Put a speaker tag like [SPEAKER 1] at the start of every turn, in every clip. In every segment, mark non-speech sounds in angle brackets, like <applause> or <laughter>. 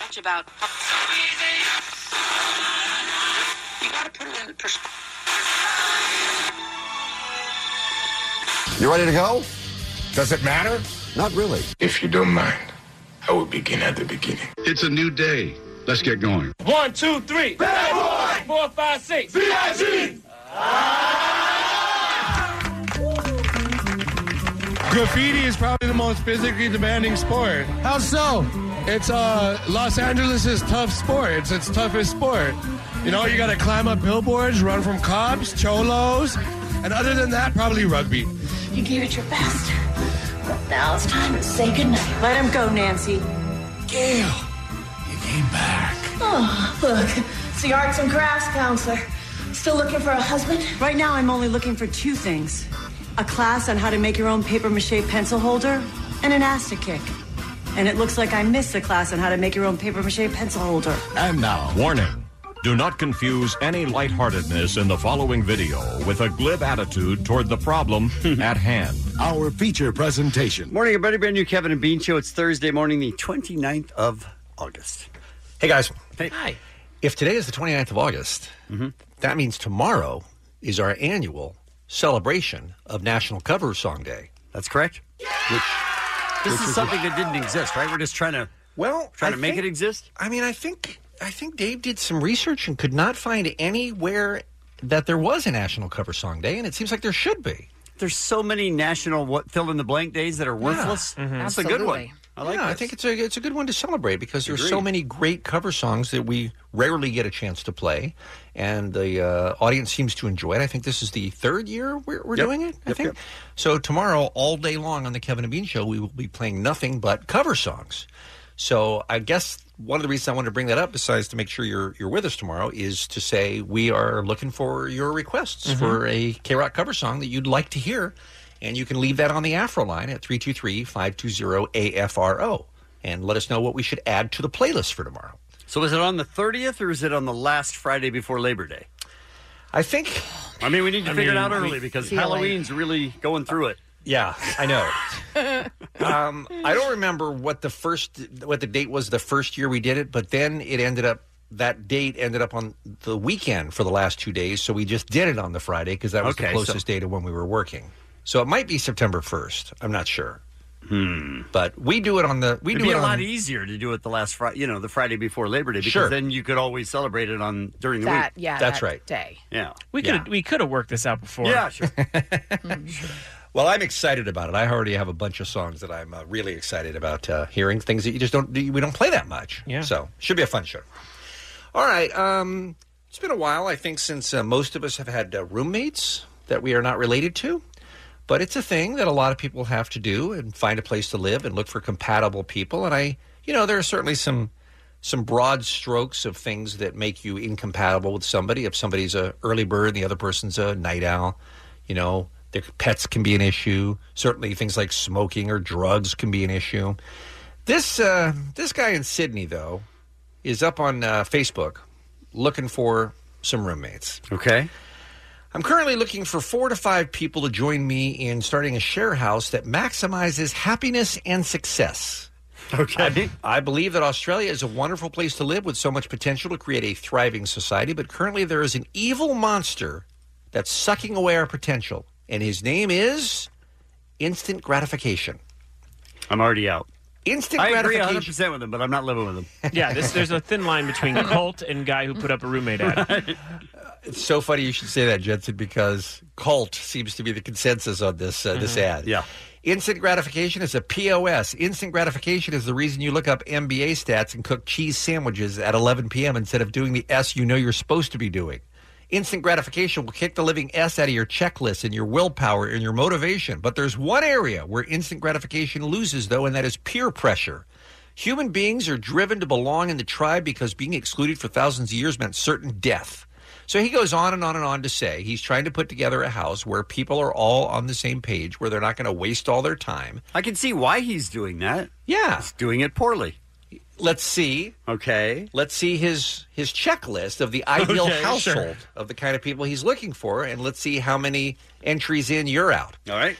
[SPEAKER 1] much about. You gotta put it in perspective.
[SPEAKER 2] You ready to go?
[SPEAKER 3] Does it matter?
[SPEAKER 2] Not really.
[SPEAKER 3] If you don't mind, I will begin at the beginning.
[SPEAKER 4] It's a new day. Let's get going.
[SPEAKER 5] One, two, three. Bad boy. Four, five, six. VIG.
[SPEAKER 6] Ah. Graffiti is probably the most physically demanding sport. How so? It's uh Los Angeles' tough sport. It's its toughest sport. You know, you gotta climb up billboards, run from cops, cholos, and other than that, probably rugby.
[SPEAKER 7] You gave it your best. But now it's time to say goodnight. Let him go, Nancy. Gail, you came back. Oh, look. It's the arts and crafts counselor. Still looking for a husband?
[SPEAKER 8] Right now, I'm only looking for two things a class on how to make your own paper mache pencil holder and an acid kick. And it looks like I missed the class on how to make your own paper mache pencil holder.
[SPEAKER 9] And now, warning. Do not confuse any lightheartedness in the following video with a glib attitude toward
[SPEAKER 4] <laughs>
[SPEAKER 9] the problem at hand.
[SPEAKER 10] Our feature presentation. Morning, everybody. Brand new Kevin and Bean Show. It's Thursday morning, the 29th of August.
[SPEAKER 11] Hey, guys. Hi. If today is the 29th of August, Mm-hmm. that means tomorrow is our annual celebration of National Cover Song Day.
[SPEAKER 10] That's correct. This is something that didn't exist, right? We're just trying to
[SPEAKER 11] well
[SPEAKER 10] trying
[SPEAKER 11] I
[SPEAKER 10] to make
[SPEAKER 11] think-
[SPEAKER 10] it exist.
[SPEAKER 11] I mean, I think I think Dave did some research and could not find anywhere that there was a National Cover Song Day, and it seems like there should be.
[SPEAKER 10] There's so many national what, fill in the blank days that are worthless.
[SPEAKER 11] Mm-hmm.
[SPEAKER 10] That's a good one. I like
[SPEAKER 11] yeah, I
[SPEAKER 10] this.
[SPEAKER 11] think it's a it's a good one to celebrate because there's so
[SPEAKER 10] Agreed.
[SPEAKER 11] many great cover songs that we rarely get a chance to play, and the uh, audience seems to enjoy it. I think this is the third year we're, we're
[SPEAKER 10] Yep.
[SPEAKER 11] doing it. I
[SPEAKER 10] Yep,
[SPEAKER 11] think
[SPEAKER 10] yep.
[SPEAKER 11] so. Tomorrow, all day long on the Kevin and Bean Show, we will be playing nothing but cover songs. So I guess one of the reasons I wanted to bring that up, besides to make sure you're you're with us tomorrow, is to say we are looking for your requests for a K Rock cover song that you'd like to hear. And you can leave that on the Afro line at 323 520 AFRO and let us know what we should add to the playlist for tomorrow.
[SPEAKER 10] So is it on the 30th or is it on the last Friday before Labor Day?
[SPEAKER 11] I think.
[SPEAKER 10] I mean, we need to
[SPEAKER 11] I
[SPEAKER 10] figure
[SPEAKER 11] mean,
[SPEAKER 10] it out
[SPEAKER 11] we-
[SPEAKER 10] early because
[SPEAKER 11] Yeah, like-
[SPEAKER 10] Halloween's really going through it.
[SPEAKER 11] Yeah, I know. um, I don't remember what the first what the date was the first year we did it, but then it ended up that date ended up on the weekend for the last two days, so we just did it on the Friday because that was the
[SPEAKER 10] Okay, so-
[SPEAKER 11] closest day to when we were working. So it might be September first. I'm not sure. Hmm. But we do it on the we
[SPEAKER 10] It'd
[SPEAKER 11] do
[SPEAKER 10] be
[SPEAKER 11] it
[SPEAKER 10] a
[SPEAKER 11] on,
[SPEAKER 10] lot easier to do it the last Friday, you know, the Friday before Labor Day, because
[SPEAKER 11] Sure.
[SPEAKER 10] then you could always celebrate it on during the
[SPEAKER 12] That
[SPEAKER 10] week.
[SPEAKER 12] yeah, that Day.
[SPEAKER 10] Yeah,
[SPEAKER 12] We could we could have worked this out before.
[SPEAKER 10] Yeah, sure.
[SPEAKER 11] Well, I'm excited about it. I already have a bunch of songs that I'm uh, really excited about uh, hearing. Things that you just don't we don't play that much.
[SPEAKER 13] Yeah.
[SPEAKER 11] So should be a fun show. All right. Um, it's been a while, I think, since uh, most of us have had uh, roommates that we are not related to. But it's a thing that a lot of people have to do and find a place to live and look for compatible people. And I, you know, there are certainly some some broad strokes of things that make you incompatible with somebody. If somebody's a early bird and the other person's a night owl, you know, their pets can be an issue. Certainly, things like smoking or drugs can be an issue. This uh, this guy in Sydney though is up on uh, Facebook looking for some roommates.
[SPEAKER 10] Okay.
[SPEAKER 11] I'm currently looking for four to five people to join me in starting a share house that maximizes happiness and success. Okay. I, I believe that Australia is a wonderful place to live with so much potential to create a thriving society, but currently there is an evil monster that's sucking away our potential, and his name is instant gratification.
[SPEAKER 10] I'm already out.
[SPEAKER 11] Instant
[SPEAKER 10] I agree
[SPEAKER 11] gratification.
[SPEAKER 10] 100 percent with them, but I'm not living with them.
[SPEAKER 12] Yeah, this, there's a thin line
[SPEAKER 11] <laughs>
[SPEAKER 12] between cult and guy who put up a roommate ad.
[SPEAKER 11] It's so funny you should say that, Jensen, because cult seems to be the consensus on this uh, this
[SPEAKER 10] Mhm.
[SPEAKER 11] ad. Yeah. Instant gratification is a POS. Instant gratification is the reason you look up MBA stats and cook cheese sandwiches at 11 p.m. instead of doing the S you know you're supposed to be doing. Instant gratification will kick the living S out of your checklist and your willpower and your motivation. But there's one area where instant gratification loses, though, and that is peer pressure. Human beings are driven to belong in the tribe because being excluded for thousands of years meant certain death. So he goes on and on and on to say he's trying to put together a house where people are all on the same page, where they're not going to waste all their time.
[SPEAKER 10] I can see why he's doing that.
[SPEAKER 11] Yeah.
[SPEAKER 10] He's doing it poorly.
[SPEAKER 11] Let's see.
[SPEAKER 10] Okay.
[SPEAKER 11] Let's see his his checklist of the ideal
[SPEAKER 10] Okay, sure.
[SPEAKER 11] household of the kind of people he's looking for, and let's see how many entries in you're out.
[SPEAKER 10] All right.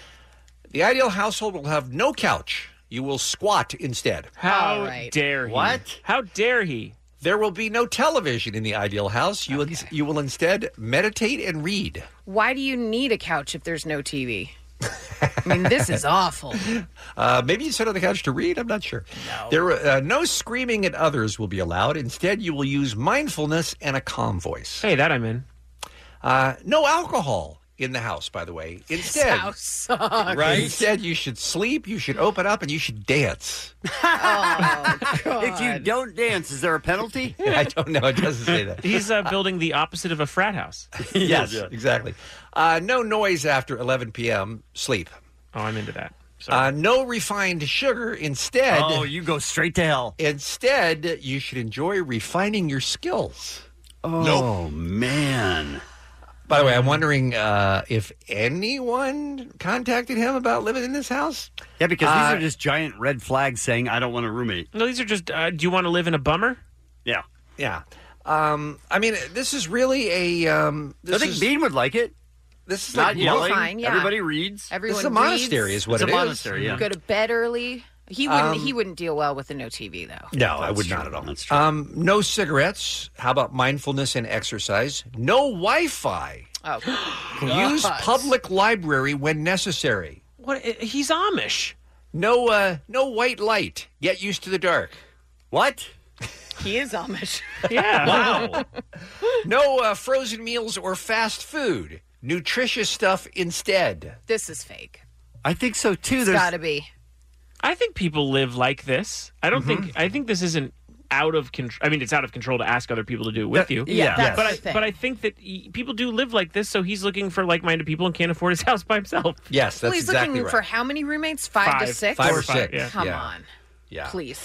[SPEAKER 11] The ideal household will have no couch. You will squat instead.
[SPEAKER 12] How All right. dare he. What?
[SPEAKER 11] How dare he? There will be no television in the ideal house. You ins- you will instead meditate and read.
[SPEAKER 13] Why do you need a couch if there's no TV? I mean, this
[SPEAKER 11] <laughs>
[SPEAKER 10] <laughs>
[SPEAKER 13] is awful.
[SPEAKER 11] Uh, maybe you sit on the couch to read. I'm not sure. No. There, uh, no screaming at others will be allowed. Instead, you will use mindfulness and a calm voice. Hey, that I'm in. Uh, no alcohol in the house, by the way. Instead,
[SPEAKER 13] house sucks.
[SPEAKER 11] Instead, you should sleep. You should open up, and you should dance.
[SPEAKER 10] <laughs> If you don't dance, is there a penalty?
[SPEAKER 11] <laughs> I don't know. It doesn't say that.
[SPEAKER 12] He's uh, building the opposite of a frat house.
[SPEAKER 11] yes,
[SPEAKER 12] Yeah.
[SPEAKER 11] exactly. Uh, no noise after 11 p.m. Sleep. Oh, I'm into that. Uh, no refined sugar. Instead,
[SPEAKER 10] Oh, you go straight to hell.
[SPEAKER 11] Instead, you should enjoy refining your skills.
[SPEAKER 10] Oh, man.
[SPEAKER 11] By the way, I'm wondering uh, if anyone contacted him about living in this house.
[SPEAKER 10] Yeah, because
[SPEAKER 11] Uh,
[SPEAKER 10] these are just giant red flags saying, I don't want a roommate.
[SPEAKER 12] No, these are just. Uh, do you want to live in a bummer?
[SPEAKER 10] Yeah.
[SPEAKER 11] Yeah. Um, I mean, this is really a. Um,
[SPEAKER 10] I think Bean would like it.
[SPEAKER 11] This is
[SPEAKER 10] Not
[SPEAKER 11] like
[SPEAKER 10] yelling.
[SPEAKER 13] Fine, yeah.
[SPEAKER 10] Everybody reads.
[SPEAKER 13] Everyone
[SPEAKER 11] This is a
[SPEAKER 13] reads.
[SPEAKER 11] monastery is what
[SPEAKER 10] It's
[SPEAKER 11] it
[SPEAKER 10] a
[SPEAKER 11] is.
[SPEAKER 10] monastery, yeah.
[SPEAKER 13] Go to bed early. He wouldn't.
[SPEAKER 11] Um,
[SPEAKER 13] he wouldn't deal well with the no TV though.
[SPEAKER 11] No, I would not at all. Um, no cigarettes. How about mindfulness and exercise? No Wi-Fi.
[SPEAKER 10] <gasps>
[SPEAKER 13] Oh,
[SPEAKER 11] Use
[SPEAKER 13] God.
[SPEAKER 11] public library when necessary.
[SPEAKER 12] What?
[SPEAKER 13] eh,
[SPEAKER 12] He's Amish.
[SPEAKER 11] No, uh, no white light. Get used to the dark. What? <laughs>
[SPEAKER 13] He is Amish. <laughs>
[SPEAKER 11] wow. no uh, frozen meals or fast food. Nutritious stuff instead.
[SPEAKER 13] This is fake.
[SPEAKER 10] I think so too.
[SPEAKER 13] It's got to be.
[SPEAKER 12] I think people live like this. I don't
[SPEAKER 11] Mm-hmm.
[SPEAKER 12] think. I think this isn't out of control. I mean, it's out of control to ask other people to do it with
[SPEAKER 11] That-
[SPEAKER 12] you.
[SPEAKER 11] yeah, Yeah, that's
[SPEAKER 12] but
[SPEAKER 11] the
[SPEAKER 12] I
[SPEAKER 11] thing.
[SPEAKER 12] but I think that he, people do live like this. So he's looking for like-minded people and can't afford his <laughs> house by himself.
[SPEAKER 11] Yes,
[SPEAKER 13] well, he's looking for how many roommates? Five, to
[SPEAKER 12] Five.
[SPEAKER 13] six.
[SPEAKER 12] Five or six, yeah.
[SPEAKER 13] Come
[SPEAKER 12] Yeah.
[SPEAKER 13] on,
[SPEAKER 11] Yeah.
[SPEAKER 13] please.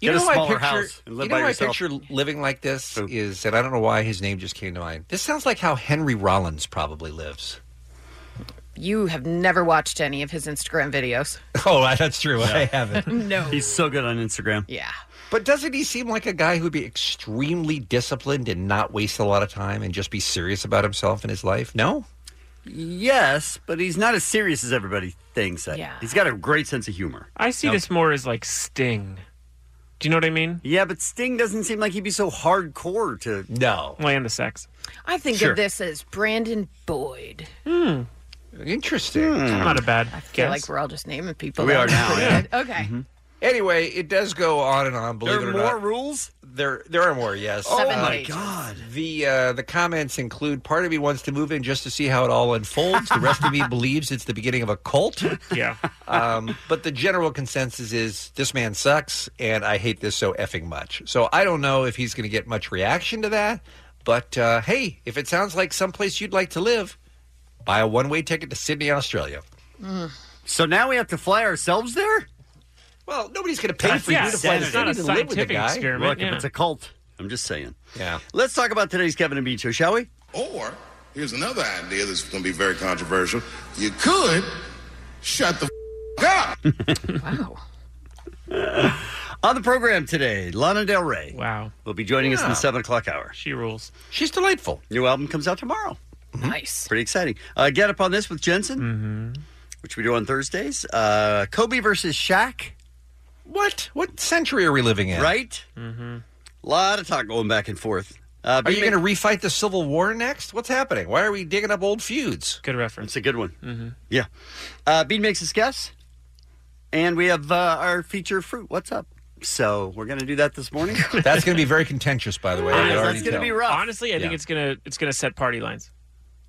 [SPEAKER 11] You know,
[SPEAKER 10] a
[SPEAKER 11] who I
[SPEAKER 10] smaller
[SPEAKER 11] picture,
[SPEAKER 10] house and live
[SPEAKER 11] you know
[SPEAKER 10] by
[SPEAKER 11] who I
[SPEAKER 10] yourself.
[SPEAKER 11] picture living like this is, and I don't know why his name just came to mind. This sounds like how Henry Rollins probably lives.
[SPEAKER 13] You have never watched any of his Instagram videos.
[SPEAKER 11] <laughs> Oh, that's true. I
[SPEAKER 13] <laughs>
[SPEAKER 11] haven't.
[SPEAKER 13] No.
[SPEAKER 10] He's so good on Instagram.
[SPEAKER 13] Yeah.
[SPEAKER 11] But doesn't he seem like a guy who'd be extremely disciplined and not waste a lot of time and just be serious about himself and his life? No?
[SPEAKER 10] Yes, but he's not as serious as everybody thinks. That yeah. he's got a great sense of humor.
[SPEAKER 12] I see this more as like Sting. Do you know what I mean?
[SPEAKER 10] Yeah, but Sting doesn't seem like he'd be so hardcore to
[SPEAKER 11] no
[SPEAKER 12] land the sex.
[SPEAKER 13] I think
[SPEAKER 10] Sure.
[SPEAKER 13] of this as Brandon Boyd.
[SPEAKER 12] Hmm.
[SPEAKER 11] Interesting.
[SPEAKER 12] Not a bad
[SPEAKER 13] I feel
[SPEAKER 12] guess.
[SPEAKER 13] like we're all just naming people.
[SPEAKER 11] We
[SPEAKER 13] that <laughs>
[SPEAKER 11] are now,
[SPEAKER 13] pretty
[SPEAKER 11] yeah.
[SPEAKER 13] good. Okay.
[SPEAKER 11] Anyway, it does go on and on. Believe
[SPEAKER 10] There are
[SPEAKER 11] it or
[SPEAKER 10] more
[SPEAKER 11] not.
[SPEAKER 10] rules.
[SPEAKER 11] There, there are more. Yes.
[SPEAKER 10] Oh Seven my pages. God.
[SPEAKER 11] The uh, the comments include: part of me wants to move in just to see how it all unfolds. The rest of me believes it's the beginning of a cult.
[SPEAKER 12] <laughs> Yeah.
[SPEAKER 11] Um, but the general consensus is this man sucks, and I hate this so effing much. So I don't know if he's going to get much reaction to that. But uh, hey, if it sounds like someplace you'd like to live, buy a one way ticket to Sydney, Australia.
[SPEAKER 10] Mm. So now we have to fly ourselves there.
[SPEAKER 11] Well, nobody's going to pay for you to fly to Sydney to live with the guy.
[SPEAKER 10] Look, if it's a cult, I'm just saying.
[SPEAKER 11] Yeah.
[SPEAKER 10] Let's talk about today's Kevin and Bean show, shall we?
[SPEAKER 3] Or here's another idea that's going to be very controversial. You could shut the f- up.
[SPEAKER 10] <laughs> On the program today, Lana Del Rey.
[SPEAKER 12] Wow.
[SPEAKER 10] Will be joining us in
[SPEAKER 12] Yeah.
[SPEAKER 10] the seven o'clock hour.
[SPEAKER 12] She rules.
[SPEAKER 11] She's delightful.
[SPEAKER 10] New album comes out tomorrow.
[SPEAKER 11] Hmm?
[SPEAKER 13] Nice.
[SPEAKER 10] Pretty exciting. Uh, get up on this with Jensen,
[SPEAKER 12] Mm-hmm.
[SPEAKER 10] which we do on Thursdays. Uh, Kobe versus Shaq.
[SPEAKER 11] What? What century are we living in?
[SPEAKER 10] Right?
[SPEAKER 11] Mm-hmm.
[SPEAKER 10] lot of talk going back and forth. Uh,
[SPEAKER 11] are you going to refight the Civil War next? What's happening? Why are we digging up old feuds?
[SPEAKER 12] Good reference.
[SPEAKER 10] It's a good one.
[SPEAKER 12] Mm-hmm.
[SPEAKER 10] Yeah. Uh, Bean makes his guess. And we have uh, our feature fruit. What's up? So we're going to do that
[SPEAKER 12] <laughs>
[SPEAKER 10] this morning.
[SPEAKER 11] That's going to be very contentious, by
[SPEAKER 10] <laughs>
[SPEAKER 11] the way. I can already tell.
[SPEAKER 12] Honestly, I think
[SPEAKER 10] Yeah.
[SPEAKER 12] it's gonna it's gonna set party lines.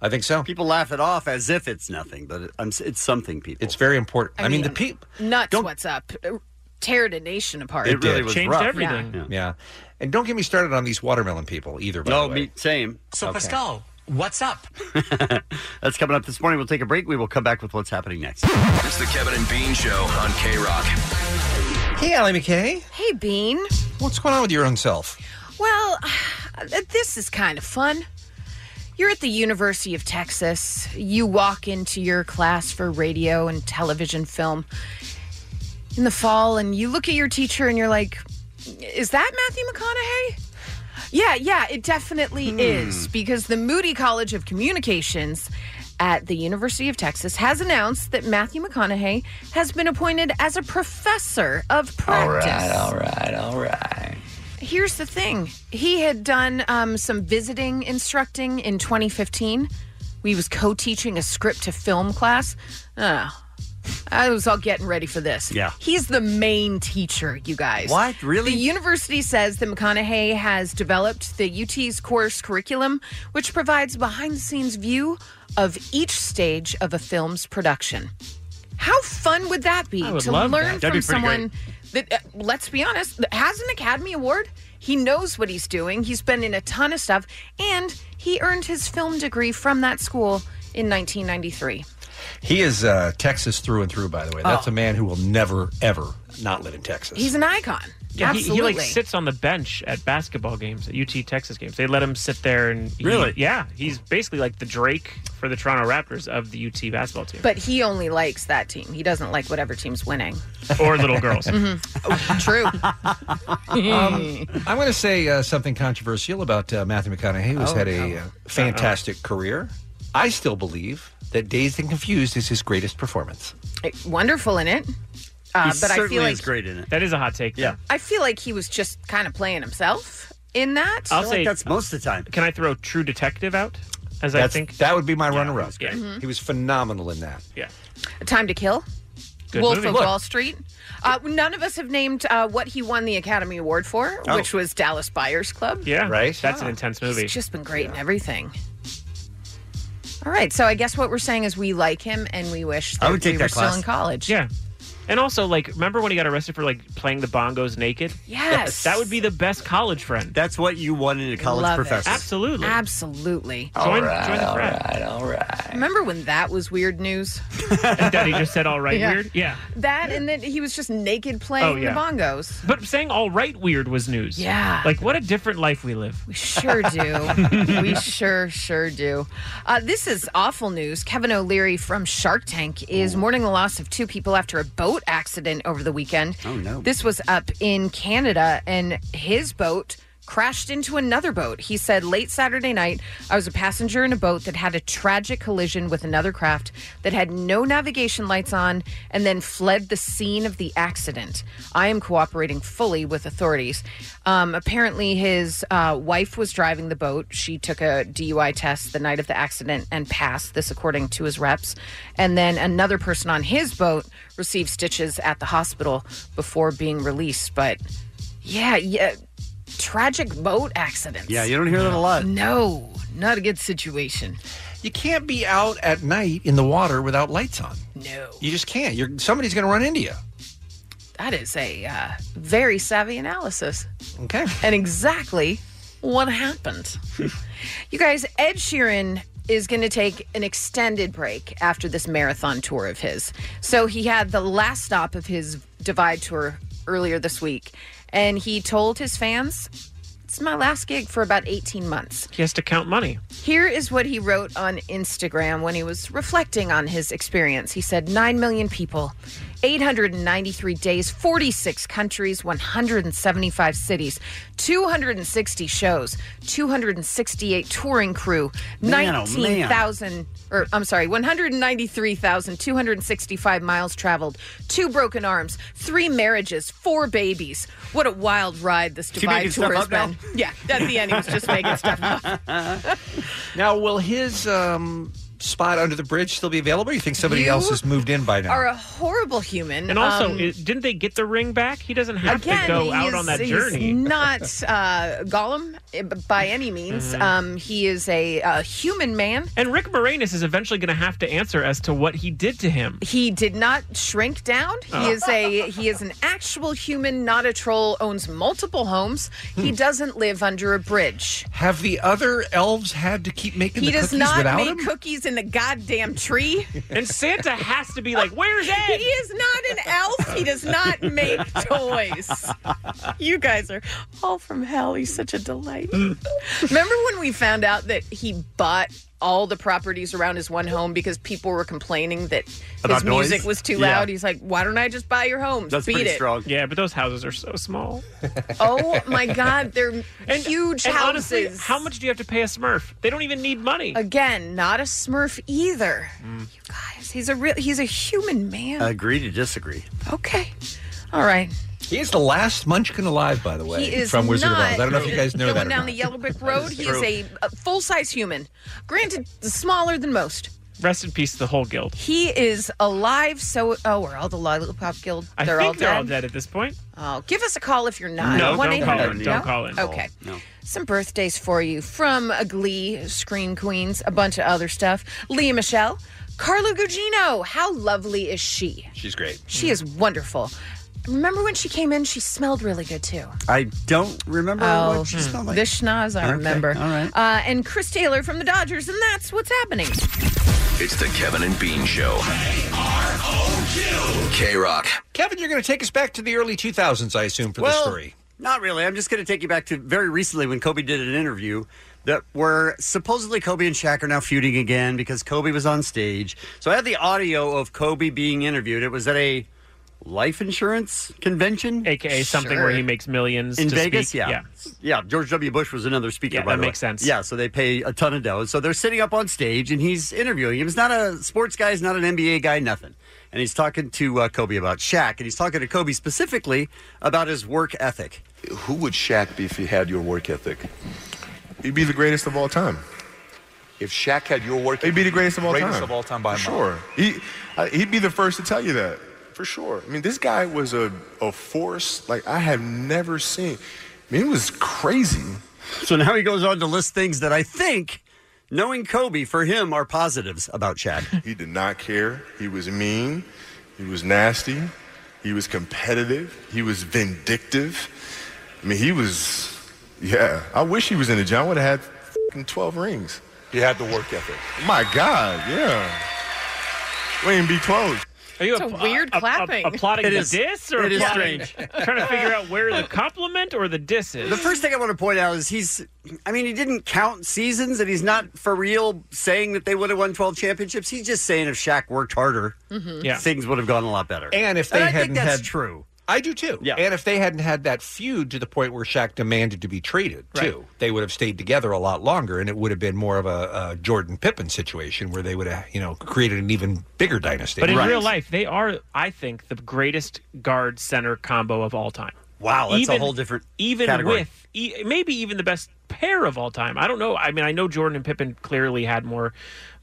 [SPEAKER 11] I think so.
[SPEAKER 10] People laugh it off as if it's nothing, but it, um, it's something, people.
[SPEAKER 11] It's very important.
[SPEAKER 13] I mean, Nuts. What's up? Uh, Tear the nation apart.
[SPEAKER 11] It, did.
[SPEAKER 13] rough.
[SPEAKER 11] Yeah. and don't get me started on these watermelon people either. By
[SPEAKER 10] No,
[SPEAKER 11] the way.
[SPEAKER 10] me, same.
[SPEAKER 11] So, Pascal,
[SPEAKER 10] what's up? That's coming up this morning. We'll take a break. We will come back with what's happening next.
[SPEAKER 14] It's the Kevin and Bean Show on K Rock.
[SPEAKER 11] Hey, Allie McKay.
[SPEAKER 13] Hey, Bean.
[SPEAKER 11] What's going on with your own self?
[SPEAKER 13] Well, uh, this is kind of fun. You're at the University of Texas. You walk into your class for radio and television film in the fall, and you look at your teacher and you're like, Is that Matthew McConaughey? Yeah, yeah, it definitely
[SPEAKER 10] Hmm.
[SPEAKER 13] is because the Moody College of Communications at the University of Texas has announced that Matthew McConaughey has been appointed as a professor of practice.
[SPEAKER 10] all right, all right.
[SPEAKER 13] Here's the thing. He had done um, some visiting instructing in 2015. We was co-teaching a script to film class. Oh, I was all getting ready for this.
[SPEAKER 10] Yeah.
[SPEAKER 13] He's the main teacher, you guys.
[SPEAKER 10] What? Really?
[SPEAKER 13] The university says that McConaughey has developed the UT's course curriculum, which provides behind-the-scenes view of each stage of a film's production. How fun would that be
[SPEAKER 12] I would
[SPEAKER 13] to
[SPEAKER 12] love
[SPEAKER 13] learn
[SPEAKER 12] that. That'd
[SPEAKER 13] from
[SPEAKER 12] be pretty
[SPEAKER 13] someone that, uh, let's be honest, that has an Academy Award? He knows what he's doing. He's been in a ton of stuff, and he earned his film degree from that school in 1993.
[SPEAKER 11] He is uh, Texas through and through, by the way. That's
[SPEAKER 13] Oh.
[SPEAKER 11] a man who will never, ever not live in Texas.
[SPEAKER 13] He's an icon.
[SPEAKER 12] Yeah, he,
[SPEAKER 13] Absolutely.
[SPEAKER 12] he like sits on the bench at basketball games, at UT Texas games. They let him sit there and he-
[SPEAKER 13] Really?
[SPEAKER 12] yeah, he's basically like the Drake for the Toronto Raptors of the UT basketball team,
[SPEAKER 13] but he only likes that team. He doesn't like whatever team's winning.
[SPEAKER 12] or little girls.
[SPEAKER 13] <laughs> Mhm.
[SPEAKER 12] <laughs>
[SPEAKER 13] True. <laughs>
[SPEAKER 11] Um, I'm going to say uh, something controversial about uh, Matthew McConaughey, who's
[SPEAKER 10] Oh,
[SPEAKER 11] had
[SPEAKER 10] no.
[SPEAKER 11] a uh, fantastic career. I still believe that Dazed and Confused is his greatest performance.
[SPEAKER 13] Wonderful in it. Uh, but I feel like
[SPEAKER 11] great in it.
[SPEAKER 12] That is a hot take. Yeah.
[SPEAKER 13] I feel like he was just kind of playing himself in that.
[SPEAKER 12] I'll say
[SPEAKER 10] most of the time.
[SPEAKER 12] Can I throw True Detective out? As I
[SPEAKER 11] That's-
[SPEAKER 12] think
[SPEAKER 11] that would be my runner-up.
[SPEAKER 12] Yeah.
[SPEAKER 10] Mm-hmm.
[SPEAKER 11] He was phenomenal in that.
[SPEAKER 12] Yeah.
[SPEAKER 13] Time to Kill.
[SPEAKER 11] Good
[SPEAKER 13] Wolf
[SPEAKER 11] movie.
[SPEAKER 13] of
[SPEAKER 11] Look.
[SPEAKER 13] Wall Street. Uh, none of us have named uh, what he won the Academy Award for,
[SPEAKER 12] Oh.
[SPEAKER 13] which was Dallas Buyers Club.
[SPEAKER 12] Yeah, right. That's an intense movie.
[SPEAKER 13] He's just been great in everything. All right, so I guess what we're saying is we like him and we wish that we were still in college.
[SPEAKER 12] Yeah. And also, like, remember when he got arrested for like playing the bongos naked?
[SPEAKER 13] Yes.
[SPEAKER 12] That would be the best college friend.
[SPEAKER 10] That's what you wanted a college
[SPEAKER 13] Love it.
[SPEAKER 10] professor.
[SPEAKER 12] Absolutely.
[SPEAKER 13] Absolutely.
[SPEAKER 10] All right, all right, all right.
[SPEAKER 13] Remember when that was weird news? <laughs>
[SPEAKER 12] that he just said all right
[SPEAKER 13] Yeah.
[SPEAKER 12] weird. Yeah.
[SPEAKER 13] That and then he was just naked playing
[SPEAKER 12] Oh, yeah.
[SPEAKER 13] the bongos.
[SPEAKER 12] But saying all right weird was news.
[SPEAKER 13] Yeah.
[SPEAKER 12] Like what a different life we live.
[SPEAKER 13] We Sure
[SPEAKER 12] <laughs>
[SPEAKER 13] do. we sure, sure do. Uh, this is awful news. Kevin O'Leary from Shark Tank
[SPEAKER 10] Oh.
[SPEAKER 13] is mourning the loss of two people after a boat accident over the weekend.
[SPEAKER 10] Oh, no.
[SPEAKER 13] This was up in Canada, and his boat crashed into another boat. He said, Late Saturday night, I was a passenger in a boat that had a tragic collision with another craft that had no navigation lights on and then fled the scene of the accident. I am cooperating fully with authorities. Um, apparently, his uh, wife was driving the boat. She took a DUI test the night of the accident and passed, this according to his reps. And then another person on his boat received stitches at the hospital before being released. But yeah, yeah. Tragic boat accidents.
[SPEAKER 10] Yeah, you don't hear that a lot.
[SPEAKER 13] No, not a good situation.
[SPEAKER 11] You can't be out at night in the water without lights on.
[SPEAKER 13] No.
[SPEAKER 11] You just can't. You're somebody's going to run into you.
[SPEAKER 13] That is a uh, very savvy analysis.
[SPEAKER 11] Okay.
[SPEAKER 13] And exactly what happened. you guys, Ed Sheeran is going to take an extended break after this marathon tour of his. So he had the last stop of his Divide tour earlier this week, and he told his fans, It's my last gig for about 18 months.
[SPEAKER 12] He has to count money.
[SPEAKER 13] Here is what he wrote on Instagram when he was reflecting on his experience. He said 9 million people, 893 days, 46 countries, 175 cities, 260 shows, 268 touring crew,
[SPEAKER 10] Man, oh, man.
[SPEAKER 13] 19,000 or I'm sorry, 193,265 miles traveled, two broken arms, three marriages, four babies. What a wild ride this
[SPEAKER 10] Is he
[SPEAKER 13] Dubai
[SPEAKER 10] making
[SPEAKER 13] tour
[SPEAKER 10] stuff
[SPEAKER 13] has
[SPEAKER 10] up now?
[SPEAKER 13] been. Yeah, at the end he was just making stuff up.
[SPEAKER 10] <laughs>
[SPEAKER 11] now, will his um, spot under the bridge still be available? Or you think somebody
[SPEAKER 13] You
[SPEAKER 11] else has moved in by now?
[SPEAKER 13] are a horrible human.
[SPEAKER 12] And also,
[SPEAKER 13] Um,
[SPEAKER 12] i- didn't they get the ring back? He doesn't have
[SPEAKER 13] again,
[SPEAKER 12] to go out
[SPEAKER 13] he's-
[SPEAKER 12] on that
[SPEAKER 13] he's
[SPEAKER 12] journey.
[SPEAKER 13] Not uh, Gollum eh, b- by any means.
[SPEAKER 12] Mhm.
[SPEAKER 13] Um, he is a, uh human man.
[SPEAKER 12] And Rick Moranis is eventually going to have to answer as to what he did to him.
[SPEAKER 13] He did not shrink down. He
[SPEAKER 12] Oh.
[SPEAKER 13] is a he is an actual human, not a troll. Owns multiple homes.
[SPEAKER 12] Hmm.
[SPEAKER 13] He doesn't live under a bridge.
[SPEAKER 11] Have the other elves had to keep making
[SPEAKER 13] he
[SPEAKER 11] the
[SPEAKER 13] does
[SPEAKER 11] cookies
[SPEAKER 13] not
[SPEAKER 11] without
[SPEAKER 13] make
[SPEAKER 11] him?
[SPEAKER 13] cookies in the goddamn tree.
[SPEAKER 12] <laughs> And Santa has to be like, "Where's Ed?"
[SPEAKER 13] He is not an elf. He does not make
[SPEAKER 12] <laughs>
[SPEAKER 13] toys. You guys are all from hell. He's <laughs> such a delight. Remember when we found out that he bought all the properties around his one home because people were complaining that
[SPEAKER 12] About
[SPEAKER 13] his
[SPEAKER 12] noise?
[SPEAKER 13] music was too
[SPEAKER 12] Yeah.
[SPEAKER 13] loud? He's like, why don't I just buy your homes? Beat it.
[SPEAKER 12] Yeah, but those houses are so small.
[SPEAKER 13] <laughs> Oh my God, they're huge
[SPEAKER 12] <laughs> and
[SPEAKER 13] houses.
[SPEAKER 12] honestly, how much do you have to pay a Smurf? They don't even need money.
[SPEAKER 13] Again, not a Smurf either.
[SPEAKER 12] Mm.
[SPEAKER 13] You guys, he's a real, he's a human man.
[SPEAKER 10] Agree to disagree.
[SPEAKER 13] okay, all right.
[SPEAKER 11] He is the last Munchkin alive, by the way,
[SPEAKER 13] He is
[SPEAKER 11] from Wizard
[SPEAKER 13] not
[SPEAKER 11] of Oz. I don't know if you guys know
[SPEAKER 13] going
[SPEAKER 11] <laughs> that. Or
[SPEAKER 13] down
[SPEAKER 11] not.
[SPEAKER 13] the yellow brick road. he is
[SPEAKER 12] true.
[SPEAKER 13] a, a full size human. Granted, smaller than most.
[SPEAKER 12] Rest in peace, to the whole guild.
[SPEAKER 13] He is alive. So, oh, we're all the Lollipop Guild.
[SPEAKER 12] I
[SPEAKER 13] They're
[SPEAKER 12] think
[SPEAKER 13] all
[SPEAKER 12] they're
[SPEAKER 13] dead.
[SPEAKER 12] all dead at this point.
[SPEAKER 13] Oh, give us a call if you're not.
[SPEAKER 12] No, don't
[SPEAKER 13] 1-800,
[SPEAKER 12] call in. Don't
[SPEAKER 13] no?
[SPEAKER 12] call in.
[SPEAKER 13] Okay.
[SPEAKER 12] No.
[SPEAKER 13] Some birthdays for you from a Glee, Screen Queens, a bunch of other stuff. Leah Michelle, Carla Gugino. How lovely is she?
[SPEAKER 11] She's great.
[SPEAKER 13] She is wonderful. Remember when she came in? She smelled really good too.
[SPEAKER 10] I don't remember
[SPEAKER 13] Oh,
[SPEAKER 10] what she smelled like.
[SPEAKER 13] the schnoz I
[SPEAKER 10] Okay,
[SPEAKER 13] remember.
[SPEAKER 10] all right.
[SPEAKER 13] Uh, and Chris Taylor from the Dodgers, and that's what's happening.
[SPEAKER 14] It's the Kevin and Bean Show. K Rock.
[SPEAKER 11] Kevin, you're going to take us back to the early 2000s, I assume, for
[SPEAKER 10] well,
[SPEAKER 11] the story.
[SPEAKER 10] Not really. I'm just going to take you back to very recently when Kobe did an interview that where supposedly Kobe and Shaq are now feuding again because Kobe was on stage. So I had the audio of Kobe being interviewed. It was at a life insurance convention,
[SPEAKER 12] aka something where he makes millions
[SPEAKER 10] in
[SPEAKER 12] to
[SPEAKER 10] Vegas.
[SPEAKER 12] speak.
[SPEAKER 10] Yeah. yeah, George W. Bush was another speaker.
[SPEAKER 12] Yeah,
[SPEAKER 10] by
[SPEAKER 12] that
[SPEAKER 10] the way.
[SPEAKER 12] makes sense.
[SPEAKER 10] Yeah, so they pay a ton of dough. So they're sitting up on stage and he's interviewing him. He's not a sports guy. He's not an NBA guy. Nothing. And he's talking to uh, Kobe about Shaq, and he's talking to Kobe specifically about his work ethic.
[SPEAKER 15] Who would Shaq be if he had your work ethic? He'd be the greatest of all time. If Shaq had your work, he'd be the greatest of all
[SPEAKER 14] Greatest
[SPEAKER 15] time.
[SPEAKER 14] of all time by a
[SPEAKER 15] For
[SPEAKER 14] mile.
[SPEAKER 15] sure. He I, he'd be the first to tell you that for sure. I mean, this guy was a a force like I have never seen. I mean, it was crazy.
[SPEAKER 10] So now he goes on to list things that I think, knowing Kobe, for him are positives about Shaq.
[SPEAKER 15] He did not care. He was mean. He was nasty. He was competitive. He was vindictive. I mean, he was. Yeah, I wish he was in the gym. I would have had f***ing twelve rings.
[SPEAKER 14] You had the work ethic.
[SPEAKER 15] My God, yeah. We ain't be close.
[SPEAKER 12] Are you
[SPEAKER 13] It's a weird clapping.
[SPEAKER 12] applauding
[SPEAKER 10] It
[SPEAKER 12] the
[SPEAKER 10] is-
[SPEAKER 12] diss or
[SPEAKER 10] it is
[SPEAKER 12] applauding-
[SPEAKER 10] strange.
[SPEAKER 12] <laughs> trying to figure out where the compliment or the diss is?
[SPEAKER 10] The first thing I want to point out is he's, I mean, he didn't count seasons and he's not for real saying that they would have won 12 championships. He's just saying if Shaq worked harder,
[SPEAKER 11] Mhm. Yeah.
[SPEAKER 10] things would have gone a lot better.
[SPEAKER 11] And if they
[SPEAKER 10] I
[SPEAKER 11] hadn't
[SPEAKER 10] think that's
[SPEAKER 11] had
[SPEAKER 10] true.
[SPEAKER 11] I do too. Yeah. And if they hadn't had that feud to the point where Shaq demanded to be traded too, they would have stayed together a lot longer, and it would have been more of a, a Jordan Pippen situation where they would have, you know, created an even bigger dynasty.
[SPEAKER 12] But in real life, they are, I think, the greatest guard center combo of all time.
[SPEAKER 10] Wow, that's a whole different
[SPEAKER 12] Even
[SPEAKER 10] category.
[SPEAKER 12] with, e- maybe even the best pair of all time. I don't know. I mean, I know Jordan and Pippen clearly had more.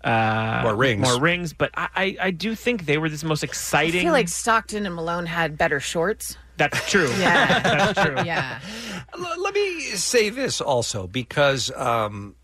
[SPEAKER 12] Uh,
[SPEAKER 11] More rings.
[SPEAKER 12] more rings, but I, I, I do think they were this most
[SPEAKER 13] I
[SPEAKER 12] exciting.
[SPEAKER 13] feel like Stockton and Malone had better shorts.
[SPEAKER 12] That's true.
[SPEAKER 13] <laughs> Yeah.
[SPEAKER 12] that's true.
[SPEAKER 13] Yeah.
[SPEAKER 11] L- let me say this also because um,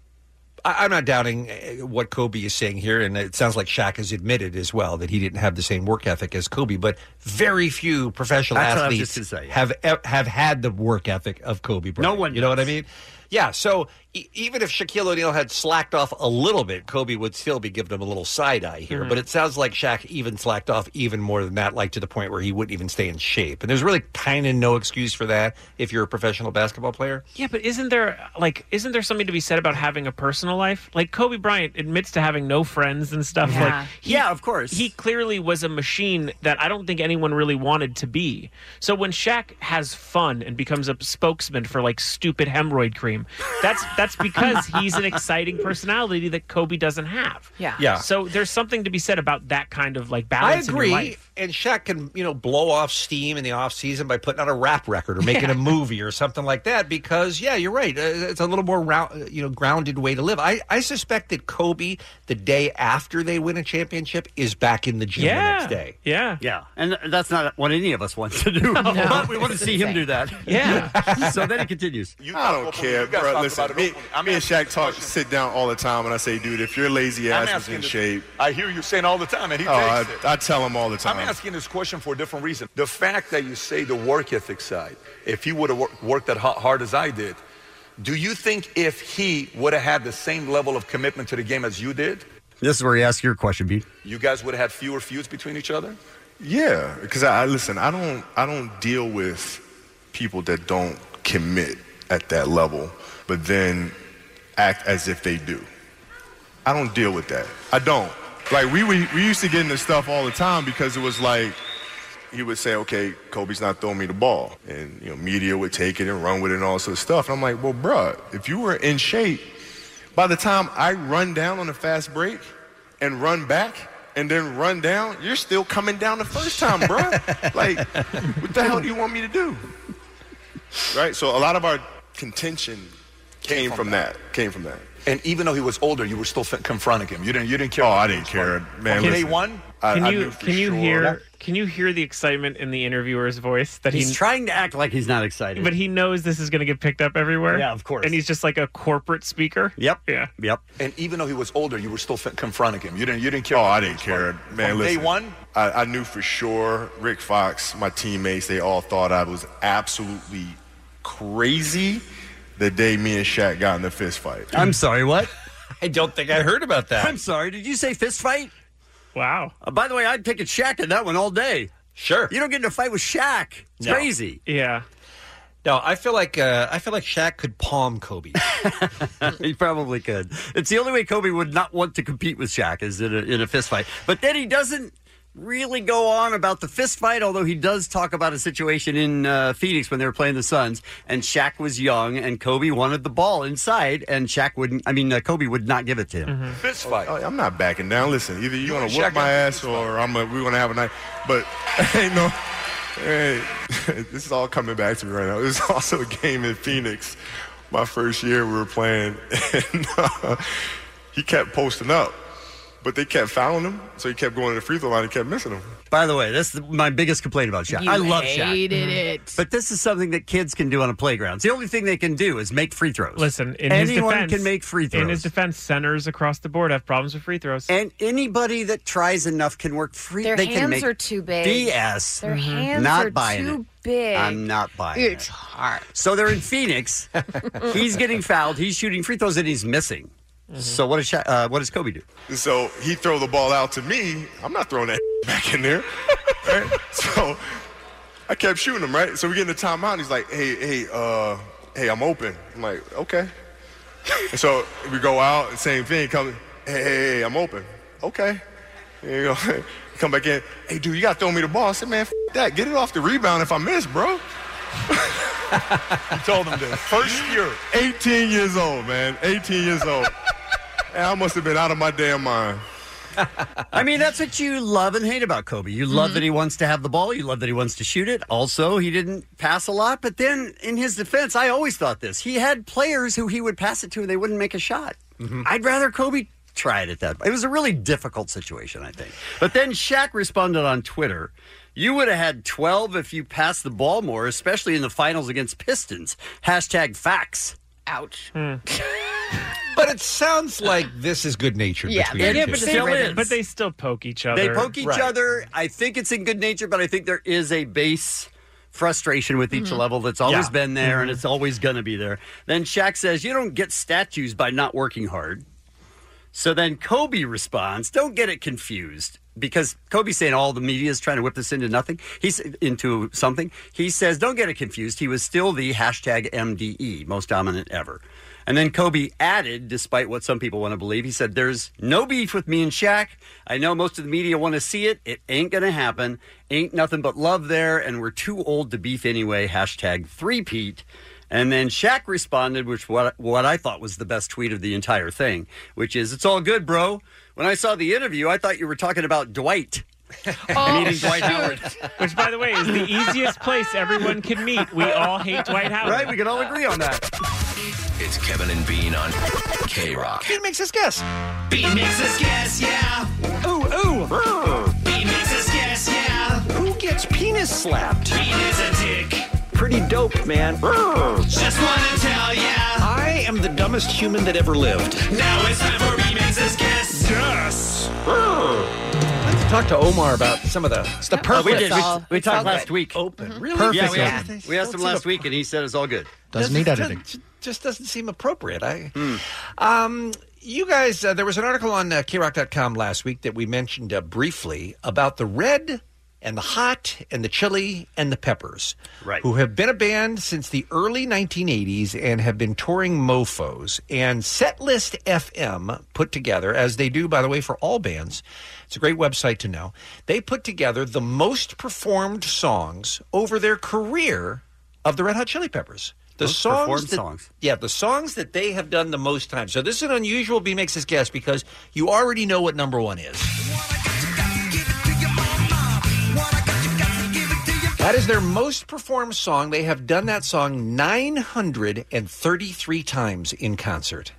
[SPEAKER 11] I- I'm not doubting uh, what Kobe is saying here, and it sounds like Shaq has admitted as well that he didn't have the same work ethic as Kobe. But very few professional
[SPEAKER 10] That's what I was
[SPEAKER 11] athletes
[SPEAKER 10] just gonna say, yeah.
[SPEAKER 11] have e- have had the work ethic of Kobe Bryant. No one, you know what I mean? Yeah. So e- even if Shaquille O'Neal had slacked off a little bit, Kobe would still be giving him a little side eye here.
[SPEAKER 12] Mhm.
[SPEAKER 11] But it sounds like Shaq even slacked off even more than that, like to the point where he wouldn't even stay in shape. And there's really kind of no excuse for that if you're a professional basketball player.
[SPEAKER 12] Yeah, but isn't there like isn't there something to be said about having a personal life? Like Kobe Bryant admits to having no friends and stuff.
[SPEAKER 10] Yeah.
[SPEAKER 12] Like yeah, of course. He clearly was a machine that I don't think anyone really wanted to be. So when Shaq has fun and becomes a spokesman for like stupid hemorrhoid cream, that's that's because he's an exciting personality that Kobe doesn't have.
[SPEAKER 13] Yeah.
[SPEAKER 11] Yeah.
[SPEAKER 12] So there's something to be said about that kind of like balance.
[SPEAKER 11] I
[SPEAKER 12] in your
[SPEAKER 11] agree.
[SPEAKER 12] life.
[SPEAKER 11] And Shaq can, you know, blow off steam in the off season by putting out a rap record or making a movie or something like that. Because yeah, you're right. Uh, It's a little more round, uh, you know, grounded way to live. I, I suspect that Kobe, the day after they win a championship, is back in the gym the next day.
[SPEAKER 12] Yeah.
[SPEAKER 10] Yeah. And that's not what any of us want to do. but we want to
[SPEAKER 11] It's
[SPEAKER 10] see him do that.
[SPEAKER 12] Yeah.
[SPEAKER 10] <laughs> so then it continues.
[SPEAKER 15] I don't care, bro. Listen, me, me and Shaq talk, sit down all the time, and I say, dude, if your lazy
[SPEAKER 14] I'm
[SPEAKER 15] ass is
[SPEAKER 14] asking
[SPEAKER 15] in
[SPEAKER 14] this-
[SPEAKER 15] shape,
[SPEAKER 14] I hear you saying all the time, and he
[SPEAKER 15] oh, I,
[SPEAKER 14] takes it.
[SPEAKER 15] I tell him all the
[SPEAKER 14] I'm
[SPEAKER 15] time.
[SPEAKER 14] asking this question for a different reason. The fact that you say the work ethic side, if he would have worked, that ho- hard as I did, do you think if he would have had the same level of commitment to the game as you did,
[SPEAKER 10] This is where you ask your question, Pete.
[SPEAKER 14] You guys would have had fewer feuds between each other?
[SPEAKER 15] Yeah, because I, I listen. I don't. I don't deal with people that don't commit at that level, but then act as if they do. I don't deal with that. I don't. Like we we, we used to get into stuff all the time because it was like he would say, "Okay, Kobe's not throwing me the ball," and you know, media would take it and run with it and all sort of stuff. And I'm like, "Well, bruh, if you were in shape, by the time I run down on a fast break and run back." And then run down. You're still coming down the first time, bruh. like, what the hell do you want me to do? Right. So a lot of our contention came, from, that. Came from that.
[SPEAKER 14] And even though he was older, you were still f- confronting him. You didn't. You didn't care. Oh,
[SPEAKER 15] I didn't care, man.
[SPEAKER 14] Can they
[SPEAKER 15] listen.
[SPEAKER 14] won?
[SPEAKER 12] Can you can you hear can you hear the excitement in the interviewer's voice that
[SPEAKER 10] He's
[SPEAKER 12] he
[SPEAKER 10] trying to act like he's not excited.
[SPEAKER 12] but he knows this is going to get picked up everywhere.
[SPEAKER 10] Yeah, of course.
[SPEAKER 12] And he's just like a corporate speaker.
[SPEAKER 10] Yep.
[SPEAKER 12] Yeah.
[SPEAKER 10] Yep.
[SPEAKER 14] And even though he was older, you were still f- confronting him. You didn't. You didn't care.
[SPEAKER 15] Oh, I didn't care, man.
[SPEAKER 14] From day
[SPEAKER 15] listen,
[SPEAKER 14] one?
[SPEAKER 15] I, I knew for sure. Rick Fox, my teammates, they all thought I was absolutely crazy the day me and Shaq got in the fist fight.
[SPEAKER 10] I'm sorry, what?
[SPEAKER 11] <laughs> I don't think I heard about that.
[SPEAKER 10] I'm sorry. Did you say fist fight?
[SPEAKER 12] Wow.
[SPEAKER 10] Uh, by the way, I'd pick a Shaq in that one all day.
[SPEAKER 11] Sure.
[SPEAKER 10] You don't get in a fight with Shaq. It's
[SPEAKER 11] No.
[SPEAKER 10] crazy.
[SPEAKER 12] Yeah.
[SPEAKER 11] No, I feel like uh, I feel like <laughs> Shaq could palm Kobe.
[SPEAKER 10] <laughs> he probably could. It's the only way Kobe would not want to compete with Shaq is in a, in a fist fight. But then he doesn't really go on about the fist fight, although he does talk about a situation in uh, Phoenix when they were playing the Suns, and Shaq was young, and Kobe wanted the ball inside, and Shaq wouldn't. I mean, uh, Kobe would not give it to him.
[SPEAKER 14] Fist fight.
[SPEAKER 15] Oh, I'm not backing down. Listen, either you want
[SPEAKER 14] and
[SPEAKER 15] to whoop
[SPEAKER 14] Shaq
[SPEAKER 15] my ass or I'm a, we're gonna have a night. But <laughs> ain't no. Hey, <laughs> this is all coming back to me right now. This is <laughs> also a game in Phoenix. My first year we were playing, <laughs> and uh, he kept posting up, but they kept fouling him, so he kept going to the free throw line and kept missing him.
[SPEAKER 10] By the way, that's the- my biggest complaint about Shaq.
[SPEAKER 13] You
[SPEAKER 10] I love Shaq.
[SPEAKER 12] Mm-hmm.
[SPEAKER 13] hated it.
[SPEAKER 10] But this is something that kids can do on a playground. It's the only thing they can do is make free throws.
[SPEAKER 12] Listen, in his
[SPEAKER 10] anyone
[SPEAKER 12] defense,
[SPEAKER 10] can make free throws.
[SPEAKER 12] In his defense, centers across the board have problems with free throws.
[SPEAKER 10] <laughs> and anybody that tries enough can work free.
[SPEAKER 13] Their
[SPEAKER 10] they can
[SPEAKER 13] hands
[SPEAKER 10] make
[SPEAKER 13] are too big.
[SPEAKER 10] BS.
[SPEAKER 13] Their hands
[SPEAKER 10] Not
[SPEAKER 13] are
[SPEAKER 10] buying
[SPEAKER 13] too
[SPEAKER 10] it.
[SPEAKER 13] big.
[SPEAKER 10] I'm not buying it.
[SPEAKER 13] <laughs> It's hard.
[SPEAKER 10] So they're
[SPEAKER 13] <laughs>
[SPEAKER 10] in Phoenix. he's getting fouled. He's shooting free throws and he's missing.
[SPEAKER 12] Mm-hmm.
[SPEAKER 10] So what does Sha- uh, what does Kobe do?
[SPEAKER 15] And so he throw the ball out to me. I'm not throwing that <laughs> back in there. Right? <laughs> So I kept shooting him, right? So we get in the timeout. And he's like, hey, hey, uh, hey, I'm open. I'm like, okay. And so we go out, and same thing, come, hey, hey, hey, I'm open. Okay. You <laughs> know, come back in, hey, dude, you got to throw me the ball. I said, man, f- that. Get it off the rebound if I miss, bro. <laughs>
[SPEAKER 14] I told him this. First year.
[SPEAKER 15] 18 years old, man. 18 years old. and I must have been out of my damn mind.
[SPEAKER 10] <laughs> I mean, that's what you love and hate about Kobe. You
[SPEAKER 13] Mm-hmm.
[SPEAKER 10] love that he wants to have the ball. You love that he wants to shoot it. Also, he didn't pass a lot. But then, in his defense, I always thought this: he had players who he would pass it to, and they wouldn't make a shot.
[SPEAKER 13] Mm-hmm.
[SPEAKER 10] I'd rather Kobe tried it that. It was a really difficult situation, I think. But then Shaq responded on Twitter. You would have had 12 if you passed the ball more, especially in the finals against Pistons. Hashtag facts.
[SPEAKER 13] Ouch.
[SPEAKER 11] <laughs> but it
[SPEAKER 13] <laughs>
[SPEAKER 11] sounds like this is good natured
[SPEAKER 13] Yeah,
[SPEAKER 11] between
[SPEAKER 13] they did,
[SPEAKER 11] the two.
[SPEAKER 13] but they Still read it. is.
[SPEAKER 12] But they still poke each other.
[SPEAKER 10] They poke each other. I think it's in good nature, but I think there is a base frustration with each
[SPEAKER 12] Mhm.
[SPEAKER 10] level that's always
[SPEAKER 12] Yeah. Mm-hmm.
[SPEAKER 10] been there and it's always going to be there. Then Shaq says, You don't get statues by not working hard. So then Kobe responds, Don't get it confused. Because Kobe's saying all the media is trying to whip this into nothing. He's into something. He says, Don't get it confused. He was still the hashtag MDE, most dominant ever. And then Kobe added, despite what some people want to believe, he said, There's no beef with me and Shaq. I know most of the media want to see it. It ain't going to happen. Ain't nothing but love there. And we're too old to beef anyway. Hashtag threepeat. And then Shaq responded, which what what I thought was the best tweet of the entire thing, which is, "It's all good, bro." When I saw the interview, I thought you were talking about Dwight.
[SPEAKER 11] Oh,
[SPEAKER 10] meeting Dwight Howard.
[SPEAKER 12] Oh, Which, by the way, is
[SPEAKER 10] <laughs>
[SPEAKER 12] the easiest place everyone can meet. We all hate Dwight Howard.
[SPEAKER 10] Right? We can all agree on that.
[SPEAKER 16] It's Kevin and Bean on K Rock.
[SPEAKER 11] He makes his guess.
[SPEAKER 16] B makes us guess, yeah.
[SPEAKER 11] Ooh, ooh.
[SPEAKER 16] B makes us guess, yeah.
[SPEAKER 11] Who gets penis slapped?
[SPEAKER 16] Bean is a dick.
[SPEAKER 11] Pretty dope, man.
[SPEAKER 16] Just wanna tell ya.
[SPEAKER 11] I am the dumbest human that ever lived.
[SPEAKER 16] Now it's time for B makes us guess. Yes.
[SPEAKER 11] Let's talk to Omar about some of the the
[SPEAKER 12] Oh,
[SPEAKER 10] Uh, we did. We,
[SPEAKER 11] perfect.
[SPEAKER 10] we talked last week.
[SPEAKER 11] Open. Really?
[SPEAKER 10] Perfect.
[SPEAKER 11] Mm-hmm. Yeah,
[SPEAKER 10] we asked him last week, and he said it's all good.
[SPEAKER 11] Doesn't need editing. just doesn't seem appropriate. I, um, you guys, uh, there was an article on uh, krock.com last week that we mentioned uh, briefly about the red and the hot and the chili and the peppers,
[SPEAKER 10] Right.
[SPEAKER 11] who have been a band since the early 1980s and have been touring mofos. And Setlist FM put together, as they do, by the way, for all bands, it's a great website to know. They put together the most performed songs over their career of the Red Hot Chili Peppers. The
[SPEAKER 10] Most
[SPEAKER 11] songs,
[SPEAKER 10] performed
[SPEAKER 11] that,
[SPEAKER 10] songs.
[SPEAKER 11] yeah, the songs that they have done the most times. So this is an unusual B mixes guess because you already know what number one is. That is their most performed song. They have done that song 933 times in concert.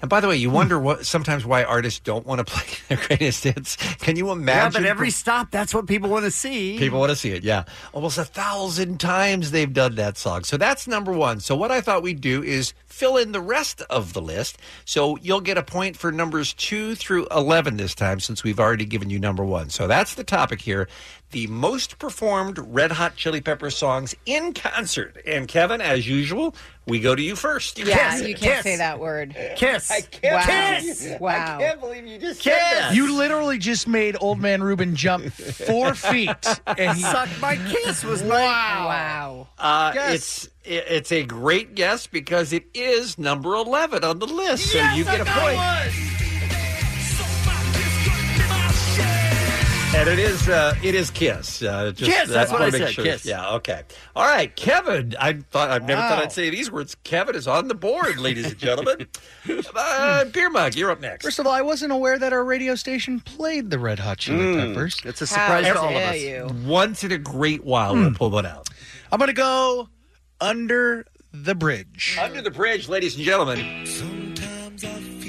[SPEAKER 11] And by the way, you wonder
[SPEAKER 10] Hmm.
[SPEAKER 11] what sometimes why artists don't want to <laughs> play their greatest hits. Can you
[SPEAKER 10] Yeah,
[SPEAKER 11] <laughs> imagine?
[SPEAKER 10] but every stop, that's what people want to see.
[SPEAKER 11] People want to see it, yeah. Almost a thousand times they've done that song. So that's number one. So what I thought we'd do is fill in the rest of the list. So you'll get a point for numbers two through 11 this time since we've already given you number one. So that's the topic here. The most performed Red Hot Chili Pepper songs in concert. And Kevin, as usual, we go to you first.
[SPEAKER 13] Yeah, you can't say that word.
[SPEAKER 10] Kiss.
[SPEAKER 11] I
[SPEAKER 13] Wow.
[SPEAKER 11] can't believe you-
[SPEAKER 13] Wow.
[SPEAKER 11] I can't believe you just
[SPEAKER 13] Kiss.
[SPEAKER 11] said that.
[SPEAKER 17] You literally just made old man Ruben jump four feet. And he,
[SPEAKER 10] Suck my kiss was my
[SPEAKER 13] wow. Wow.
[SPEAKER 11] Uh,
[SPEAKER 17] Guess.
[SPEAKER 11] It's it- it's a great guess because it is number eleven on the list, so you get a point. And it is uh, it is Kiss. Uh, just,
[SPEAKER 10] Kiss, that's
[SPEAKER 11] I
[SPEAKER 10] what
[SPEAKER 11] wanna
[SPEAKER 10] I
[SPEAKER 11] make
[SPEAKER 10] said,
[SPEAKER 11] Sure.
[SPEAKER 10] Kiss.
[SPEAKER 11] Yeah. Okay. All right, Kevin. I thought I never thought
[SPEAKER 10] Wow.
[SPEAKER 11] I'd say these words. Kevin is on the board, ladies and
[SPEAKER 10] <laughs>
[SPEAKER 11] gentlemen. uh, beer mug, you're up next.
[SPEAKER 17] First of all, I wasn't aware that our radio station played the Red Hot Chili
[SPEAKER 11] Mm.
[SPEAKER 17] Peppers.
[SPEAKER 11] It's a surprise How to all of dare us. Mm. you. Once in a great while, we'll pull one out.
[SPEAKER 17] I'm going to go under the bridge.
[SPEAKER 11] Under the bridge, ladies and gentlemen,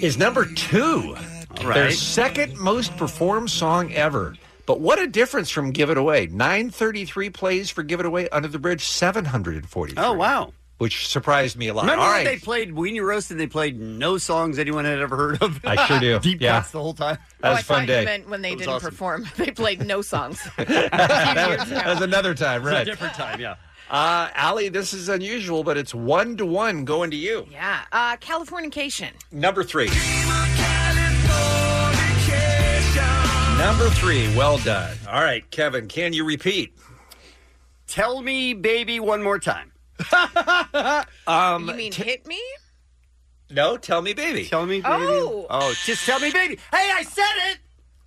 [SPEAKER 11] is number two.
[SPEAKER 17] right.
[SPEAKER 11] Their second most performed song ever. But what a difference from Give It Away. 933 plays for Give It Away, Under the Bridge, 743. Oh,
[SPEAKER 10] wow.
[SPEAKER 11] Which surprised me a lot.
[SPEAKER 10] Remember
[SPEAKER 11] All
[SPEAKER 10] when
[SPEAKER 11] right.
[SPEAKER 10] they played Weenie Roast and they played no songs anyone had ever heard of?
[SPEAKER 11] I sure do.
[SPEAKER 10] <laughs> Deep
[SPEAKER 11] Yeah.
[SPEAKER 10] cuts the whole time.
[SPEAKER 11] That was a fun day.
[SPEAKER 13] Oh, You meant when they
[SPEAKER 10] That was
[SPEAKER 13] didn't
[SPEAKER 10] awesome.
[SPEAKER 13] perform. <laughs> They played no
[SPEAKER 10] <laughs>
[SPEAKER 13] songs.
[SPEAKER 11] that, was, that was another time,
[SPEAKER 10] It's a
[SPEAKER 11] right?
[SPEAKER 10] different time, yeah.
[SPEAKER 11] Uh, Allie, this is unusual, but it's one to one going to you.
[SPEAKER 13] yeah. Uh, Californication.
[SPEAKER 11] Number three. Number three. Well done. All right, Kevin, can you repeat?
[SPEAKER 10] Tell me, baby, one more <laughs> time.
[SPEAKER 11] Um,
[SPEAKER 13] you mean hit me?
[SPEAKER 11] No, tell me, baby.
[SPEAKER 10] Tell me,
[SPEAKER 13] baby. Oh.
[SPEAKER 10] just tell me, baby. Hey, I said it.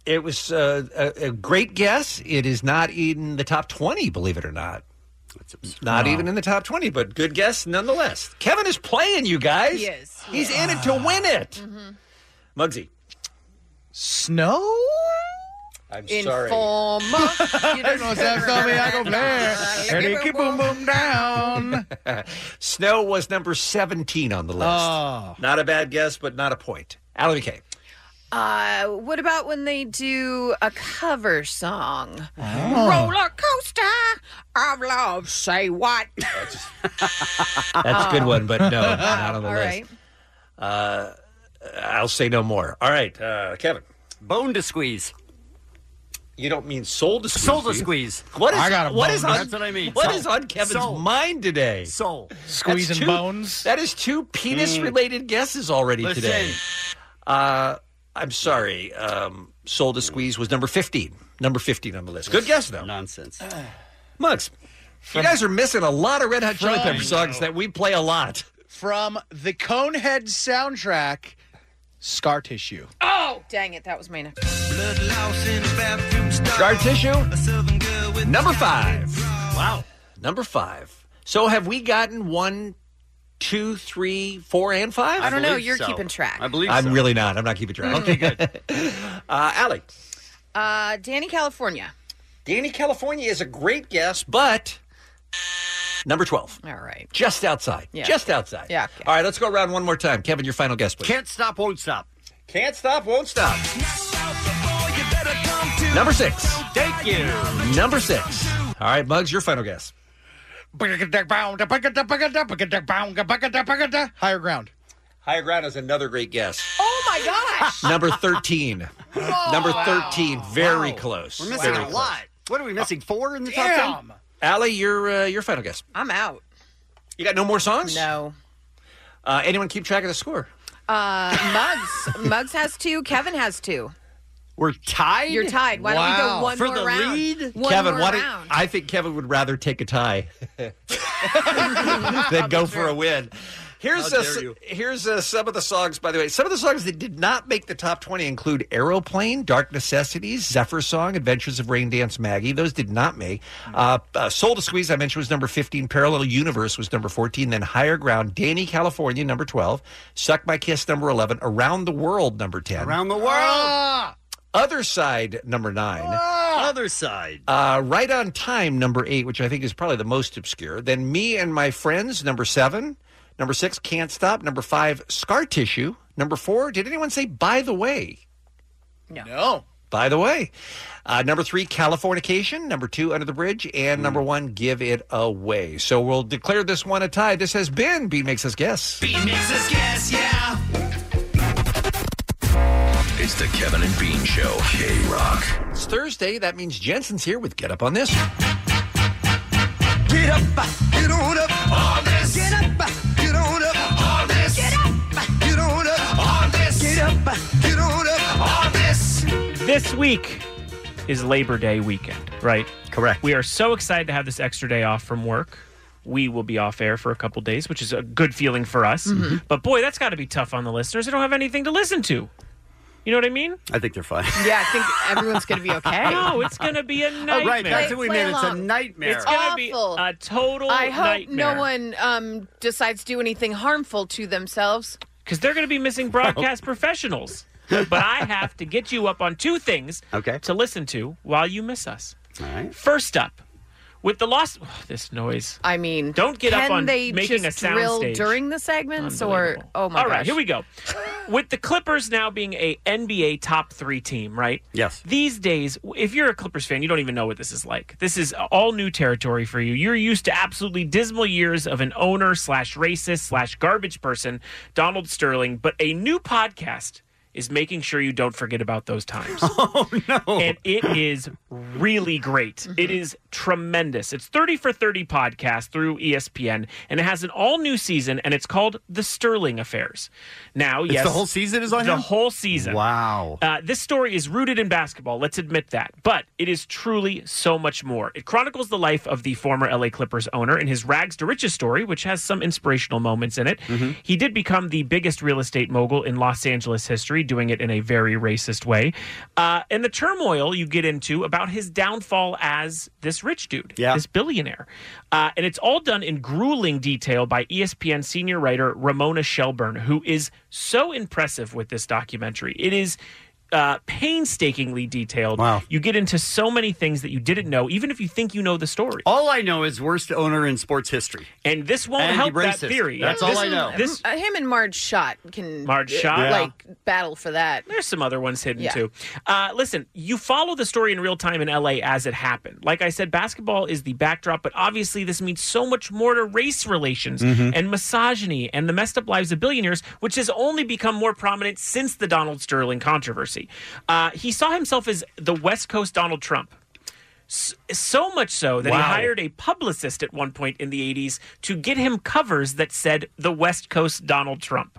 [SPEAKER 11] It was uh, a, a great guess. It is not in the top 20, believe it or not. Not
[SPEAKER 10] Wow.
[SPEAKER 11] even in the top 20, but good guess nonetheless. Kevin is playing, you guys.
[SPEAKER 13] He is. He
[SPEAKER 11] He's
[SPEAKER 13] is.
[SPEAKER 11] in it to win it. Muggsy.
[SPEAKER 17] Snow?
[SPEAKER 11] I'm sorry.
[SPEAKER 13] Informa. You
[SPEAKER 17] don't know what's up, me, I go play. And it keep Uh, boom boom down.
[SPEAKER 11] Snow was number 17 on the list.
[SPEAKER 17] Oh.
[SPEAKER 11] Not a bad guess, but not a point. Allie McKay.
[SPEAKER 13] Uh, what about when they do a cover song?
[SPEAKER 11] Oh.
[SPEAKER 13] Roller coaster of love. Say
[SPEAKER 11] <laughs>
[SPEAKER 13] what?
[SPEAKER 11] That's a good
[SPEAKER 13] Oh.
[SPEAKER 11] one, but no, not on the
[SPEAKER 13] All
[SPEAKER 11] list.
[SPEAKER 13] right.
[SPEAKER 11] Uh, I'll say no more. All right, uh, Kevin.
[SPEAKER 10] Bone to squeeze.
[SPEAKER 11] You don't mean soul to squeeze.
[SPEAKER 10] Soul
[SPEAKER 11] do
[SPEAKER 10] to
[SPEAKER 11] you?
[SPEAKER 10] squeeze.
[SPEAKER 11] What is
[SPEAKER 10] I got a
[SPEAKER 11] what
[SPEAKER 10] bone
[SPEAKER 11] is
[SPEAKER 10] to-
[SPEAKER 11] on,
[SPEAKER 10] That's what I mean.
[SPEAKER 11] What
[SPEAKER 10] Soul.
[SPEAKER 11] is on Kevin's
[SPEAKER 10] Soul.
[SPEAKER 11] mind today?
[SPEAKER 10] Soul. Hmm.
[SPEAKER 11] That's two- That is two penis related guesses already
[SPEAKER 10] Listen.
[SPEAKER 11] today. Uh, I'm sorry. Um, soul to squeeze was number 15. Number 15 on the list. Good guess, though.
[SPEAKER 10] Nonsense.
[SPEAKER 11] Mugs. You guys are missing a lot of Red Hot Chili
[SPEAKER 17] From-
[SPEAKER 11] Pepper
[SPEAKER 10] Oh.
[SPEAKER 11] songs that we play a lot.
[SPEAKER 17] From the Conehead soundtrack, Scar Tissue.
[SPEAKER 13] Oh, dang it. That was my next.
[SPEAKER 11] Scar tissue. Number five. Wow. Number five. So have we gotten one, two, three, four, and five?
[SPEAKER 13] I don't know. You're keeping track.
[SPEAKER 11] I'm really not. I'm not keeping track.
[SPEAKER 10] <laughs>
[SPEAKER 11] Okay, good. uh, Allie.
[SPEAKER 13] Uh, Danny California.
[SPEAKER 11] Danny California is a great guess, but number 12.
[SPEAKER 13] All right.
[SPEAKER 11] Just outside.
[SPEAKER 13] Yeah.
[SPEAKER 11] Just outside.
[SPEAKER 13] Yeah.
[SPEAKER 11] All right, let's go around one more time. Kevin, your final guess, please.
[SPEAKER 10] Can't stop, won't stop.
[SPEAKER 11] Can't stop, won't stop. Number six.
[SPEAKER 10] Thank you.
[SPEAKER 11] Number six. All right, Muggs, your final guess.
[SPEAKER 17] Higher ground.
[SPEAKER 11] Higher ground is another great guess.
[SPEAKER 13] Oh my gosh.
[SPEAKER 11] Number 13. Number 13. Very close.
[SPEAKER 10] We're missing
[SPEAKER 11] Very
[SPEAKER 10] a
[SPEAKER 11] close.
[SPEAKER 10] lot. What are we missing? Four in the top
[SPEAKER 11] Allie, your, uh, your final guess.
[SPEAKER 13] I'm out.
[SPEAKER 11] You got no more songs?
[SPEAKER 13] No.
[SPEAKER 11] Uh, anyone keep track of the score?
[SPEAKER 13] Uh,
[SPEAKER 11] <laughs>
[SPEAKER 13] Muggs. Muggs has two. Kevin has two.
[SPEAKER 11] We're tied.
[SPEAKER 13] You're tied. Why don't we go
[SPEAKER 11] Wow.
[SPEAKER 13] one
[SPEAKER 11] For
[SPEAKER 13] more
[SPEAKER 11] the
[SPEAKER 13] round?
[SPEAKER 11] lead?
[SPEAKER 13] One
[SPEAKER 11] Kevin,
[SPEAKER 13] more
[SPEAKER 11] why do-
[SPEAKER 13] round.
[SPEAKER 11] I think Kevin would rather take
[SPEAKER 13] <laughs>
[SPEAKER 11] a tie than go for a win. Here's
[SPEAKER 10] How
[SPEAKER 11] uh,
[SPEAKER 10] dare
[SPEAKER 11] s-
[SPEAKER 10] you.
[SPEAKER 11] here's uh, some of the songs. By the way, some of the songs that did not make the top twenty include "Aeroplane," "Dark Necessities," "Zephyr Song," "Adventures of Rain Dance Maggie." Those did not make. Uh, uh, "Soul to Squeeze" I mentioned was number fifteen. "Parallel Universe" was number fourteen. Then "Higher Ground," "Danny California" number twelve. "Suck My Kiss" number eleven. "Around the World" number ten.
[SPEAKER 10] Around the world.
[SPEAKER 11] Other Side number nine.
[SPEAKER 10] Other side.
[SPEAKER 11] Uh, right on Time, number eight, which I think is probably the most obscure. Then Me and My Friends, number seven. Number six, Can't Stop. Number five, Scar Tissue. Number four, did anyone say By the Way?
[SPEAKER 13] No.
[SPEAKER 11] By the Way. Uh, number three, Californication. Number two, Under the Bridge. And number one, Give It Away. So we'll declare this one a tie. This has been Beat Makes Us Guess.
[SPEAKER 16] Beat makes us guess, yeah. It's the Kevin and Bean Show. K Rock.
[SPEAKER 11] It's Thursday. That means Jensen's here with Get Up on This.
[SPEAKER 17] Get up, get on up on this. Get up, get on up on this. Get up, get on up on this. Get up, get on up on this.
[SPEAKER 12] This week is Labor Day weekend, right?
[SPEAKER 10] Correct.
[SPEAKER 12] We are so excited to have this extra day off from work. We will be off air for a couple days, which is a good feeling for us.
[SPEAKER 10] Mm-hmm.
[SPEAKER 12] But boy, that's got to be tough on the listeners. They don't have anything to listen to. You know what I mean?
[SPEAKER 10] I think they're fine.
[SPEAKER 13] Yeah, I think everyone's going to be okay.
[SPEAKER 12] <laughs> No, it's going to be a nightmare.
[SPEAKER 10] right, that's what we meant. It's a nightmare.
[SPEAKER 12] It's going to be
[SPEAKER 13] Awful.
[SPEAKER 12] a total
[SPEAKER 13] I hope
[SPEAKER 12] nightmare.
[SPEAKER 13] no one um, decides to do anything harmful to themselves.
[SPEAKER 12] because they're going to be
[SPEAKER 10] <laughs>
[SPEAKER 12] missing broadcast professionals. But I have to get you up on two things okay. to listen to while you miss us. All right. First up, with the loss, oh, this noise.
[SPEAKER 13] I mean,
[SPEAKER 12] don't get
[SPEAKER 13] Can
[SPEAKER 12] up on
[SPEAKER 13] they
[SPEAKER 12] making
[SPEAKER 13] just
[SPEAKER 12] a sound
[SPEAKER 13] drill
[SPEAKER 12] stage.
[SPEAKER 13] during the segments, or oh my
[SPEAKER 12] All right,
[SPEAKER 13] gosh.
[SPEAKER 12] here we go. With the Clippers now being a NBA top three team, right?
[SPEAKER 10] Yes.
[SPEAKER 12] These days, if you're a Clippers fan, you don't even know what this is like. This is all new territory for you. You're used to absolutely dismal years of an owner slash racist slash garbage person, Donald Sterling, but a new podcast is making sure you don't forget about those
[SPEAKER 10] <laughs>
[SPEAKER 12] times.
[SPEAKER 10] Oh,
[SPEAKER 12] And it is really great.
[SPEAKER 10] Mm-hmm.
[SPEAKER 12] It is tremendous. It's 30 for 30 podcast through E ESPN, and it has an all new season, and it's called The Sterling Affairs. Now,
[SPEAKER 10] It's
[SPEAKER 12] yes.
[SPEAKER 10] the whole season is on
[SPEAKER 12] The
[SPEAKER 10] him?
[SPEAKER 12] whole season.
[SPEAKER 10] Wow.
[SPEAKER 12] Uh, this story is rooted in basketball, let's admit that, but it is truly so much more. It chronicles the life of the former LA Clippers owner and his rags to riches story, which has some inspirational moments in it.
[SPEAKER 10] Mm-hmm.
[SPEAKER 17] Mm-hmm.
[SPEAKER 12] He did become the biggest real estate mogul in Los Angeles history, doing it in a very racist way. Uh, and the turmoil you get into about his downfall as this rich dude, this billionaire. Uh, and it's all done in grueling detail by E ESPN senior writer Ramona Shelburne, who is so impressive with this documentary. It is uh, painstakingly detailed. Wow. You get into so many things that you didn't know, even if you think you know the story.
[SPEAKER 10] All I know is worst owner in sports history.
[SPEAKER 12] And this won't
[SPEAKER 10] And
[SPEAKER 12] help that
[SPEAKER 10] racist.
[SPEAKER 12] theory.
[SPEAKER 10] That's
[SPEAKER 12] This-
[SPEAKER 10] all I know.
[SPEAKER 12] This
[SPEAKER 13] Uh, him and Marge Shot can
[SPEAKER 12] Marge
[SPEAKER 13] uh,
[SPEAKER 12] Schott? Yeah.
[SPEAKER 13] like battle for that.
[SPEAKER 12] There's some other ones hidden
[SPEAKER 13] Yeah.
[SPEAKER 12] too. Uh, listen, you follow the story in real time in LA as it happened. Like I said, basketball is the backdrop, but obviously this means so much more to race relations
[SPEAKER 10] Mm-hmm.
[SPEAKER 18] Mhm.
[SPEAKER 12] and misogyny and the messed up lives of billionaires, which has only become more prominent since the Donald Sterling controversy. Uh, he saw himself as the West Coast Donald Trump. S- So much so that he
[SPEAKER 18] Wow.
[SPEAKER 12] hired a publicist at one point in the 80s to get him covers that said the West Coast Donald Trump.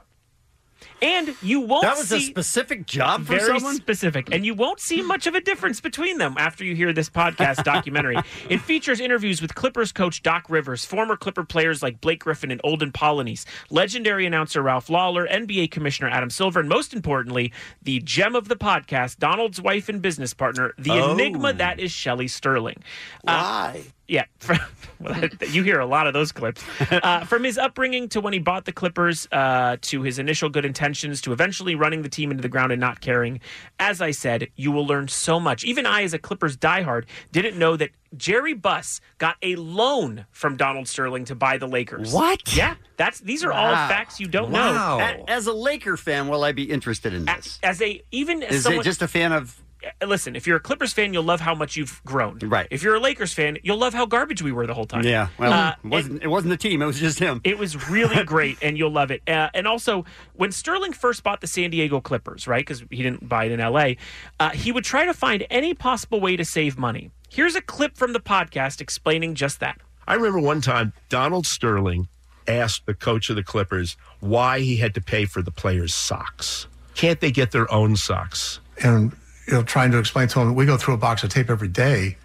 [SPEAKER 12] And you won't
[SPEAKER 10] That was a
[SPEAKER 12] see-
[SPEAKER 10] specific job for
[SPEAKER 12] very
[SPEAKER 10] someone?
[SPEAKER 12] specific, and you won't see much of a difference between them after you hear this podcast
[SPEAKER 10] <laughs>
[SPEAKER 12] documentary. it features interviews with Clippers coach Doc Rivers, former Clipper players like Blake Griffin and Olden Polynice, legendary announcer Ralph Lawler, NBA commissioner Adam Silver, and most importantly, the gem of the podcast, Donald's wife and business partner, the
[SPEAKER 18] Oh.
[SPEAKER 12] enigma
[SPEAKER 10] Hmm.
[SPEAKER 12] that is Shelly Sterling. Why? yeah, <laughs> from, well, that- you hear a lot of those
[SPEAKER 10] <laughs>
[SPEAKER 12] clips. Uh, from his upbringing to when he bought the Clippers, uh, to his initial good intentions, to eventually running the team into the ground and not caring. As I said, you will learn so much. Even I, as a Clippers diehard, didn't know that Jerry Buss got a loan from Donald Sterling to buy the Lakers.
[SPEAKER 10] What?
[SPEAKER 12] Yeah, that's these are all facts you don't know.
[SPEAKER 10] A- As a Laker fan, will I be interested in this?
[SPEAKER 12] As a even as
[SPEAKER 10] Is
[SPEAKER 12] someone,
[SPEAKER 10] it just a fan of?
[SPEAKER 12] uh, listen, if you're a Clippers fan, you'll love how much you've grown. Right. If you're a Lakers fan, you'll love how garbage we were the whole time.
[SPEAKER 10] Yeah. Well,
[SPEAKER 12] Uh,
[SPEAKER 10] it wasn't. It, wasn't the team. It was just him.
[SPEAKER 12] It was
[SPEAKER 10] <laughs>
[SPEAKER 12] really great, and you'll love it. Uh, and also, when Sterling first bought the San Diego Clippers, right, because he didn't buy it in LA, uh, he would try to find any possible way to save money. Here's a clip from the podcast explaining just that.
[SPEAKER 19] I remember one time Donald Sterling
[SPEAKER 18] asked the coach of the Clippers why he had to pay for the players' socks. Can't they get their own socks?
[SPEAKER 19] and you know trying to explain to him we go through a box of tape every day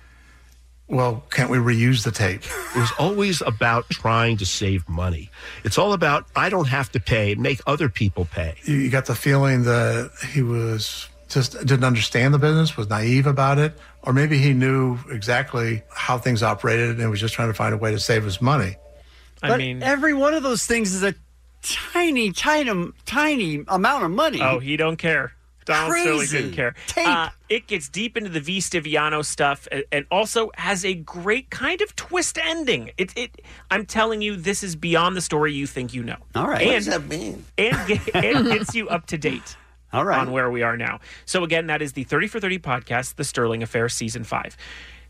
[SPEAKER 19] well can't we reuse the tape
[SPEAKER 18] It was always about trying to save money. It's all about I don't have to pay, make other people pay.
[SPEAKER 19] you, you got the feeling that he was just didn't understand the business was naive about it or maybe he knew exactly how things operated and was just trying to find a way to save his money
[SPEAKER 10] but every one of those things is a tiny, tiny, tiny amount of money.
[SPEAKER 12] Oh, he don't care. Donald Sterling
[SPEAKER 10] Crazy.
[SPEAKER 12] didn't care.
[SPEAKER 10] Tape.
[SPEAKER 12] Uh, it gets deep into the V Stiviano stuff, a- and also has a great kind of twist ending. It, it, I'm telling you, this is beyond the story you think you know.
[SPEAKER 10] All right.
[SPEAKER 12] and,
[SPEAKER 10] What does that mean?
[SPEAKER 12] And, get,
[SPEAKER 10] <laughs>
[SPEAKER 12] and gets you up to date.
[SPEAKER 10] All right.
[SPEAKER 12] on where we are now. So again, that is the 30 for 30 podcast, The Sterling Affair, season five.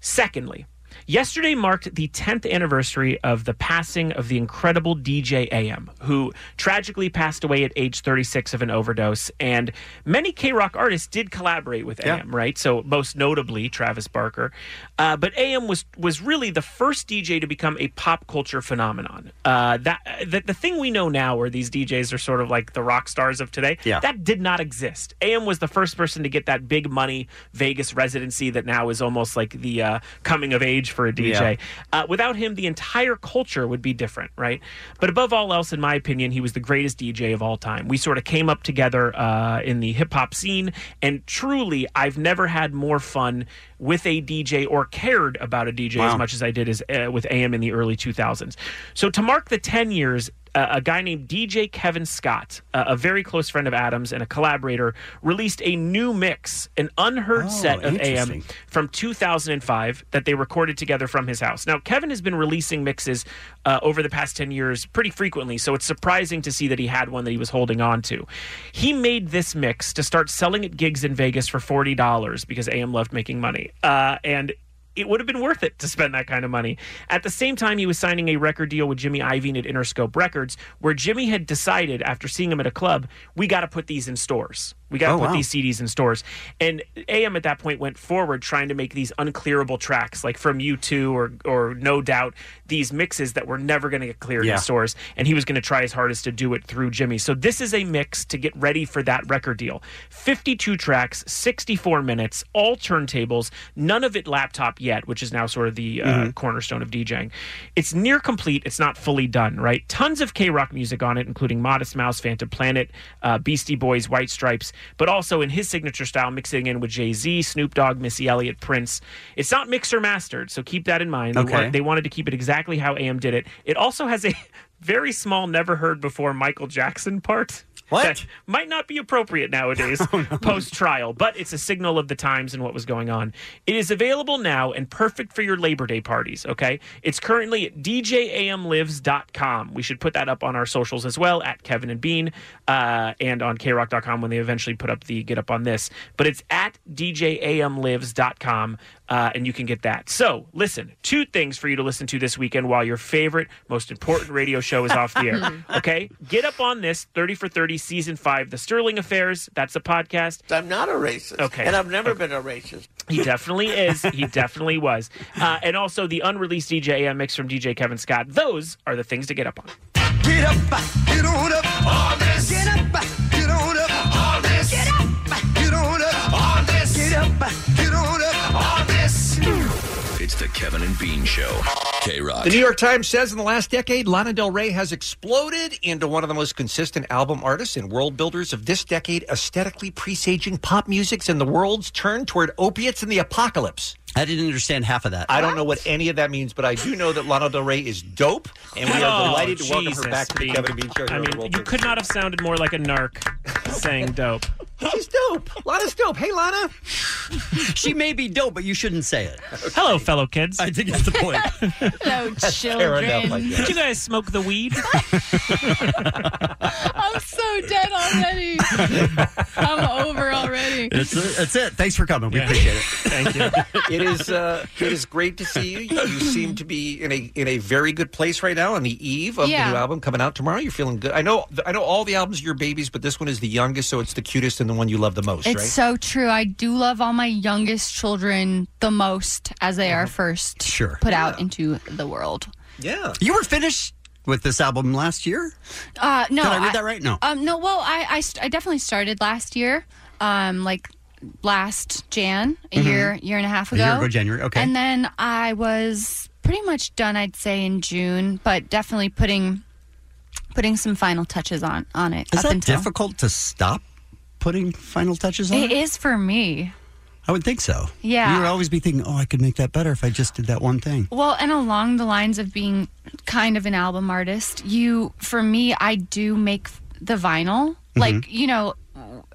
[SPEAKER 12] Secondly. Yesterday marked the 10th anniversary of the passing of the incredible DJ AM, who tragically passed away at age 36 of an overdose. And many K Rock artists did collaborate with AM, right? So most notably Travis Barker, uh, but AM was was really the first DJ to become a pop culture phenomenon. Uh, that the, the thing we know now, where these DJs are sort of like the rock stars of today,
[SPEAKER 10] Yeah.
[SPEAKER 12] that did not exist. AM was the first person to get that big money Vegas residency that now is almost like the uh, coming of age for a DJ.
[SPEAKER 10] Yeah.
[SPEAKER 12] Uh, without him, the entire culture would be different, right? But above all else, in my opinion, he was the greatest DJ of all time. We sort of came up together uh, in the hip hop scene, and truly, I've never had more fun with a DJ or cared about a DJ as
[SPEAKER 10] Wow.
[SPEAKER 12] much as I did as uh, with AM in the early 2000s. So to mark the 10 years. Uh, a guy named DJ Kevin Scott, uh, a very close friend of Adams and a collaborator, released a new mix, an unheard
[SPEAKER 10] Oh,
[SPEAKER 12] set of AM
[SPEAKER 10] interesting.
[SPEAKER 12] from 2005 that they recorded together from his house. Now, Kevin has been releasing mixes uh, over the past 10 years pretty frequently, so it's surprising to see that he had one that he was holding on to. He made this mix to start selling at gigs in Vegas for $40 because AM loved making money. Uh, and it would have been worth it to spend that kind of money. At the same time, he was signing a record deal with Jimmy Iovine at Interscope Records, where Jimmy had decided after seeing him at a club, we got to put these in stores. We got to
[SPEAKER 10] Oh,
[SPEAKER 12] put
[SPEAKER 10] wow.
[SPEAKER 12] these CDs in stores. And AM at that point went forward trying to make these unclearable tracks, like from U2 or or No Doubt, these mixes that were never going to get cleared
[SPEAKER 10] Yeah.
[SPEAKER 12] in stores. And he was going to try his hardest to do it through Jimmy. So this is a mix to get ready for that record deal. 52 tracks, 64 minutes, all turntables, none of it laptop yet, which is now sort of the uh,
[SPEAKER 10] Mhm.
[SPEAKER 12] cornerstone of DJing. It's near complete. It's not fully done, right? Tons of K rock music on it, including Modest Mouse, Phantom Planet, uh, Beastie Boys, White Stripes, but also in his signature style, mixing in with Jay Z, Snoop Dogg, Missy Elliott, Prince. It's not mixer mastered, so keep that in mind. They
[SPEAKER 10] Okay.
[SPEAKER 12] want- they wanted to keep it exactly how AM did it. It also has a <laughs> very small, never heard before Michael Jackson part.
[SPEAKER 10] What?
[SPEAKER 12] That might not be appropriate nowadays post trial, but it's a signal of the times and what was going on. It is available now and perfect for your Labor Day parties, okay? It's currently at djamlives.com. We should put that up on our socials as well at Kevin and Bean uh, and on krock.com when they eventually put up the get up on this. But it's at djamlives.com uh, and you can get that. So, listen, two things for you to listen to this weekend while your favorite, most important radio show is off the
[SPEAKER 1] <laughs> Hmm.
[SPEAKER 13] <laughs>
[SPEAKER 12] air. Okay? Get up on this 30 for 30, season five, The Sterling Affairs. That's a podcast.
[SPEAKER 20] I'm not a racist.
[SPEAKER 12] Okay.
[SPEAKER 20] And I've never been a racist.
[SPEAKER 12] He definitely is. He definitely was. Uh, and also the unreleased DJ AM mix from DJ Kevin Scott. Those are the things to get up on.
[SPEAKER 17] Get up, get on up, all this. Get up, get on up, all this. Get up, get on up, all this. Get up, get on up, all this.
[SPEAKER 16] It's the Kevin and Bean Show. K Rock.
[SPEAKER 11] The New York Times says in the last decade, Lana Del Rey has exploded into one of the most consistent album artists and world builders of this decade, aesthetically presaging pop music's and the world's turn toward opiates and the apocalypse.
[SPEAKER 10] I didn't understand half of that.
[SPEAKER 11] I don't know what any of that means, but I do know that Lana Del Rey is dope, and we are
[SPEAKER 12] Oh,
[SPEAKER 11] delighted to welcome her
[SPEAKER 12] Jesus,
[SPEAKER 11] back to the
[SPEAKER 12] Bean.
[SPEAKER 11] Kevin and Bean Show.
[SPEAKER 12] I mean, you could not have sounded more like a narc saying dope.
[SPEAKER 11] <laughs> She's dope. Lana's dope. Hey, Lana.
[SPEAKER 10] <laughs> she may be dope, but you shouldn't say it.
[SPEAKER 12] <laughs> Hello, fellow kids.
[SPEAKER 10] I think that's
[SPEAKER 12] <laughs>
[SPEAKER 10] the point.
[SPEAKER 21] Hello,
[SPEAKER 10] fair enough, I
[SPEAKER 21] children.
[SPEAKER 10] guess.
[SPEAKER 12] Did you guys smoke the
[SPEAKER 10] <laughs>
[SPEAKER 12] weed?
[SPEAKER 21] I'm so dead already. <laughs> I'm over already.
[SPEAKER 10] <laughs> That's it. That's it. Thanks for coming. We appreciate
[SPEAKER 12] <laughs>
[SPEAKER 10] it.
[SPEAKER 12] Thank
[SPEAKER 10] <laughs>
[SPEAKER 12] you.
[SPEAKER 11] <laughs> it is uh, it is great to see you. You seem to be in a in a very good place right now on the eve of
[SPEAKER 20] Yeah.
[SPEAKER 11] the new album coming out tomorrow. You're feeling good. I know I know all the albums are your babies, but this one is the youngest, so it's the cutest and the one you love the most,
[SPEAKER 21] It's
[SPEAKER 11] right?
[SPEAKER 21] so true. I do love all my youngest children the most as they are first
[SPEAKER 10] Uh-huh. Sure.
[SPEAKER 21] put out into the world.
[SPEAKER 11] Yeah.
[SPEAKER 10] You were finished with this album last year?
[SPEAKER 21] Uh, no,
[SPEAKER 10] Did I read that right? No.
[SPEAKER 21] Um, no. Well, I I, st- I definitely started last year, um, like last Jan, a
[SPEAKER 10] Mhm.
[SPEAKER 21] year year and a half
[SPEAKER 10] A
[SPEAKER 21] ago.
[SPEAKER 10] year ago, January, okay.
[SPEAKER 21] And then I was pretty much done, I'd say, in June, but definitely putting putting some final touches on on it.
[SPEAKER 10] Is
[SPEAKER 21] up
[SPEAKER 10] that
[SPEAKER 21] until
[SPEAKER 10] difficult to stop putting final touches on?
[SPEAKER 21] It is for me.
[SPEAKER 10] I would think so.
[SPEAKER 21] Yeah.
[SPEAKER 10] You would always be thinking, oh, I could make that better if I just did that one thing.
[SPEAKER 21] Well, and along the lines of being kind of an album artist, you, for me, I do make the vinyl. Like, you know,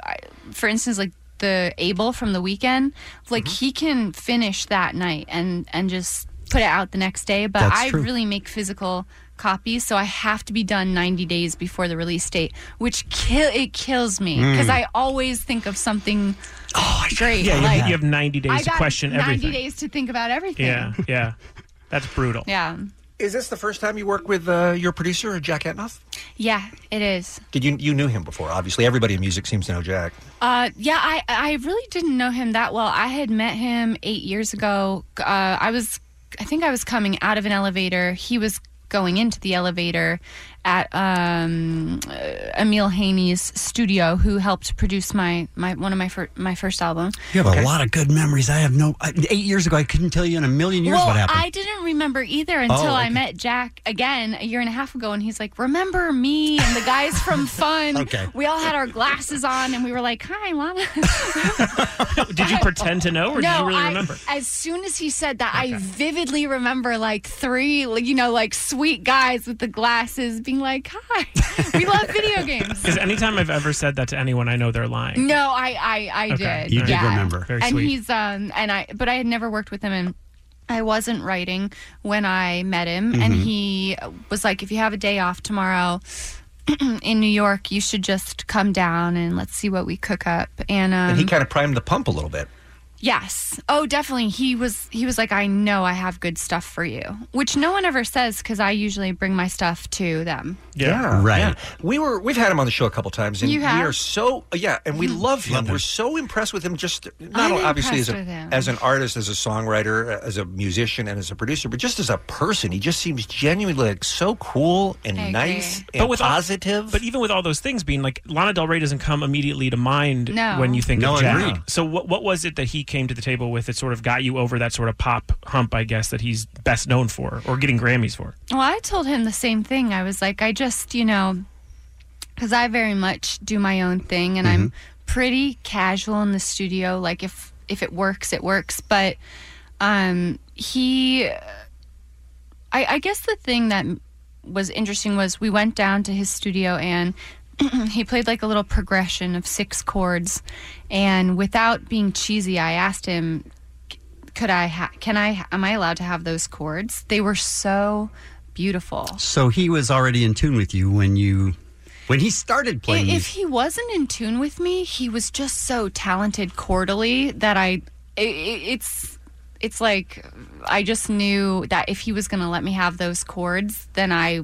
[SPEAKER 21] I, for instance, like the Abel from the weekend, like
[SPEAKER 12] Mm-hmm.
[SPEAKER 21] he can finish that night and and just put it out the next day. But
[SPEAKER 22] That's
[SPEAKER 21] I
[SPEAKER 22] true.
[SPEAKER 21] really make physical copies, so I have to be done 90 days before the release date, which kill it kills me because
[SPEAKER 12] Mm. Oh,
[SPEAKER 21] I always think of something great.
[SPEAKER 12] Yeah, you,
[SPEAKER 21] like,
[SPEAKER 12] you have 90
[SPEAKER 21] I
[SPEAKER 12] days to
[SPEAKER 21] got
[SPEAKER 12] question
[SPEAKER 21] 90
[SPEAKER 12] everything.
[SPEAKER 21] days to think about everything.
[SPEAKER 12] Yeah, yeah. That's brutal.
[SPEAKER 21] Yeah.
[SPEAKER 11] Is this the first time you work with uh, your producer, Jack Etnoff?
[SPEAKER 21] Yeah, it is.
[SPEAKER 11] Did you you knew him before? Obviously, everybody in music seems to know Jack.
[SPEAKER 21] Uh, yeah, I I really didn't know him that well. I had met him eight years ago. Uh, I was, I think I was coming out of an elevator. He was going into the elevator at um, uh, Emil Haney's studio, who helped produce my my one of my fir- my first album.
[SPEAKER 10] You have a lot of good memories. I have no. I, eight years ago, I couldn't tell you in a million years
[SPEAKER 21] well,
[SPEAKER 10] what happened.
[SPEAKER 21] I didn't remember either until
[SPEAKER 10] Oh,
[SPEAKER 21] I
[SPEAKER 10] okay.
[SPEAKER 21] met Jack again a year and a half ago, and he's like, "Remember me and the guys
[SPEAKER 10] <laughs>
[SPEAKER 21] from Fun?
[SPEAKER 12] Okay.
[SPEAKER 21] We all had our glasses on, and we were like, hi, Lana.'"
[SPEAKER 12] Did you pretend to know or did you really
[SPEAKER 21] I,
[SPEAKER 12] remember?
[SPEAKER 21] As soon as he said that, I vividly remember like three, like, you know, like sweet guys with the glasses being like, "Hi,
[SPEAKER 12] <laughs>
[SPEAKER 21] we love video games."
[SPEAKER 12] Because anytime I've ever said that to anyone, I know they're lying.
[SPEAKER 21] No, I, I, I
[SPEAKER 12] Okay.
[SPEAKER 21] did.
[SPEAKER 12] You did
[SPEAKER 21] yeah.
[SPEAKER 12] remember. Very
[SPEAKER 21] and
[SPEAKER 12] sweet.
[SPEAKER 21] he's um, and I, but I had never worked with him, and I wasn't writing when I met him, and
[SPEAKER 23] Mhm.
[SPEAKER 21] he was like, "If you have a day off tomorrow." <clears throat> in New York, you should just come down and let's see what we cook up. And, um,
[SPEAKER 11] and he kind of primed the pump a little bit.
[SPEAKER 21] Yes. Oh, definitely. He was he was like, "I know I have good stuff for you," which no one ever says cuz I usually bring my stuff to them.
[SPEAKER 11] right. We were we've had him on the show a couple times, and
[SPEAKER 21] You
[SPEAKER 11] we
[SPEAKER 21] have? Hmm.
[SPEAKER 11] are so yeah, and we love him. We're so impressed with him. Just not
[SPEAKER 21] I'm
[SPEAKER 11] obviously as
[SPEAKER 21] impressed
[SPEAKER 11] a,
[SPEAKER 21] with him.
[SPEAKER 11] as an artist, as a songwriter, as a musician, and as a producer, but just as a person, he just seems genuinely like so cool and nice and
[SPEAKER 12] with all-
[SPEAKER 11] positive.
[SPEAKER 12] but even with all those things being like Lana Del Rey doesn't come immediately to mind
[SPEAKER 11] No.
[SPEAKER 12] when you think
[SPEAKER 11] No,
[SPEAKER 12] of Jack.
[SPEAKER 11] agreed.
[SPEAKER 12] So what what was it that he came to the table with that sort of got you over that sort of pop hump, I guess, that he's best known for or getting Grammys for?
[SPEAKER 21] Well, I told him the same thing. I was like, "I just, you know, cuz I very much do my own thing and I'm pretty casual in the studio. Like if if it works, it works, but um he I, I guess the thing that was interesting was we went down to his studio and <clears throat> he played like a little progression of six chords, and without being cheesy, I asked him, "Could I? Ha- can I? Am I allowed to have those chords?" They were so beautiful.
[SPEAKER 10] so he was already in tune with you when you when he started
[SPEAKER 21] I-
[SPEAKER 10] playing.
[SPEAKER 21] If he wasn't in tune with me, he was just so talented chordally that I, i i it's, it's like I just knew that if he was going to let me have those chords, then I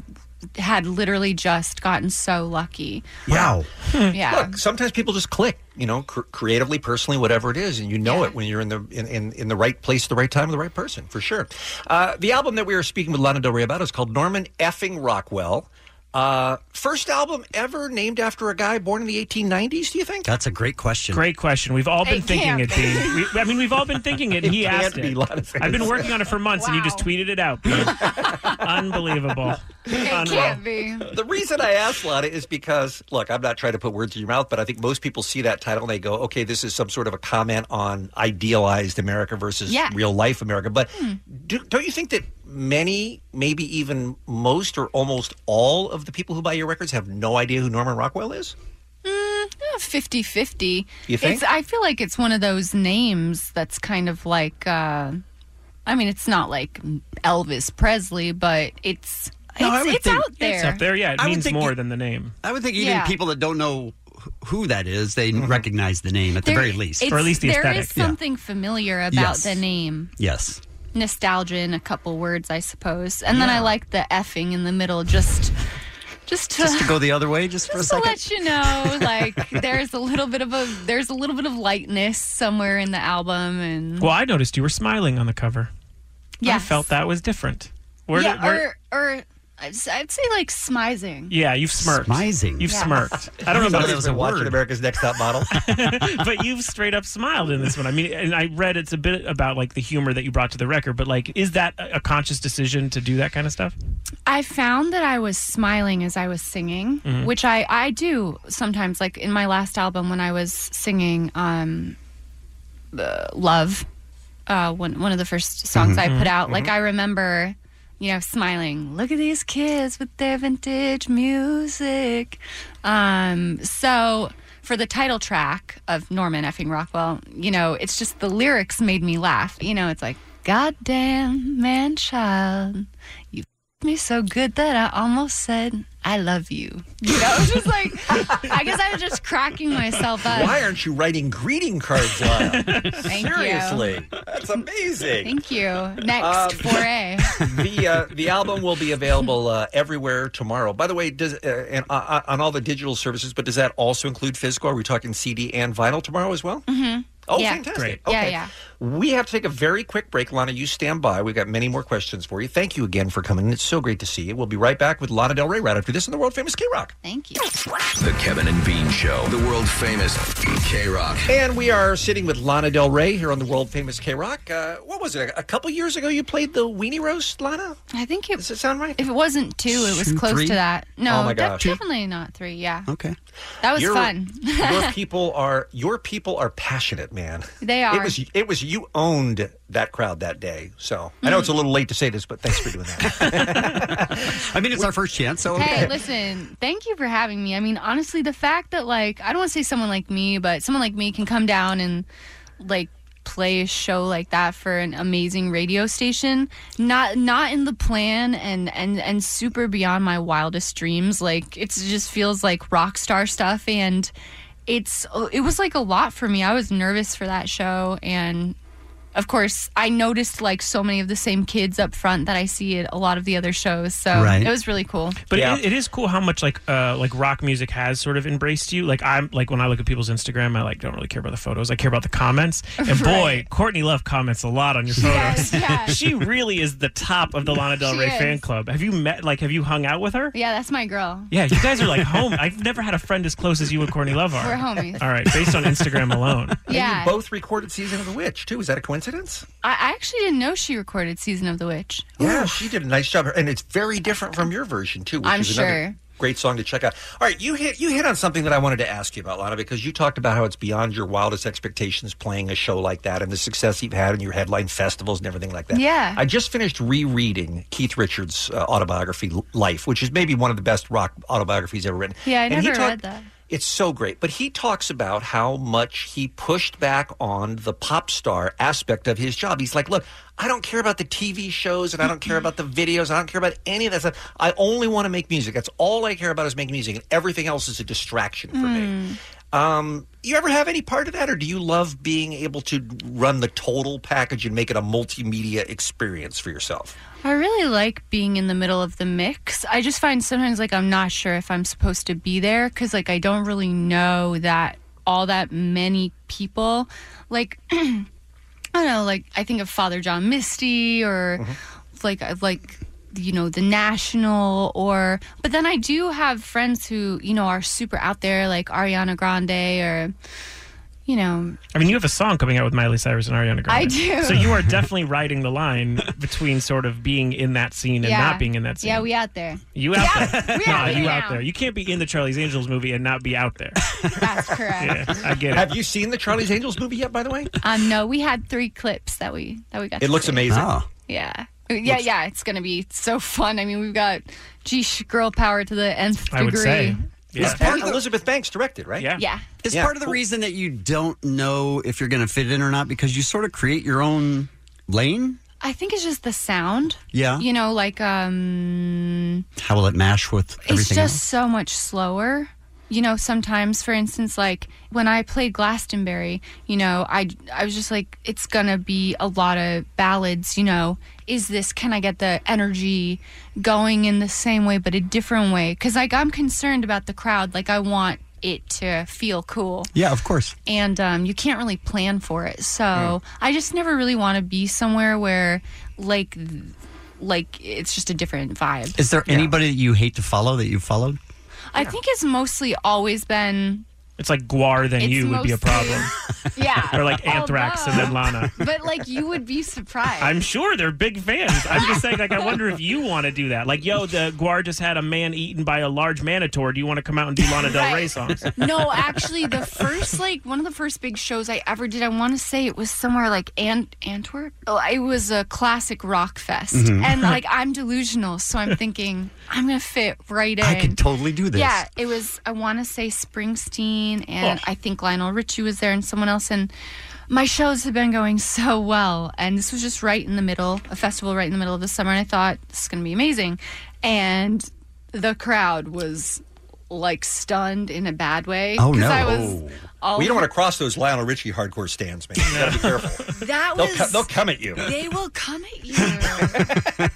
[SPEAKER 21] had literally just gotten so lucky.
[SPEAKER 11] Wow.
[SPEAKER 21] Yeah.
[SPEAKER 11] Look, sometimes people just click, you know, cr- creatively, personally, whatever it is, and you know it when you're in the in, in, in the right place, at the right time, with the right person, for sure. Uh, the album that we were speaking with Lana Del Rey about is called Norman Effing Rockwell. Uh, first album ever named after a guy born in the 1890s. Do you think?
[SPEAKER 10] That's a great question.
[SPEAKER 12] Great question. We've all been
[SPEAKER 11] It
[SPEAKER 12] thinking
[SPEAKER 11] can't
[SPEAKER 12] it,
[SPEAKER 11] be.
[SPEAKER 12] Bean. We, I mean, we've all been thinking it.
[SPEAKER 11] It
[SPEAKER 12] and He
[SPEAKER 11] can't
[SPEAKER 12] asked
[SPEAKER 11] be
[SPEAKER 12] it.
[SPEAKER 11] Lana Del
[SPEAKER 12] I've been
[SPEAKER 11] Rey.
[SPEAKER 12] working on it for months, and you just tweeted it out. <laughs> Bean. Unbelievable.
[SPEAKER 21] It can't be.
[SPEAKER 11] The reason I asked Lana is because, look, I'm not trying to put words in your mouth, but I think most people see that title and they go, okay, this is some sort of a comment on idealized America versus
[SPEAKER 1] Yeah.
[SPEAKER 11] real life America. But
[SPEAKER 21] Hmm.
[SPEAKER 11] do, don't you think that many, maybe even most or almost all of the people who buy your records have no idea who Norman Rockwell is?
[SPEAKER 21] Mm, 50-50.
[SPEAKER 11] You think?
[SPEAKER 21] It's, I feel like it's one of those names that's kind of like, uh, I mean, it's not like Elvis Presley, but it's, it's, it's out there.
[SPEAKER 12] It's up there. Yeah, it
[SPEAKER 10] I would
[SPEAKER 12] means
[SPEAKER 10] think
[SPEAKER 12] more
[SPEAKER 10] it-
[SPEAKER 12] than the name.
[SPEAKER 10] I would think even
[SPEAKER 21] Yeah.
[SPEAKER 10] people that don't know wh- who that is, they
[SPEAKER 12] Mm-hmm.
[SPEAKER 10] recognize the name at the
[SPEAKER 21] There-
[SPEAKER 10] very least,
[SPEAKER 21] it's- There is
[SPEAKER 10] Yeah.
[SPEAKER 21] something familiar about
[SPEAKER 10] Yes.
[SPEAKER 21] the name.
[SPEAKER 10] Yes.
[SPEAKER 21] Nostalgia in a couple words, I suppose. And then I like the effing in the middle, just just to,
[SPEAKER 10] Just to go the other way, just for a
[SPEAKER 21] just to
[SPEAKER 10] second.
[SPEAKER 21] let you know, like there's a little bit of a there's a little bit of lightness somewhere in the album, and
[SPEAKER 12] Well, I noticed you were smiling on the cover. I
[SPEAKER 21] Yes.
[SPEAKER 12] felt that was different. Where,
[SPEAKER 21] yeah,
[SPEAKER 12] did- where-
[SPEAKER 21] or or I'd s- I'd say like smizing.
[SPEAKER 12] Yeah, you've smirked.
[SPEAKER 10] Smizing.
[SPEAKER 12] You've
[SPEAKER 11] <laughs>
[SPEAKER 21] Yeah.
[SPEAKER 12] smirked. I don't know
[SPEAKER 11] Somebody
[SPEAKER 12] if that's
[SPEAKER 11] was
[SPEAKER 12] a
[SPEAKER 11] watching
[SPEAKER 12] word.
[SPEAKER 11] America's Next Top <laughs> Model.
[SPEAKER 12] <laughs> but you've straight up smiled in this one. I mean, and I read it's a bit about like the humor that you brought to the record, but like, is that a a conscious decision to do that kind of stuff?
[SPEAKER 21] I found that I was smiling as I was singing,
[SPEAKER 12] Mhm.
[SPEAKER 21] which I, I do sometimes. Like in my last album, when I was singing um, uh, Love, uh, one, one of the first songs I
[SPEAKER 22] Mhm.
[SPEAKER 21] put out, like
[SPEAKER 22] Mhm.
[SPEAKER 21] I remember, you know, smiling, look at these kids with their vintage music. Um, so for the title track of Norman Effing Rockwell, you know, it's just the lyrics made me laugh. You know, it's like, Goddamn man child, you f- me so good that I almost said I love you. You know, it's just like I guess I was just cracking myself up.
[SPEAKER 11] Why aren't you writing greeting cards, <laughs> Lyle?
[SPEAKER 21] Thank
[SPEAKER 11] Seriously,
[SPEAKER 21] you.
[SPEAKER 11] that's amazing.
[SPEAKER 21] Thank you. Next
[SPEAKER 11] Um,
[SPEAKER 21] foray.
[SPEAKER 11] the uh, the album will be available uh, everywhere tomorrow. By the way, does uh, and uh, on all the digital services, but does that also include physical? Are we talking CD and vinyl tomorrow as well?
[SPEAKER 21] Mm-hmm.
[SPEAKER 11] Oh, fantastic.
[SPEAKER 21] Yeah,
[SPEAKER 11] Okay.
[SPEAKER 21] yeah.
[SPEAKER 11] We have to take a very quick break. Lana, you stand by. We've got many more questions for you. Thank you again for coming. It's so great to see you. We'll be right back with Lana Del Rey right after this in the world famous K Rock.
[SPEAKER 21] Thank you.
[SPEAKER 16] The Kevin and Bean Show, the world famous K Rock.
[SPEAKER 11] And we are sitting with Lana Del Rey here on the world famous K Rock. Uh, what was it? A couple years ago, you played the Weenie Roast, Lana?
[SPEAKER 21] I think it
[SPEAKER 11] does it sound right?
[SPEAKER 21] If it wasn't two, it was
[SPEAKER 11] Two,
[SPEAKER 21] close
[SPEAKER 11] three?
[SPEAKER 21] to that. No,
[SPEAKER 11] Oh my
[SPEAKER 21] de-
[SPEAKER 11] gosh.
[SPEAKER 21] definitely not three. Yeah,
[SPEAKER 10] Okay.
[SPEAKER 21] that was
[SPEAKER 11] Your-
[SPEAKER 21] fun. <laughs>
[SPEAKER 11] your people are your people are passionate, man.
[SPEAKER 21] They are.
[SPEAKER 11] It was it was you owned that crowd that day. So I know it's
[SPEAKER 21] Mm.
[SPEAKER 11] a little late to say this, but thanks for doing that.
[SPEAKER 10] <laughs> I mean, it's our first chance, so
[SPEAKER 21] Hey, listen, thank you for having me. I mean, honestly, the fact that, like, I don't want to say someone like me, but someone like me can come down and, like, play a show like that for an amazing radio station not not in the plan and and and super beyond my wildest dreams like it just feels like rock star stuff and it's it was like a lot for me i was nervous for that show and of course i noticed like so many of the same kids up front that i see at a lot of the other shows so
[SPEAKER 12] Right.
[SPEAKER 21] it was really cool
[SPEAKER 12] But it, it is cool how much like uh, like rock music has sort of embraced you. Like I'm like when I look at people's Instagram, I like don't really care about the photos. I care about the comments. And boy,
[SPEAKER 21] Right.
[SPEAKER 12] Courtney Love comments a lot on your photos. <laughs>
[SPEAKER 21] Yes, yes.
[SPEAKER 12] she really is the top of the Lana Del
[SPEAKER 21] She
[SPEAKER 12] Rey fan
[SPEAKER 21] is.
[SPEAKER 12] club. Have you met? Like, have you hung out with her?
[SPEAKER 21] Yeah, that's my girl.
[SPEAKER 12] Yeah, you guys are like home. I've never had a friend as close as you and Courtney Love are.
[SPEAKER 21] We're homies.
[SPEAKER 12] All right, based on Instagram alone.
[SPEAKER 21] Yeah.
[SPEAKER 11] And you <laughs> both recorded season of the witch too. Is that a coincidence?
[SPEAKER 21] I, I actually didn't know she recorded Season of the Witch.
[SPEAKER 11] Yeah, she did a nice job, and it's very different from your version too. Which
[SPEAKER 21] I'm
[SPEAKER 11] is another
[SPEAKER 21] sure.
[SPEAKER 11] Great song to check out. All right, you hit you hit on something that I wanted to ask you about, Lana, because you talked about how it's beyond your wildest expectations playing a show like that and the success you've had in your headline festivals and everything like that.
[SPEAKER 17] Yeah.
[SPEAKER 11] I just finished rereading Keith Richards' uh, autobiography, L- Life, which is maybe one of the best rock autobiographies ever written.
[SPEAKER 17] Yeah, I
[SPEAKER 11] And he
[SPEAKER 17] never
[SPEAKER 11] talked-
[SPEAKER 17] read that.
[SPEAKER 11] it's so great. But he talks about how much he pushed back on the pop star aspect of his job. He's like, look, I don't care about the TV shows and I don't care about the videos. I don't care about any of that stuff. I only want to make music. That's all I care about is making music, and everything else is a distraction for me.
[SPEAKER 13] Hmm.
[SPEAKER 11] Um, you ever have any part of that, or do you love being able to run the total package and make it a multimedia experience for yourself?
[SPEAKER 21] I really like being in the middle of the mix. I just find sometimes like I'm not sure if I'm supposed to be there because like I don't really know that all that many people. Like <clears throat> I don't know. Like I think of Father John Misty or like uh, like you know the national or but then I do have friends who you know are super out there like Ariana Grande or you know
[SPEAKER 12] I mean, you have a song coming out with Miley Cyrus and Ariana Grande.
[SPEAKER 21] I do.
[SPEAKER 12] So you
[SPEAKER 21] <laughs>
[SPEAKER 12] are definitely riding the line between sort of being in that scene and
[SPEAKER 21] yeah
[SPEAKER 12] not being in that scene.
[SPEAKER 21] yeah we out there
[SPEAKER 12] You out there? Nah, you out there. You can't be in the Charlie's Angels movie and not be out there. <laughs>
[SPEAKER 21] that's correct.
[SPEAKER 12] Yeah, I get it.
[SPEAKER 11] Have you seen the Charlie's Angels movie yet? By the way,
[SPEAKER 21] Um, no, we had three clips that we that we got.
[SPEAKER 11] it
[SPEAKER 21] to
[SPEAKER 11] looks
[SPEAKER 21] see.
[SPEAKER 11] amazing.
[SPEAKER 21] Yeah, Uh, yeah, yeah. It's gonna be so fun. I mean, we've got geesh girl power to the nth degree.
[SPEAKER 11] It's part of Elizabeth Banks directed, right?
[SPEAKER 21] Yeah.
[SPEAKER 10] Is part of the reason that you don't know if you're going to fit in or not because you sort of create your own lane?
[SPEAKER 21] I think it's just the sound.
[SPEAKER 10] Yeah.
[SPEAKER 21] You know, like um,
[SPEAKER 10] How will it mash with everything
[SPEAKER 21] it's just
[SPEAKER 10] else?
[SPEAKER 21] so much slower. You know, sometimes, for instance, like when I played Glastonbury, you know, I I was just like, it's gonna be a lot of ballads. You know, is this? Can I get the energy going in the same way but a different way? Because like I'm concerned about the crowd. Like I want it to feel cool
[SPEAKER 10] Yeah, of course.
[SPEAKER 21] and um, you can't really plan for it. So I just never really want to be somewhere where, like, th- like it's just a different vibe.
[SPEAKER 10] Is there anybody that you hate to follow that you followed?
[SPEAKER 21] I think it's mostly always been
[SPEAKER 12] It's like Guar than
[SPEAKER 21] It's
[SPEAKER 12] you would be a
[SPEAKER 21] mostly-
[SPEAKER 12] problem,
[SPEAKER 21] <laughs> yeah, Oh,
[SPEAKER 12] or like Anthrax and then
[SPEAKER 21] <laughs>
[SPEAKER 12] Lana.
[SPEAKER 21] but like you would be surprised.
[SPEAKER 12] I'm sure they're big fans. I'm just saying, like, I wonder if you want to do that. Like, yo, the Guar just had a man eaten by a large manator. Do you want to come out and do Lana Del Rey songs?
[SPEAKER 21] no, actually, the first like one of the first big shows I ever did, I want to say it was somewhere like Ant- Antwerp. Oh, It was a classic rock fest,
[SPEAKER 12] Mm-hmm.
[SPEAKER 10] Mhm.
[SPEAKER 21] and like I'm delusional, so I'm thinking I'm gonna fit right in.
[SPEAKER 10] I could totally do this.
[SPEAKER 21] Yeah, it was. I want to say Springsteen, and
[SPEAKER 11] Oh.
[SPEAKER 21] I think Lionel Richie was there, and someone else. And my shows have been going so well, and this was just right in the middle, a festival right in the middle of the summer. And I thought this is going to be amazing, and the crowd was like stunned in a bad way.
[SPEAKER 10] Oh,
[SPEAKER 21] 'cause
[SPEAKER 10] no.
[SPEAKER 21] I was. All
[SPEAKER 11] well, you don't
[SPEAKER 21] <laughs>
[SPEAKER 11] want to cross those Lionel Richie hardcore stands, man. You got to be careful.
[SPEAKER 21] to. That
[SPEAKER 11] they'll,
[SPEAKER 21] was.
[SPEAKER 11] co- they'll come at you.
[SPEAKER 21] They will come at you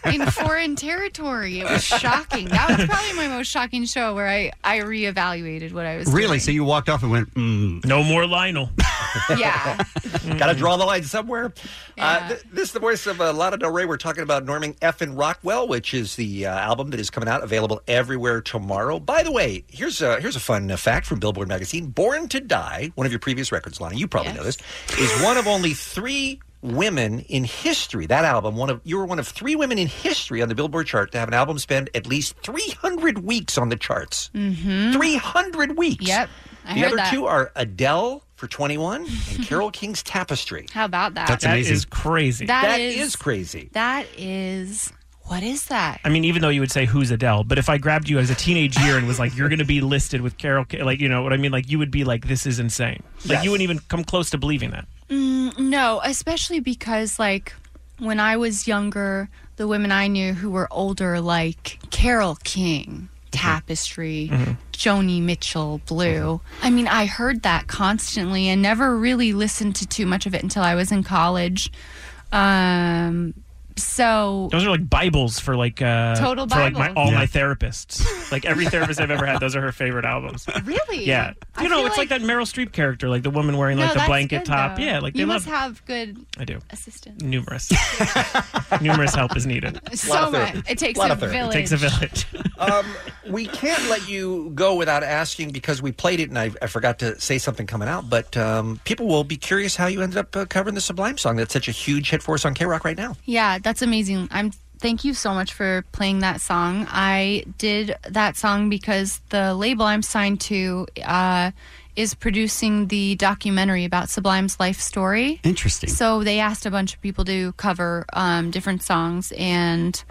[SPEAKER 21] <laughs> in foreign territory. It was shocking. That was probably my most shocking show where I I reevaluated what I was doing.
[SPEAKER 10] Really? So you walked off and went, mm.
[SPEAKER 12] no more Lionel.
[SPEAKER 21] <laughs> yeah.
[SPEAKER 11] Got to
[SPEAKER 21] Mm-hmm.
[SPEAKER 11] draw the line somewhere. Uh, th- this is the voice of uh, Lana Del Rey. We're talking about Norman F. and Rockwell, which is the uh, album that is coming out, available everywhere tomorrow. By the way, here's a here's a fun uh, fact from Billboard magazine: "Born to Die," one of your previous records, Lana, you probably know this, is one of only three women in history. That album, one of you were one of three women in history on the Billboard chart to have an album spend at least 300 weeks on the charts.
[SPEAKER 21] Mm-hmm.
[SPEAKER 11] 300 weeks.
[SPEAKER 21] Yep. I
[SPEAKER 11] the
[SPEAKER 21] heard
[SPEAKER 11] other
[SPEAKER 21] that.
[SPEAKER 11] two are Adele for 21
[SPEAKER 21] <laughs>
[SPEAKER 11] and Carol King's Tapestry.
[SPEAKER 21] How about that?
[SPEAKER 12] That is crazy.
[SPEAKER 21] That is-
[SPEAKER 11] crazy.
[SPEAKER 21] That is. What is that?
[SPEAKER 12] I mean, even though you would say who's Adele, but if I grabbed you as a teenage year and was like, you're going to be listed with Carol, K-, like, you know what I mean? Like, you would be like, this is insane. Like, you wouldn't even come close to believing that.
[SPEAKER 21] Mm, no, especially because like when I was younger, the women I knew who were older, like Carol King,
[SPEAKER 12] Mm-hmm.
[SPEAKER 21] Tapestry, Joni Mitchell, Blue.
[SPEAKER 12] Mm-hmm.
[SPEAKER 21] I mean, I heard that constantly and never really listened to too much of it until I was in college. Um, so
[SPEAKER 12] Those are like Bibles for like, uh,
[SPEAKER 21] Total
[SPEAKER 12] for like my,
[SPEAKER 21] Bible.
[SPEAKER 12] all
[SPEAKER 21] Yeah.
[SPEAKER 12] my therapists. Like, every therapist I've ever had, those are her favorite albums.
[SPEAKER 21] really,
[SPEAKER 12] Yeah.
[SPEAKER 21] I
[SPEAKER 12] You know,
[SPEAKER 21] feel
[SPEAKER 12] it's like, that Meryl Streep character, like the woman wearing like
[SPEAKER 21] No,
[SPEAKER 12] the
[SPEAKER 21] that's
[SPEAKER 12] blanket
[SPEAKER 21] good,
[SPEAKER 12] top.
[SPEAKER 21] though.
[SPEAKER 12] Yeah, like they
[SPEAKER 21] you
[SPEAKER 12] love
[SPEAKER 21] must have good
[SPEAKER 12] I do.
[SPEAKER 21] assistants. <laughs>
[SPEAKER 12] Numerous. Numerous help is needed.
[SPEAKER 21] So much. It takes
[SPEAKER 11] Lot
[SPEAKER 21] a
[SPEAKER 11] of therapy.
[SPEAKER 12] It
[SPEAKER 21] village.
[SPEAKER 12] takes a village.
[SPEAKER 11] um, we can't let you go without asking because we played it and I, I forgot to say something coming out, but um, people will be curious how you ended up uh, covering the Sublime song that's such a huge hit for us on K Rock right now.
[SPEAKER 21] Yeah, that's amazing. I'm thank you so much for playing that song. I did that song because the label I'm signed to uh, is producing the documentary about Sublime's life story.
[SPEAKER 10] Interesting.
[SPEAKER 21] So they asked a bunch of people to cover um, different songs, and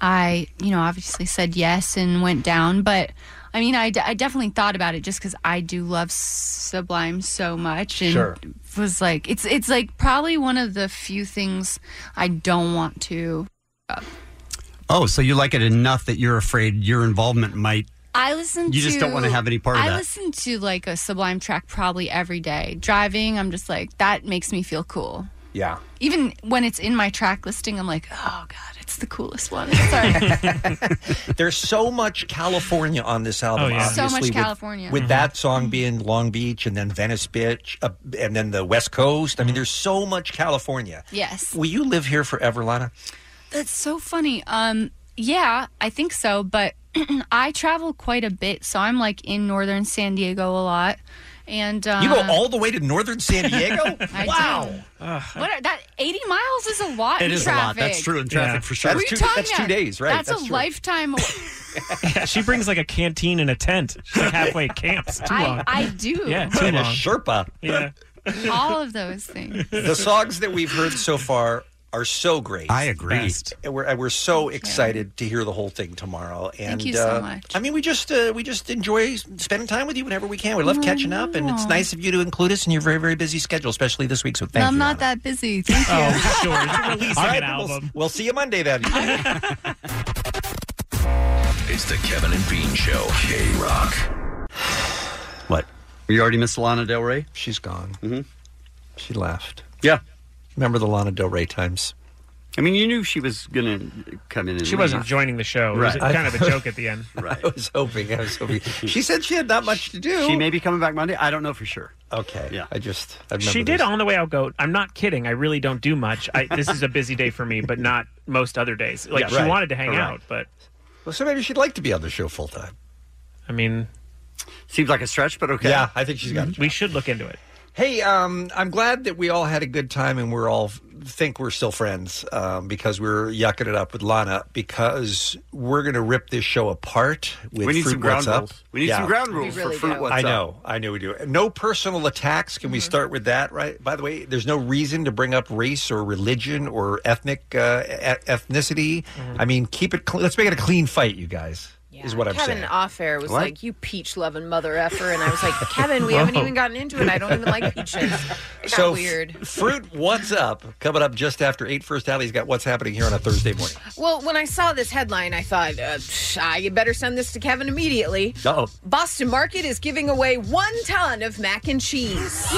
[SPEAKER 21] I, you know, obviously said yes and went down. But I mean, I, de- I definitely thought about it just because I do love Sublime so much, and
[SPEAKER 1] Sure.
[SPEAKER 21] was like, it's it's like probably one of the few things I don't want to. f- up.
[SPEAKER 10] Oh, so you like it enough that you're afraid your involvement might.
[SPEAKER 21] I listen.
[SPEAKER 10] You just
[SPEAKER 21] to-
[SPEAKER 10] don't wanna have any part of
[SPEAKER 21] I
[SPEAKER 10] that.
[SPEAKER 21] listen to like a Sublime track probably every day. Driving, I'm just like that makes me feel cool.
[SPEAKER 11] Yeah.
[SPEAKER 21] Even when it's in my track listing, I'm like, oh god, it's the
[SPEAKER 11] <laughs>
[SPEAKER 21] coolest one. It's all right.
[SPEAKER 11] <laughs> There's so much California on this album.
[SPEAKER 21] Oh, yeah. So
[SPEAKER 11] obviously,
[SPEAKER 21] much
[SPEAKER 11] with-
[SPEAKER 21] California.
[SPEAKER 11] With
[SPEAKER 12] Mm-hmm.
[SPEAKER 21] Mhm.
[SPEAKER 11] that song being Long Beach and then Venice Beach uh, and then the West Coast. I mean, there's so much California.
[SPEAKER 21] yes.
[SPEAKER 11] Will you live here forever, Lana?
[SPEAKER 21] That's so funny. Um, yeah, I think so. But <clears throat> I travel quite a bit, so I'm like in northern San Diego a lot. And uh,
[SPEAKER 11] you go all the way to northern San Diego?
[SPEAKER 21] <laughs> I do.
[SPEAKER 11] wow.
[SPEAKER 21] What are, that eighty miles is a lot.
[SPEAKER 11] It
[SPEAKER 21] in
[SPEAKER 11] is a
[SPEAKER 21] traffic.
[SPEAKER 11] lot. That's true in traffic Yeah. for sure.
[SPEAKER 21] What
[SPEAKER 11] That's
[SPEAKER 21] are you
[SPEAKER 11] two-
[SPEAKER 21] talking
[SPEAKER 11] that's two
[SPEAKER 21] about?
[SPEAKER 11] days, right.
[SPEAKER 21] That's,
[SPEAKER 11] That's
[SPEAKER 21] a
[SPEAKER 11] true. <laughs>
[SPEAKER 21] lifetime. away.
[SPEAKER 12] Yeah, <laughs> she brings like a canteen and a tent. She's like halfway camps. Too
[SPEAKER 21] I,
[SPEAKER 12] long. <laughs>
[SPEAKER 21] I do.
[SPEAKER 12] Yeah, too
[SPEAKER 11] And a
[SPEAKER 12] long.
[SPEAKER 11] Sherpa.
[SPEAKER 12] Yeah.
[SPEAKER 21] all of those things.
[SPEAKER 11] the songs that we've heard so far are so great. I agree. And we're, and we're so excited to hear the whole thing tomorrow. And uh,
[SPEAKER 21] you so much.
[SPEAKER 11] I mean, we just uh, we just enjoy spending time with you whenever we can. We love catching up, and
[SPEAKER 21] Oh.
[SPEAKER 11] it's nice of you to include us in your very very busy schedule, especially this week. So thank
[SPEAKER 21] I'm
[SPEAKER 11] you. Oh,
[SPEAKER 21] not that busy. Thank you.
[SPEAKER 12] Oh,
[SPEAKER 11] <laughs>
[SPEAKER 21] <laughs>
[SPEAKER 11] All right, then we'll- We'll, see you Monday then.
[SPEAKER 24] It's the Kevin and Bean Show. K Rock.
[SPEAKER 10] <sighs> What? You already missed Lana Del Rey?
[SPEAKER 11] She's gone.
[SPEAKER 10] Mm-hmm.
[SPEAKER 11] She left.
[SPEAKER 10] Yeah.
[SPEAKER 11] Remember the Lana Del Rey times?
[SPEAKER 10] I mean, you knew she was going to come in and
[SPEAKER 12] She wasn't
[SPEAKER 10] leave.
[SPEAKER 12] joining the show. It was
[SPEAKER 10] Right.
[SPEAKER 12] kind of a joke at the end.
[SPEAKER 10] <laughs> Right.
[SPEAKER 11] I was hoping. I was
[SPEAKER 10] <laughs>
[SPEAKER 11] hoping. She said she had not much to do.
[SPEAKER 10] She may be coming back Monday. I don't know for sure.
[SPEAKER 11] Okay. Yeah. I just. I remember
[SPEAKER 12] She did
[SPEAKER 11] this.
[SPEAKER 12] on the way out go, I'm not kidding. I really don't do much. I, this is a busy day for me, but not most other days. <laughs> Like
[SPEAKER 22] Yeah,
[SPEAKER 12] she
[SPEAKER 22] right,
[SPEAKER 12] wanted to hang
[SPEAKER 22] right.
[SPEAKER 12] out, but
[SPEAKER 22] Well, so maybe she'd like to be on the show full time.
[SPEAKER 12] I mean,
[SPEAKER 10] seems like a stretch, but okay.
[SPEAKER 22] Yeah, I think she's got it.
[SPEAKER 12] We should look into it.
[SPEAKER 22] Hey, um, I'm glad that we all had a good time and we're all think we're still friends um, because we're yucking it up with Lana because we're going to rip this show apart with
[SPEAKER 10] We need
[SPEAKER 22] fruit
[SPEAKER 10] some
[SPEAKER 22] what's
[SPEAKER 10] ground
[SPEAKER 22] up.
[SPEAKER 10] rules. We need some ground We rules for really fruit do. Mm-hmm. what's
[SPEAKER 22] I
[SPEAKER 10] up.
[SPEAKER 22] know, I know we do. No personal attacks. Can we start with that? Right. By the way, there's no reason to bring up race or religion or ethnic uh, e- ethnicity.
[SPEAKER 10] Mm-hmm.
[SPEAKER 22] I mean, keep it. Clean. Let's make it a clean fight, you guys. Is what I'm
[SPEAKER 13] Kevin
[SPEAKER 22] saying.
[SPEAKER 13] off air was
[SPEAKER 22] What?
[SPEAKER 13] like, "You peach loving mother effer," and I was like, "Kevin, we haven't
[SPEAKER 22] Whoa.
[SPEAKER 13] even gotten into it. I don't even
[SPEAKER 22] <laughs>
[SPEAKER 13] like peaches. It's
[SPEAKER 22] so
[SPEAKER 13] not weird."
[SPEAKER 22] f- fruit, what's up? Coming up just after eight. First Alley's got what's happening here on a Thursday morning.
[SPEAKER 13] Well, when I saw this headline, I thought, uh, psh, ah, "You better send this to Kevin immediately."
[SPEAKER 22] Uh-oh.
[SPEAKER 13] Boston Market is giving away one ton of mac and cheese.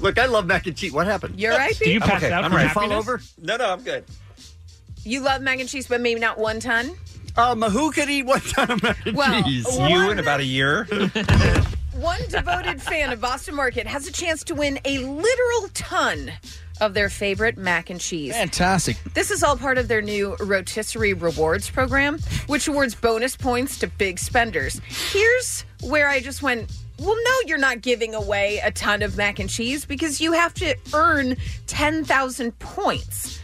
[SPEAKER 10] Look, I love mac and cheese. What happened?
[SPEAKER 13] You're right, Pete? Do you
[SPEAKER 10] I'm
[SPEAKER 13] pass
[SPEAKER 10] okay.
[SPEAKER 13] out
[SPEAKER 10] I'm
[SPEAKER 13] from
[SPEAKER 10] right. Fall
[SPEAKER 13] happiness?
[SPEAKER 10] over?
[SPEAKER 22] No, no, I'm good.
[SPEAKER 13] You love mac and cheese, but maybe not one ton.
[SPEAKER 10] Um, who could eat one ton of mac and
[SPEAKER 13] Well,
[SPEAKER 10] cheese?
[SPEAKER 13] You
[SPEAKER 22] in about a year.
[SPEAKER 13] One devoted fan of Boston Market has a chance to win a literal ton of their favorite mac and cheese.
[SPEAKER 23] Fantastic.
[SPEAKER 13] This is all part of their new rotisserie rewards program, which awards bonus points to big spenders. Here's where I just went. Well, no, you're not giving away a ton of mac and cheese because you have to earn 10,000 points.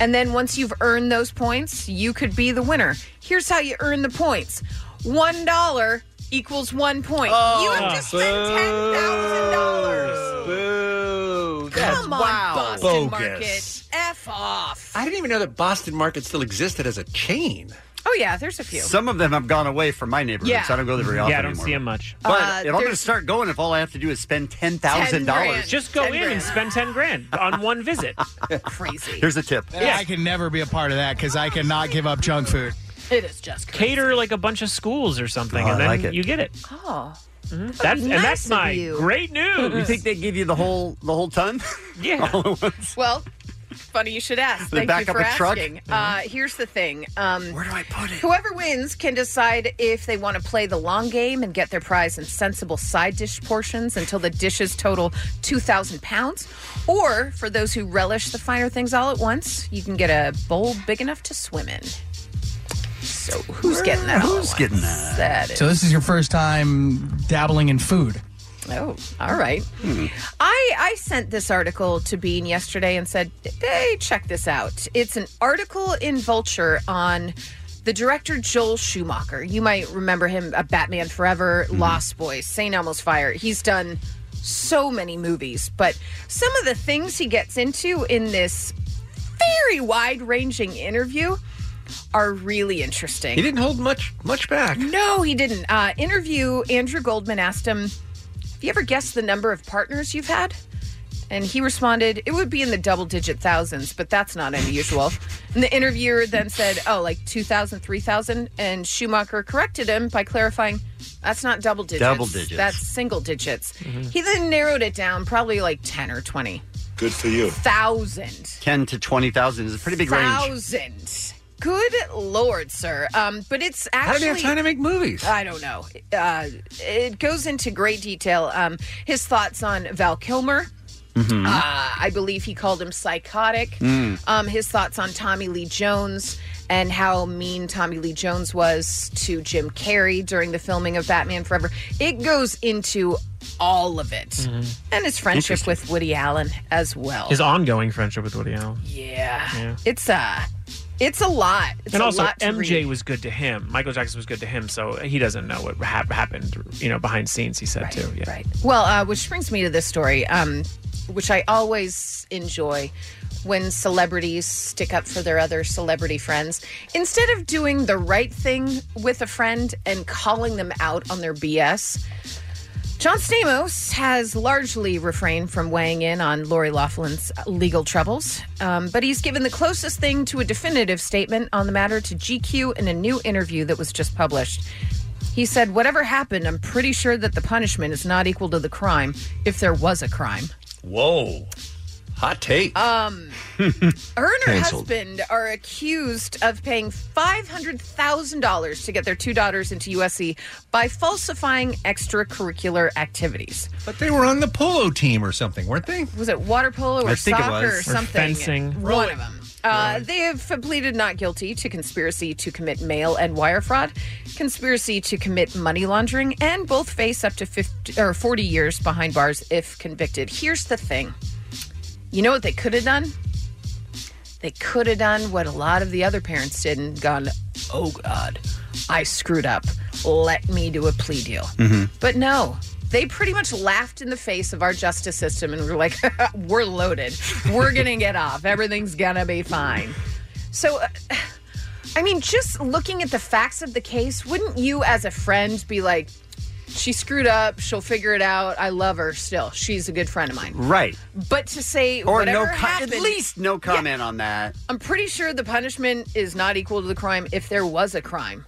[SPEAKER 13] And then once you've earned those points, you could be the winner. Here's how you earn the points $1 equals one point. you
[SPEAKER 12] Ah.
[SPEAKER 1] Oh.
[SPEAKER 13] have to spend $10,000.
[SPEAKER 22] Boo.
[SPEAKER 13] Come on, Boston
[SPEAKER 22] Bogus.
[SPEAKER 13] Market. F off.
[SPEAKER 22] I didn't even know that Boston Market still existed as a chain.
[SPEAKER 13] Oh, yeah, there's a few.
[SPEAKER 10] Some of them have gone away from my neighborhood,
[SPEAKER 13] Yeah.
[SPEAKER 10] so I don't go there very often.
[SPEAKER 12] Yeah, I don't
[SPEAKER 10] anymore.
[SPEAKER 12] see 'em much.
[SPEAKER 10] But
[SPEAKER 12] Uh,
[SPEAKER 10] if I'm going to
[SPEAKER 12] there's-
[SPEAKER 10] start going, if all I have to do is spend ten thousand dollars,
[SPEAKER 12] Just go in and spend ten grand
[SPEAKER 13] <laughs>
[SPEAKER 12] on one visit.
[SPEAKER 13] Crazy.
[SPEAKER 10] Here's a tip.
[SPEAKER 23] Yeah, I can never be a part of that because I cannot give up junk food.
[SPEAKER 13] It is just
[SPEAKER 12] Cater like a bunch of schools or something,
[SPEAKER 23] Oh,
[SPEAKER 12] and
[SPEAKER 23] I
[SPEAKER 12] then
[SPEAKER 23] like it.
[SPEAKER 12] you get it.
[SPEAKER 13] Oh.
[SPEAKER 12] Mm-hmm. That's and that's my great news.
[SPEAKER 10] You think they give you the whole the whole ton? <laughs>
[SPEAKER 12] Yeah.
[SPEAKER 13] <laughs> Well, funny you should ask.
[SPEAKER 10] They
[SPEAKER 13] Thank
[SPEAKER 10] back
[SPEAKER 13] you
[SPEAKER 10] up
[SPEAKER 13] for
[SPEAKER 10] a truck?
[SPEAKER 13] asking. Uh, here's the thing. Um, Where do I put it? Whoever wins can decide if they want to play the long game and get their prize in sensible side dish portions until the dishes total 2,000 pounds. Or for those who relish the finer things all at once, you can get a bowl big enough to swim in. So who's getting that? all at
[SPEAKER 23] Who's getting
[SPEAKER 13] once? That is.
[SPEAKER 23] So this is your first time dabbling in food.
[SPEAKER 13] Oh, all right. I, I sent this article to Bean yesterday and said, hey, check this out. It's an article in Vulture on the director Joel Schumacher. You might remember him, uh, Batman Forever, Lost Boys, St. Elmo's Fire. He's done so many movies, but some of the things he gets into in this very wide ranging interview are really interesting.
[SPEAKER 22] He didn't hold much much back.
[SPEAKER 13] No, he didn't. Uh, interview Andrew Goldman asked him, "Have you ever guessed the number of partners you've had?" And he responded, "It would be in the double-digit thousands, but that's not unusual." and the interviewer then said, "Oh, like 2,000, 3,000?" And Schumacher corrected him by clarifying, "That's not double digits.
[SPEAKER 10] Double digits. Mm-hmm.
[SPEAKER 13] That's single digits." He then narrowed it down, probably like ten or twenty
[SPEAKER 10] Good for you.
[SPEAKER 13] thousand.
[SPEAKER 10] Ten to twenty thousand is a pretty big range.
[SPEAKER 13] Thousands. Good lord, sir. Um, but it's actually
[SPEAKER 10] do they have time to make movies?
[SPEAKER 13] I don't know. Uh, it goes into great detail. Um, his thoughts on Val Kilmer.
[SPEAKER 17] Mhm.
[SPEAKER 11] Mm-hmm.
[SPEAKER 12] Hmm.
[SPEAKER 13] Uh,
[SPEAKER 21] Ah.
[SPEAKER 13] I believe he called him psychotic.
[SPEAKER 17] Mm.
[SPEAKER 13] Um, his thoughts on Tommy Lee Jones and how mean Tommy Lee Jones was to Jim Carrey during the filming of Batman Forever. It goes into all of it, and his friendship
[SPEAKER 12] Mm-hmm. Interesting.
[SPEAKER 13] with Woody Allen as well.
[SPEAKER 12] His ongoing friendship with
[SPEAKER 13] <sighs>
[SPEAKER 12] Woody Allen.
[SPEAKER 13] Yeah.
[SPEAKER 12] Yeah.
[SPEAKER 13] It's uh it's a lot. It's
[SPEAKER 12] and
[SPEAKER 13] a
[SPEAKER 12] also,
[SPEAKER 13] lot to
[SPEAKER 12] MJ
[SPEAKER 13] read.
[SPEAKER 12] was good to him. Michael Jackson was good to him, so he doesn't know what hap happened, you know, behind scenes. He said too. Yeah.
[SPEAKER 13] Right. Well, uh, which brings me to this story, um, which I always enjoy when celebrities stick up for their other celebrity friends. Instead of doing the right thing with a friend and calling them out on their BS, John Stamos has largely refrained from weighing in on Lori Loughlin's legal troubles, um, but he's given the closest thing to a definitive statement on the matter to GQ in a new interview that was just published. He said, Whatever happened, I'm pretty sure that the punishment is not equal to the crime, if there was a crime.
[SPEAKER 22] Whoa. Hot take.
[SPEAKER 11] <laughs>
[SPEAKER 13] Um, her and her
[SPEAKER 22] Canceled.
[SPEAKER 13] husband are accused of paying $500,000 to get their two daughters into USC by falsifying extracurricular activities.
[SPEAKER 22] But they were on the polo team or something, weren't they?
[SPEAKER 13] was it water polo or
[SPEAKER 22] I think it
[SPEAKER 13] soccer
[SPEAKER 22] was.
[SPEAKER 13] or
[SPEAKER 22] Or
[SPEAKER 13] something?
[SPEAKER 22] fencing.
[SPEAKER 13] One of them. Uh, They have pleaded not guilty to conspiracy to commit mail and wire fraud, conspiracy to commit money laundering, and both face up to 50, or 40 years behind bars if convicted. Here's the thing you know what they could have done? They could have done what a lot of the other parents did and gone, oh God, I screwed up. Let me do a plea deal.
[SPEAKER 11] Mm-hmm.
[SPEAKER 13] But no, they pretty much laughed in the face of our justice system and were like, <laughs> we're loaded. We're
[SPEAKER 10] <laughs>
[SPEAKER 13] going to get off. Everything's going to be fine. So, uh, I mean, just looking at the facts of the case, wouldn't you, as a friend, be like, she screwed up. She'll figure it out. I love her still. She's a good friend of mine.
[SPEAKER 10] Right.
[SPEAKER 13] But to say
[SPEAKER 10] Or
[SPEAKER 13] whatever
[SPEAKER 10] no, co- at
[SPEAKER 13] happened-
[SPEAKER 10] least no
[SPEAKER 13] Yeah.
[SPEAKER 10] comment on that.
[SPEAKER 13] I'm pretty sure the punishment is not equal to the crime if there was a crime.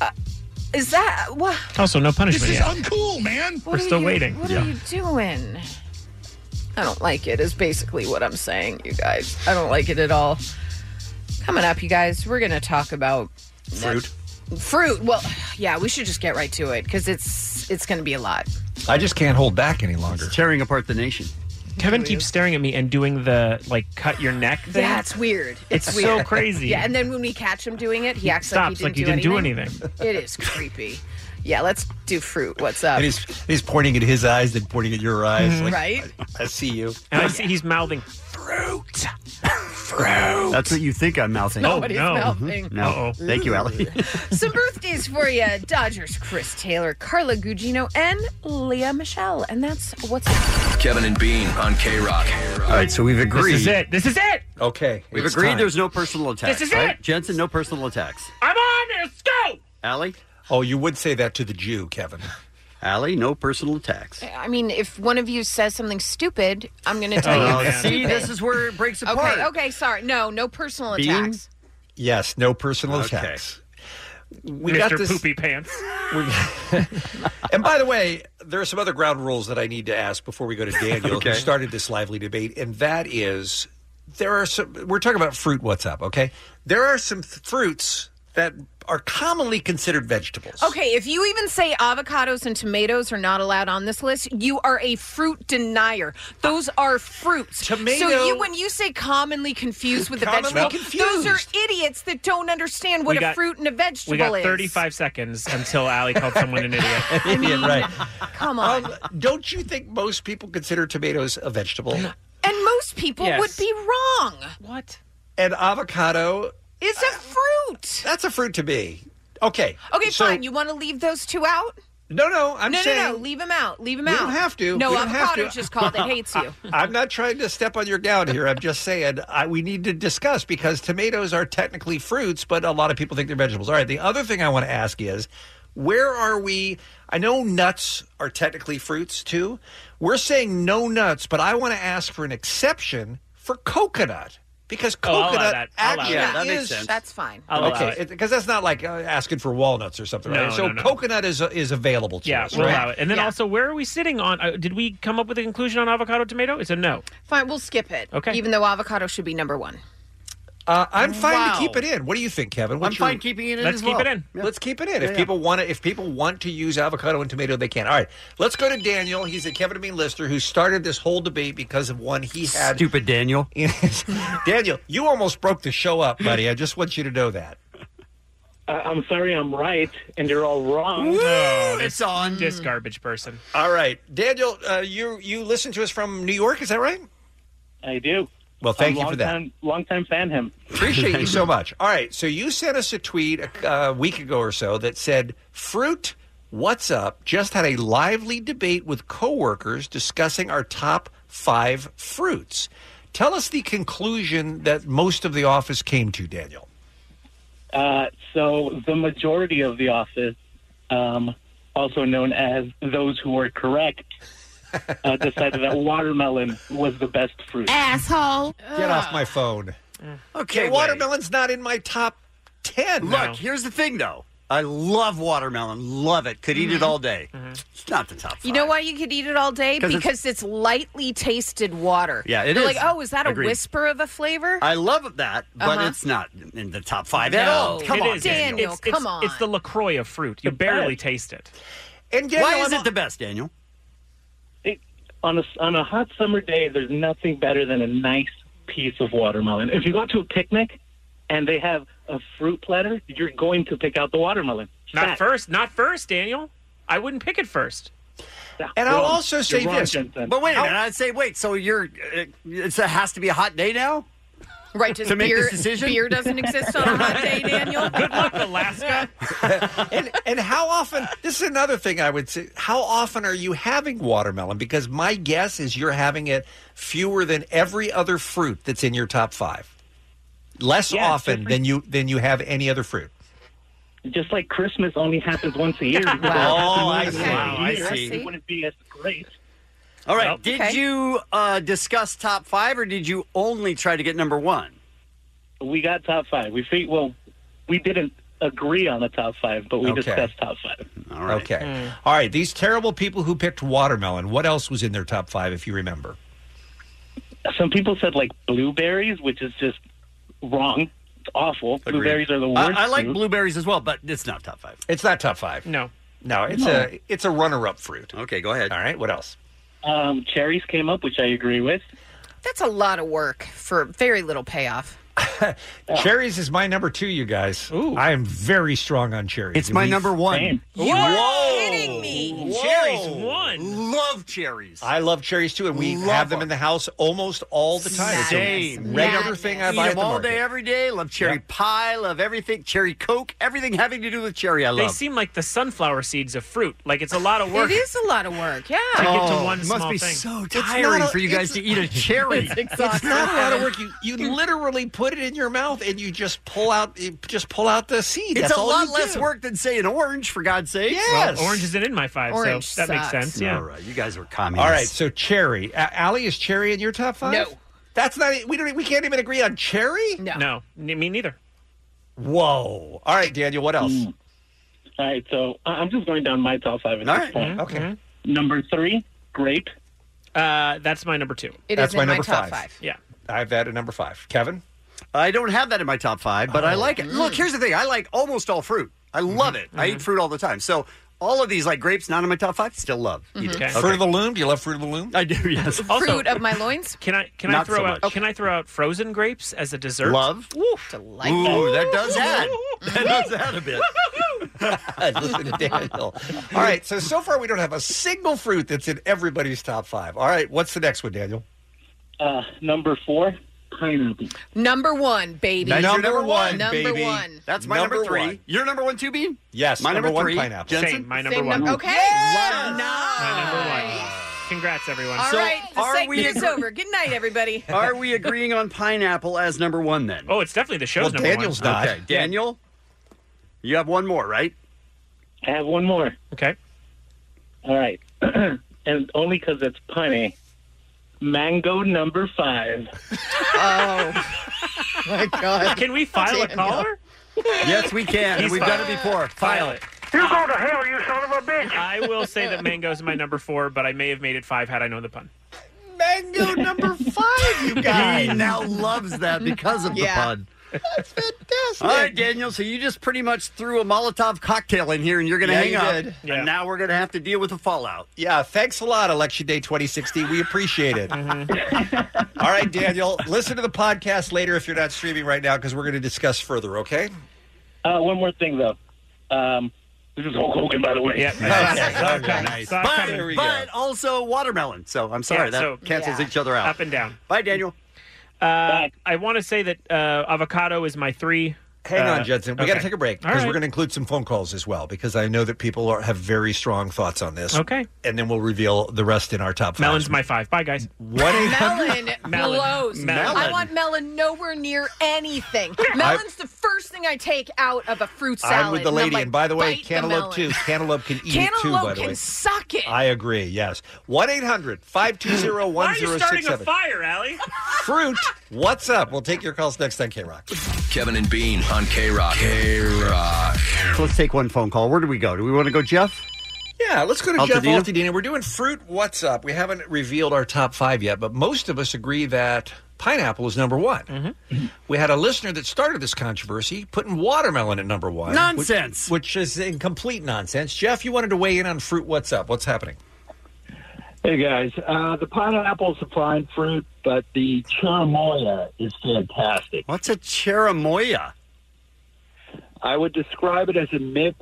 [SPEAKER 13] Uh, is that what?
[SPEAKER 12] Also, no punishment
[SPEAKER 13] This is
[SPEAKER 12] yet.
[SPEAKER 13] uncool, man.
[SPEAKER 12] We're still waiting.
[SPEAKER 13] What
[SPEAKER 12] Yeah.
[SPEAKER 13] are you doing? I don't like it. Is basically what I'm saying, you guys. I don't like it at all. Coming up, you guys, we're gonna talk about
[SPEAKER 11] Fruit.
[SPEAKER 13] fruit. Well, yeah, we should just get right to it because it's it's gonna be a lot.
[SPEAKER 11] I just can't hold back any longer.
[SPEAKER 10] tearing apart the nation.
[SPEAKER 12] Kevin keeps staring at me and doing the like cut your neck thing.
[SPEAKER 13] Yeah, it's weird. It's,
[SPEAKER 12] It's
[SPEAKER 13] weird.
[SPEAKER 12] so crazy.
[SPEAKER 13] Yeah, and <laughs> then when we catch him doing it, he acts
[SPEAKER 12] stops
[SPEAKER 13] like
[SPEAKER 12] like
[SPEAKER 13] he
[SPEAKER 12] you
[SPEAKER 13] didn't,
[SPEAKER 12] didn't do
[SPEAKER 13] It is creepy. Yeah, let's do fruit. <laughs> What's up?
[SPEAKER 11] And he's he's pointing at his eyes, then pointing at your eyes.
[SPEAKER 13] Mm-hmm.
[SPEAKER 11] like,
[SPEAKER 13] right?
[SPEAKER 11] <laughs> I see you.
[SPEAKER 12] Mm-hmm. And I see he's mouthing
[SPEAKER 13] fruit.
[SPEAKER 10] Fruit. That's what you think I'm mouthing. Oh,
[SPEAKER 13] No, what he's No. mouthing.
[SPEAKER 10] No.
[SPEAKER 13] Uh-oh.
[SPEAKER 10] Thank you, Allie.
[SPEAKER 13] Some birthdays for you: Dodgers Chris Taylor, Carla Gugino, and Leah Michelle. And that's what's up.
[SPEAKER 16] Kevin and Bean on K Rock.
[SPEAKER 10] All right, so we've agreed.
[SPEAKER 16] is it.
[SPEAKER 12] This is it.
[SPEAKER 11] Okay.
[SPEAKER 10] We've
[SPEAKER 16] it's
[SPEAKER 10] agreed
[SPEAKER 16] time.
[SPEAKER 10] there's no personal attacks.
[SPEAKER 12] This is
[SPEAKER 10] right?
[SPEAKER 12] it.
[SPEAKER 10] Jensen, no personal attacks.
[SPEAKER 12] I'm on. Let's go.
[SPEAKER 10] Allie?
[SPEAKER 11] Oh, you would say that to the Jew, Kevin.
[SPEAKER 10] Allie, no personal attacks.
[SPEAKER 13] I mean, if one of you says something stupid, I'm going to tell you.
[SPEAKER 10] Oh,
[SPEAKER 13] it's
[SPEAKER 10] see, <laughs>
[SPEAKER 13] stupid.
[SPEAKER 10] this is where it breaks apart.
[SPEAKER 13] Okay, okay, sorry. No, no personal
[SPEAKER 11] Being-
[SPEAKER 13] attacks.
[SPEAKER 11] Yes, no personal attacks. We got
[SPEAKER 12] Mr.
[SPEAKER 11] this-
[SPEAKER 12] Poopy Pants.
[SPEAKER 11] And by the way, there are some other ground rules that I need to ask before we go to Daniel,
[SPEAKER 25] Okay.
[SPEAKER 11] who started this lively debate, and that is there are some. We're talking about fruit. What's up? Okay, there are some th- fruits that are commonly considered vegetables.
[SPEAKER 13] Okay, if you even say avocados and tomatoes are not allowed on this list, you are a fruit denier. Those are fruits.
[SPEAKER 11] Ah. Tomato-
[SPEAKER 13] So you, when you say commonly confused with a
[SPEAKER 12] Commonly
[SPEAKER 13] vegetable,
[SPEAKER 12] confused.
[SPEAKER 13] those are idiots that don't understand what
[SPEAKER 12] We
[SPEAKER 13] a
[SPEAKER 12] got-
[SPEAKER 13] fruit and a vegetable
[SPEAKER 12] We got
[SPEAKER 13] is.
[SPEAKER 12] 35 seconds until Allie called someone an
[SPEAKER 11] <laughs>
[SPEAKER 12] idiot.
[SPEAKER 11] idiot, right? Um,
[SPEAKER 13] Come on.
[SPEAKER 11] Don't you think most people consider tomatoes a vegetable?
[SPEAKER 13] <laughs> and most people
[SPEAKER 11] Yes.
[SPEAKER 13] would be wrong.
[SPEAKER 12] What?
[SPEAKER 11] An avocado
[SPEAKER 13] Is a fruit.
[SPEAKER 11] That's a fruit to be. Okay.
[SPEAKER 13] Okay,
[SPEAKER 11] so-
[SPEAKER 13] fine. You want to leave those two out?
[SPEAKER 11] No, no, I'm
[SPEAKER 13] no,
[SPEAKER 11] saying
[SPEAKER 13] no, no. Leave them out. Leave them
[SPEAKER 11] We
[SPEAKER 13] out.
[SPEAKER 11] don't have to.
[SPEAKER 13] No,
[SPEAKER 11] We don't have
[SPEAKER 13] avocado
[SPEAKER 11] to.
[SPEAKER 13] just called
[SPEAKER 11] <laughs>
[SPEAKER 13] it hates you.
[SPEAKER 11] I, am not trying to step on your gown here. I'm just saying I, we need to discuss because tomatoes are technically fruits, but a lot of people think they're vegetables. All right. The other thing I want to ask is where are we? I know nuts are technically fruits too. We're saying no nuts, but I want to ask for an exception for coconut because
[SPEAKER 12] Oh, I'll allow
[SPEAKER 11] coconut
[SPEAKER 12] that. I'll allow
[SPEAKER 11] actually
[SPEAKER 12] that. Yeah, that makes
[SPEAKER 11] is
[SPEAKER 12] sense.
[SPEAKER 13] That's fine.
[SPEAKER 12] I'll allow
[SPEAKER 11] okay,
[SPEAKER 12] it.
[SPEAKER 11] because that's not like uh, asking for walnuts or something.
[SPEAKER 12] No,
[SPEAKER 11] right? So
[SPEAKER 12] no, no.
[SPEAKER 11] coconut is uh, is available to
[SPEAKER 12] Yeah,
[SPEAKER 11] us.
[SPEAKER 12] we'll
[SPEAKER 11] right?
[SPEAKER 12] allow it. And then also, where are we sitting on? Uh, did we come up with a conclusion on avocado tomato? It's a no.
[SPEAKER 13] Fine, we'll skip it.
[SPEAKER 12] Okay.
[SPEAKER 13] Even though avocado should be number one.
[SPEAKER 11] Uh, I'm fine
[SPEAKER 13] Wow.
[SPEAKER 11] to keep it in. What do you think, Kevin? What's your- Let's keep it in. if people want to, if people want to use avocado and tomato, they can. All right, let's go to Daniel. He's a Kevin and Bean listener who started this whole debate because of one he had. <laughs>
[SPEAKER 10] Stupid Daniel.
[SPEAKER 11] Daniel, you almost broke the show up, buddy. I just want you to know that.
[SPEAKER 1] I- Uh, I'm sorry, I'm right, and you're all wrong.
[SPEAKER 12] No,
[SPEAKER 10] it's
[SPEAKER 13] Mm.
[SPEAKER 10] on
[SPEAKER 12] this garbage person.
[SPEAKER 11] All right, Daniel, uh, you you listen to us from New York, is that right?
[SPEAKER 1] I do.
[SPEAKER 11] Well, thank
[SPEAKER 1] I'm
[SPEAKER 11] you for that.
[SPEAKER 1] long-time- Long-time fan him.
[SPEAKER 11] Appreciate
[SPEAKER 10] <laughs>
[SPEAKER 11] you so much. All right, so you sent us a tweet a, a week ago or so that said, "Fruit, what's up?" Just had a lively debate with coworkers discussing our top five fruits. Tell us the conclusion that most of the office came to, Daniel.
[SPEAKER 1] Uh, so the majority of the office, um, also known as those who were
[SPEAKER 11] <laughs>
[SPEAKER 1] correct, uh, decided that watermelon was the best fruit.
[SPEAKER 13] Asshole.
[SPEAKER 11] Get off my phone.
[SPEAKER 10] Ah, Okay,
[SPEAKER 11] Yeah, watermelon's not in my top ten.
[SPEAKER 10] Look, here's the thing, though. I love watermelon. Love it. Could eat it all day. It's not the top.
[SPEAKER 13] You know why you could eat it all day?
[SPEAKER 10] 'Cause it's-
[SPEAKER 13] Because it's, lightly tasted water.
[SPEAKER 10] Yeah,
[SPEAKER 13] it
[SPEAKER 10] it
[SPEAKER 13] is.
[SPEAKER 10] is.
[SPEAKER 13] Like, oh, is that a
[SPEAKER 10] Agreed. Uh,
[SPEAKER 13] whisper of a flavor?
[SPEAKER 10] I love that, but
[SPEAKER 13] Uh-huh.
[SPEAKER 10] it's not in the top five at
[SPEAKER 12] No.
[SPEAKER 10] all. Come
[SPEAKER 12] It
[SPEAKER 10] on,
[SPEAKER 12] is.
[SPEAKER 10] Daniel.
[SPEAKER 13] Daniel,
[SPEAKER 12] It's- it's-
[SPEAKER 13] come on.
[SPEAKER 12] It's the LaCroix of fruit. You barely taste it.
[SPEAKER 11] And
[SPEAKER 10] why is it the best, Daniel?
[SPEAKER 1] on a on a hot summer day? There's nothing better than a nice piece of watermelon. If you go out to a picnic and they have a fruit platter, you're going to pick out the watermelon.
[SPEAKER 12] Not
[SPEAKER 1] Fact.
[SPEAKER 12] first. Not first, Daniel. I wouldn't pick it first.
[SPEAKER 11] And I'll also
[SPEAKER 10] say this. But wait a minute. I'd say, wait, so you're, uh, it's, it has to be a hot day now?
[SPEAKER 13] Right,
[SPEAKER 10] to
[SPEAKER 13] does
[SPEAKER 10] make
[SPEAKER 13] beer-
[SPEAKER 10] this decision?
[SPEAKER 13] beer doesn't exist on a
[SPEAKER 10] <laughs>
[SPEAKER 13] hot day, Daniel? Good
[SPEAKER 12] luck,
[SPEAKER 13] <laughs>
[SPEAKER 12] Alaska.
[SPEAKER 11] and and how often? This is another thing I would say. How often are you having watermelon? Because my guess is you're having it fewer than every other fruit that's in your top five. Less
[SPEAKER 1] Yeah, it's
[SPEAKER 11] often than you than you have any other fruit.
[SPEAKER 1] Just like Christmas only happens once
[SPEAKER 11] <laughs>
[SPEAKER 1] a year. because it
[SPEAKER 11] Wow.
[SPEAKER 1] happens
[SPEAKER 11] Oh,
[SPEAKER 1] once
[SPEAKER 11] I see.
[SPEAKER 1] a
[SPEAKER 11] Wow, I
[SPEAKER 1] year,
[SPEAKER 11] see.
[SPEAKER 1] It wouldn't be as great.
[SPEAKER 10] All right. Did you uh, discuss top five or did you only try to get number one?
[SPEAKER 1] We got top five. We fe- well, we didn't agree on the top five, but we
[SPEAKER 11] Okay.
[SPEAKER 1] discussed top five.
[SPEAKER 10] All
[SPEAKER 11] right. Okay.
[SPEAKER 1] Mm.
[SPEAKER 11] All right. These terrible people who picked watermelon. What else was in their top five, if you remember?
[SPEAKER 1] Some people said like blueberries, which is just wrong. It's awful. Blueberries are the worst.
[SPEAKER 10] I, I like
[SPEAKER 1] fruit.
[SPEAKER 10] blueberries as well, but it's not top five.
[SPEAKER 11] It's not top five.
[SPEAKER 12] No.
[SPEAKER 11] No, it's
[SPEAKER 1] No.
[SPEAKER 11] a it's a runner up fruit.
[SPEAKER 10] Okay, go ahead.
[SPEAKER 11] All right. What else?
[SPEAKER 1] Um, cherries came up, which I agree with.
[SPEAKER 13] That's a lot of work for very little payoff.
[SPEAKER 11] Cherries is my number two, you guys. I am very strong on cherries.
[SPEAKER 10] It's my number one. Same.
[SPEAKER 13] You
[SPEAKER 10] are
[SPEAKER 13] kidding me.
[SPEAKER 10] Cherries one. Love cherries.
[SPEAKER 11] I love cherries too, and we
[SPEAKER 10] Love
[SPEAKER 11] have them in the house almost all the time. It's a
[SPEAKER 10] Same.
[SPEAKER 11] regular thing I
[SPEAKER 10] Eat
[SPEAKER 11] buy at
[SPEAKER 10] them
[SPEAKER 11] the
[SPEAKER 10] all
[SPEAKER 11] market.
[SPEAKER 10] day, every day. Love cherry pie. Love everything. Cherry coke. Everything having to do with cherry. I
[SPEAKER 12] They
[SPEAKER 10] love.
[SPEAKER 12] seem like the sunflower seeds of fruit. Like it's a lot of work.
[SPEAKER 13] It
[SPEAKER 12] <laughs>
[SPEAKER 13] is a lot of work, yeah.
[SPEAKER 12] To get to
[SPEAKER 10] Oh,
[SPEAKER 12] one
[SPEAKER 10] it must
[SPEAKER 12] small
[SPEAKER 10] be
[SPEAKER 12] thing.
[SPEAKER 10] so It's tiring not a- for you guys to eat a cherry. <laughs> It's
[SPEAKER 11] It's not a lot of work. You you literally put it in your mouth and you just pull out you just pull out the seed.
[SPEAKER 10] it's
[SPEAKER 11] That's
[SPEAKER 10] a
[SPEAKER 11] all
[SPEAKER 10] lot
[SPEAKER 11] you
[SPEAKER 10] less
[SPEAKER 11] do.
[SPEAKER 10] work than say an orange, for God's sake.
[SPEAKER 11] Yes.
[SPEAKER 12] Well, orange isn't in my five,
[SPEAKER 10] Orange
[SPEAKER 12] so that
[SPEAKER 10] sucks.
[SPEAKER 12] makes sense. Yeah.
[SPEAKER 10] All right, you guys were communists.
[SPEAKER 11] All right, so cherry. Uh, Allie, is cherry in your top five?
[SPEAKER 12] No.
[SPEAKER 11] That's not we don't we can't even agree on cherry?
[SPEAKER 12] No, n- me neither.
[SPEAKER 11] Whoa. All right, Daniel, what else?
[SPEAKER 1] Mm. All right, so I- I'm just going down my top five at this point. Mm-hmm.
[SPEAKER 11] Okay.
[SPEAKER 1] Number three, grape.
[SPEAKER 12] Uh, that's my number two.
[SPEAKER 1] It
[SPEAKER 11] That's
[SPEAKER 1] is
[SPEAKER 11] my
[SPEAKER 1] in my
[SPEAKER 11] number
[SPEAKER 1] top
[SPEAKER 11] five.
[SPEAKER 1] five.
[SPEAKER 12] Yeah.
[SPEAKER 11] I have that at number five. Kevin?
[SPEAKER 10] I don't have that in my top five,
[SPEAKER 13] Oh,
[SPEAKER 10] but I like
[SPEAKER 13] mm.
[SPEAKER 10] it. Look, here's the thing: I like almost all fruit. I love
[SPEAKER 13] Mm-hmm.
[SPEAKER 10] it. I eat fruit all the time. So all of these, like grapes, not in my top five. Still love. Eat it.
[SPEAKER 13] Mm-hmm.
[SPEAKER 11] Fruit of the Loom. Do you love Fruit of the Loom?
[SPEAKER 10] I do. Yes.
[SPEAKER 13] Fruit of my loins.
[SPEAKER 12] Can I can I
[SPEAKER 10] Not
[SPEAKER 12] throw
[SPEAKER 10] so
[SPEAKER 12] out
[SPEAKER 10] much.
[SPEAKER 12] can I throw out frozen grapes as a dessert?
[SPEAKER 10] Love.
[SPEAKER 13] Delightful.
[SPEAKER 10] Ooh, that
[SPEAKER 12] <laughs>
[SPEAKER 10] does add. That does add a bit. <laughs>
[SPEAKER 11] Listen to Daniel. All right, so so far we don't have a single fruit that's in everybody's top five. All right, what's the next one, Daniel?
[SPEAKER 1] Uh, number four, pineapple.
[SPEAKER 13] Number one, baby.
[SPEAKER 11] That's your Number number one, one,
[SPEAKER 13] Number
[SPEAKER 11] baby.
[SPEAKER 13] one.
[SPEAKER 10] That's my number,
[SPEAKER 11] Number
[SPEAKER 10] three.
[SPEAKER 11] one.
[SPEAKER 10] Your number one, two bean.
[SPEAKER 11] Yes,
[SPEAKER 10] my number,
[SPEAKER 11] number one,
[SPEAKER 10] three.
[SPEAKER 11] pineapple.
[SPEAKER 10] Jensen?
[SPEAKER 12] Same, my number
[SPEAKER 13] Same
[SPEAKER 12] one.
[SPEAKER 13] num- okay.
[SPEAKER 12] Wow. My number one. Congrats, everyone.
[SPEAKER 13] All right, the
[SPEAKER 10] are we
[SPEAKER 13] segment is
[SPEAKER 10] agree-
[SPEAKER 13] over. Good night, everybody.
[SPEAKER 10] <laughs> Are we agreeing on pineapple as number one then?
[SPEAKER 12] Oh, it's definitely the show's
[SPEAKER 10] well,
[SPEAKER 12] number
[SPEAKER 10] Daniel's
[SPEAKER 12] one.
[SPEAKER 10] not. Okay, Daniel, you have one more, right?
[SPEAKER 1] I have one more.
[SPEAKER 12] Okay.
[SPEAKER 1] All right. <clears throat> and only because it's punny. Mango number
[SPEAKER 10] <laughs>
[SPEAKER 1] five.
[SPEAKER 13] oh,
[SPEAKER 10] my God.
[SPEAKER 12] Can we file a caller?
[SPEAKER 10] Yes, we can.
[SPEAKER 12] He's
[SPEAKER 10] We've
[SPEAKER 12] fine.
[SPEAKER 10] done it before. File it.
[SPEAKER 12] You go to hell, you son of a bitch. I will say that mango is my number four, but I may have made it five had I known the pun.
[SPEAKER 11] Mango number five, you guys.
[SPEAKER 10] He now
[SPEAKER 1] <laughs>
[SPEAKER 10] loves that because of
[SPEAKER 11] Yeah.
[SPEAKER 10] the pun. That's fantastic. All right, Daniel. So you just pretty much threw a Molotov cocktail in here, and you're going to
[SPEAKER 11] Yeah,
[SPEAKER 10] hang
[SPEAKER 11] you
[SPEAKER 10] up.
[SPEAKER 11] did.
[SPEAKER 10] And now we're going to have to deal with the fallout.
[SPEAKER 11] Yeah, thanks a lot, Election Day 2016. We appreciate it. All right, Daniel, listen to the podcast later if you're not streaming right now because we're going to discuss further, okay?
[SPEAKER 1] Uh, one more thing, though. Um, this is Hulk Hogan, by the way.
[SPEAKER 12] Yeah.
[SPEAKER 10] Nice. But, but also watermelon. So I'm sorry
[SPEAKER 12] Yeah,
[SPEAKER 10] that
[SPEAKER 12] so-
[SPEAKER 10] cancels
[SPEAKER 12] Yeah.
[SPEAKER 10] each other out.
[SPEAKER 12] Up and down.
[SPEAKER 10] Bye, Daniel.
[SPEAKER 12] Uh, I want to say that uh, avocado is my three.
[SPEAKER 11] Hang
[SPEAKER 12] Uh,
[SPEAKER 11] on, Judson. We got to
[SPEAKER 12] okay.
[SPEAKER 11] take a break
[SPEAKER 12] All
[SPEAKER 11] because
[SPEAKER 12] right.
[SPEAKER 11] we're going to include some phone calls as well because I know that people are, have very strong thoughts on this.
[SPEAKER 12] Okay.
[SPEAKER 11] And then we'll reveal the rest in our top five.
[SPEAKER 12] Melon's my five. Bye, guys.
[SPEAKER 11] What <laughs>
[SPEAKER 13] melon
[SPEAKER 12] <laughs> Melon.
[SPEAKER 13] blows.
[SPEAKER 11] Melon.
[SPEAKER 13] I want melon nowhere near
[SPEAKER 11] <laughs>
[SPEAKER 13] anything. Melon's the first thing I take out of a fruit salad.
[SPEAKER 11] I'm with the
[SPEAKER 13] and
[SPEAKER 11] lady,
[SPEAKER 13] like,
[SPEAKER 11] and by the way,
[SPEAKER 13] bite
[SPEAKER 11] cantaloupe
[SPEAKER 13] melon.
[SPEAKER 11] too. Cantaloupe can eat it too. By
[SPEAKER 13] Cantaloupe
[SPEAKER 11] the
[SPEAKER 13] can
[SPEAKER 11] way,
[SPEAKER 13] suck it.
[SPEAKER 11] I agree. Yes, one 800 520
[SPEAKER 12] Why are you starting a
[SPEAKER 11] 1067
[SPEAKER 12] fire,
[SPEAKER 10] <laughs>
[SPEAKER 12] Allie?
[SPEAKER 11] Fruit. What's up? We'll take your calls next on K Rock.
[SPEAKER 26] Kevin and Bean on K Rock. K Rock.
[SPEAKER 10] So let's take one phone call. Where do we go? Do we want to go, Jeff?
[SPEAKER 11] Yeah, let's go to Jeff
[SPEAKER 10] Altadena?
[SPEAKER 11] Altadena. We're doing fruit. What's up? We haven't revealed our top five yet, but most of us agree that pineapple is number one.
[SPEAKER 2] Mm-hmm.
[SPEAKER 11] We had a listener that started this controversy putting watermelon at number one. which-
[SPEAKER 10] Nonsense.
[SPEAKER 11] Which, is incomplete nonsense. Jeff, you wanted to weigh in on fruit. What's up? What's happening?
[SPEAKER 1] Hey guys, uh, the pineapple's a fine fruit, but the cherimoya is fantastic.
[SPEAKER 10] What's a cherimoya?
[SPEAKER 1] I would describe it as a mix,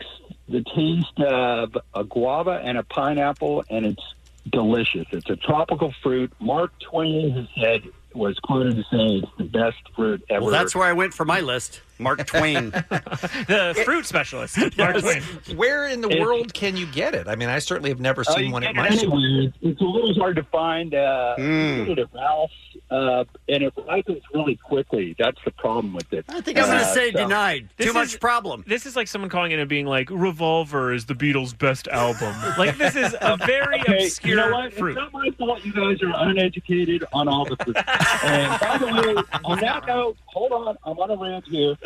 [SPEAKER 1] the taste of a guava and a pineapple, and it's delicious. It's a tropical fruit. Mark Twain has said was quoted to say it's the best fruit ever.
[SPEAKER 10] Well, that's where I went for my list. <laughs> Mark Twain.
[SPEAKER 12] the fruit specialist.
[SPEAKER 11] <laughs>
[SPEAKER 12] Mark Twain.
[SPEAKER 11] Where in the
[SPEAKER 1] It-
[SPEAKER 11] world can you get it? I mean, I certainly have never
[SPEAKER 1] Oh,
[SPEAKER 11] seen
[SPEAKER 1] you
[SPEAKER 11] one
[SPEAKER 1] get
[SPEAKER 11] at
[SPEAKER 1] it
[SPEAKER 11] my store.
[SPEAKER 1] anywhere. It's- It's a little hard to find. Uh,
[SPEAKER 11] Mm.
[SPEAKER 1] I got it at Ralph's, uh, and it ripens really quickly. That's the problem with it. Uh, I
[SPEAKER 12] think I'm gonna say
[SPEAKER 10] denied.
[SPEAKER 12] Too much
[SPEAKER 10] problem.
[SPEAKER 12] Uh, This is like someone calling in and being like, "Revolver is the Beatles' best album." like this is
[SPEAKER 13] <laughs>
[SPEAKER 12] a very
[SPEAKER 1] Okay,
[SPEAKER 12] obscure
[SPEAKER 1] you know what?
[SPEAKER 12] fruit.
[SPEAKER 1] It's not my fault you guys are uneducated on all the food. and by the way, on that note, hold on, I'm on a rant here.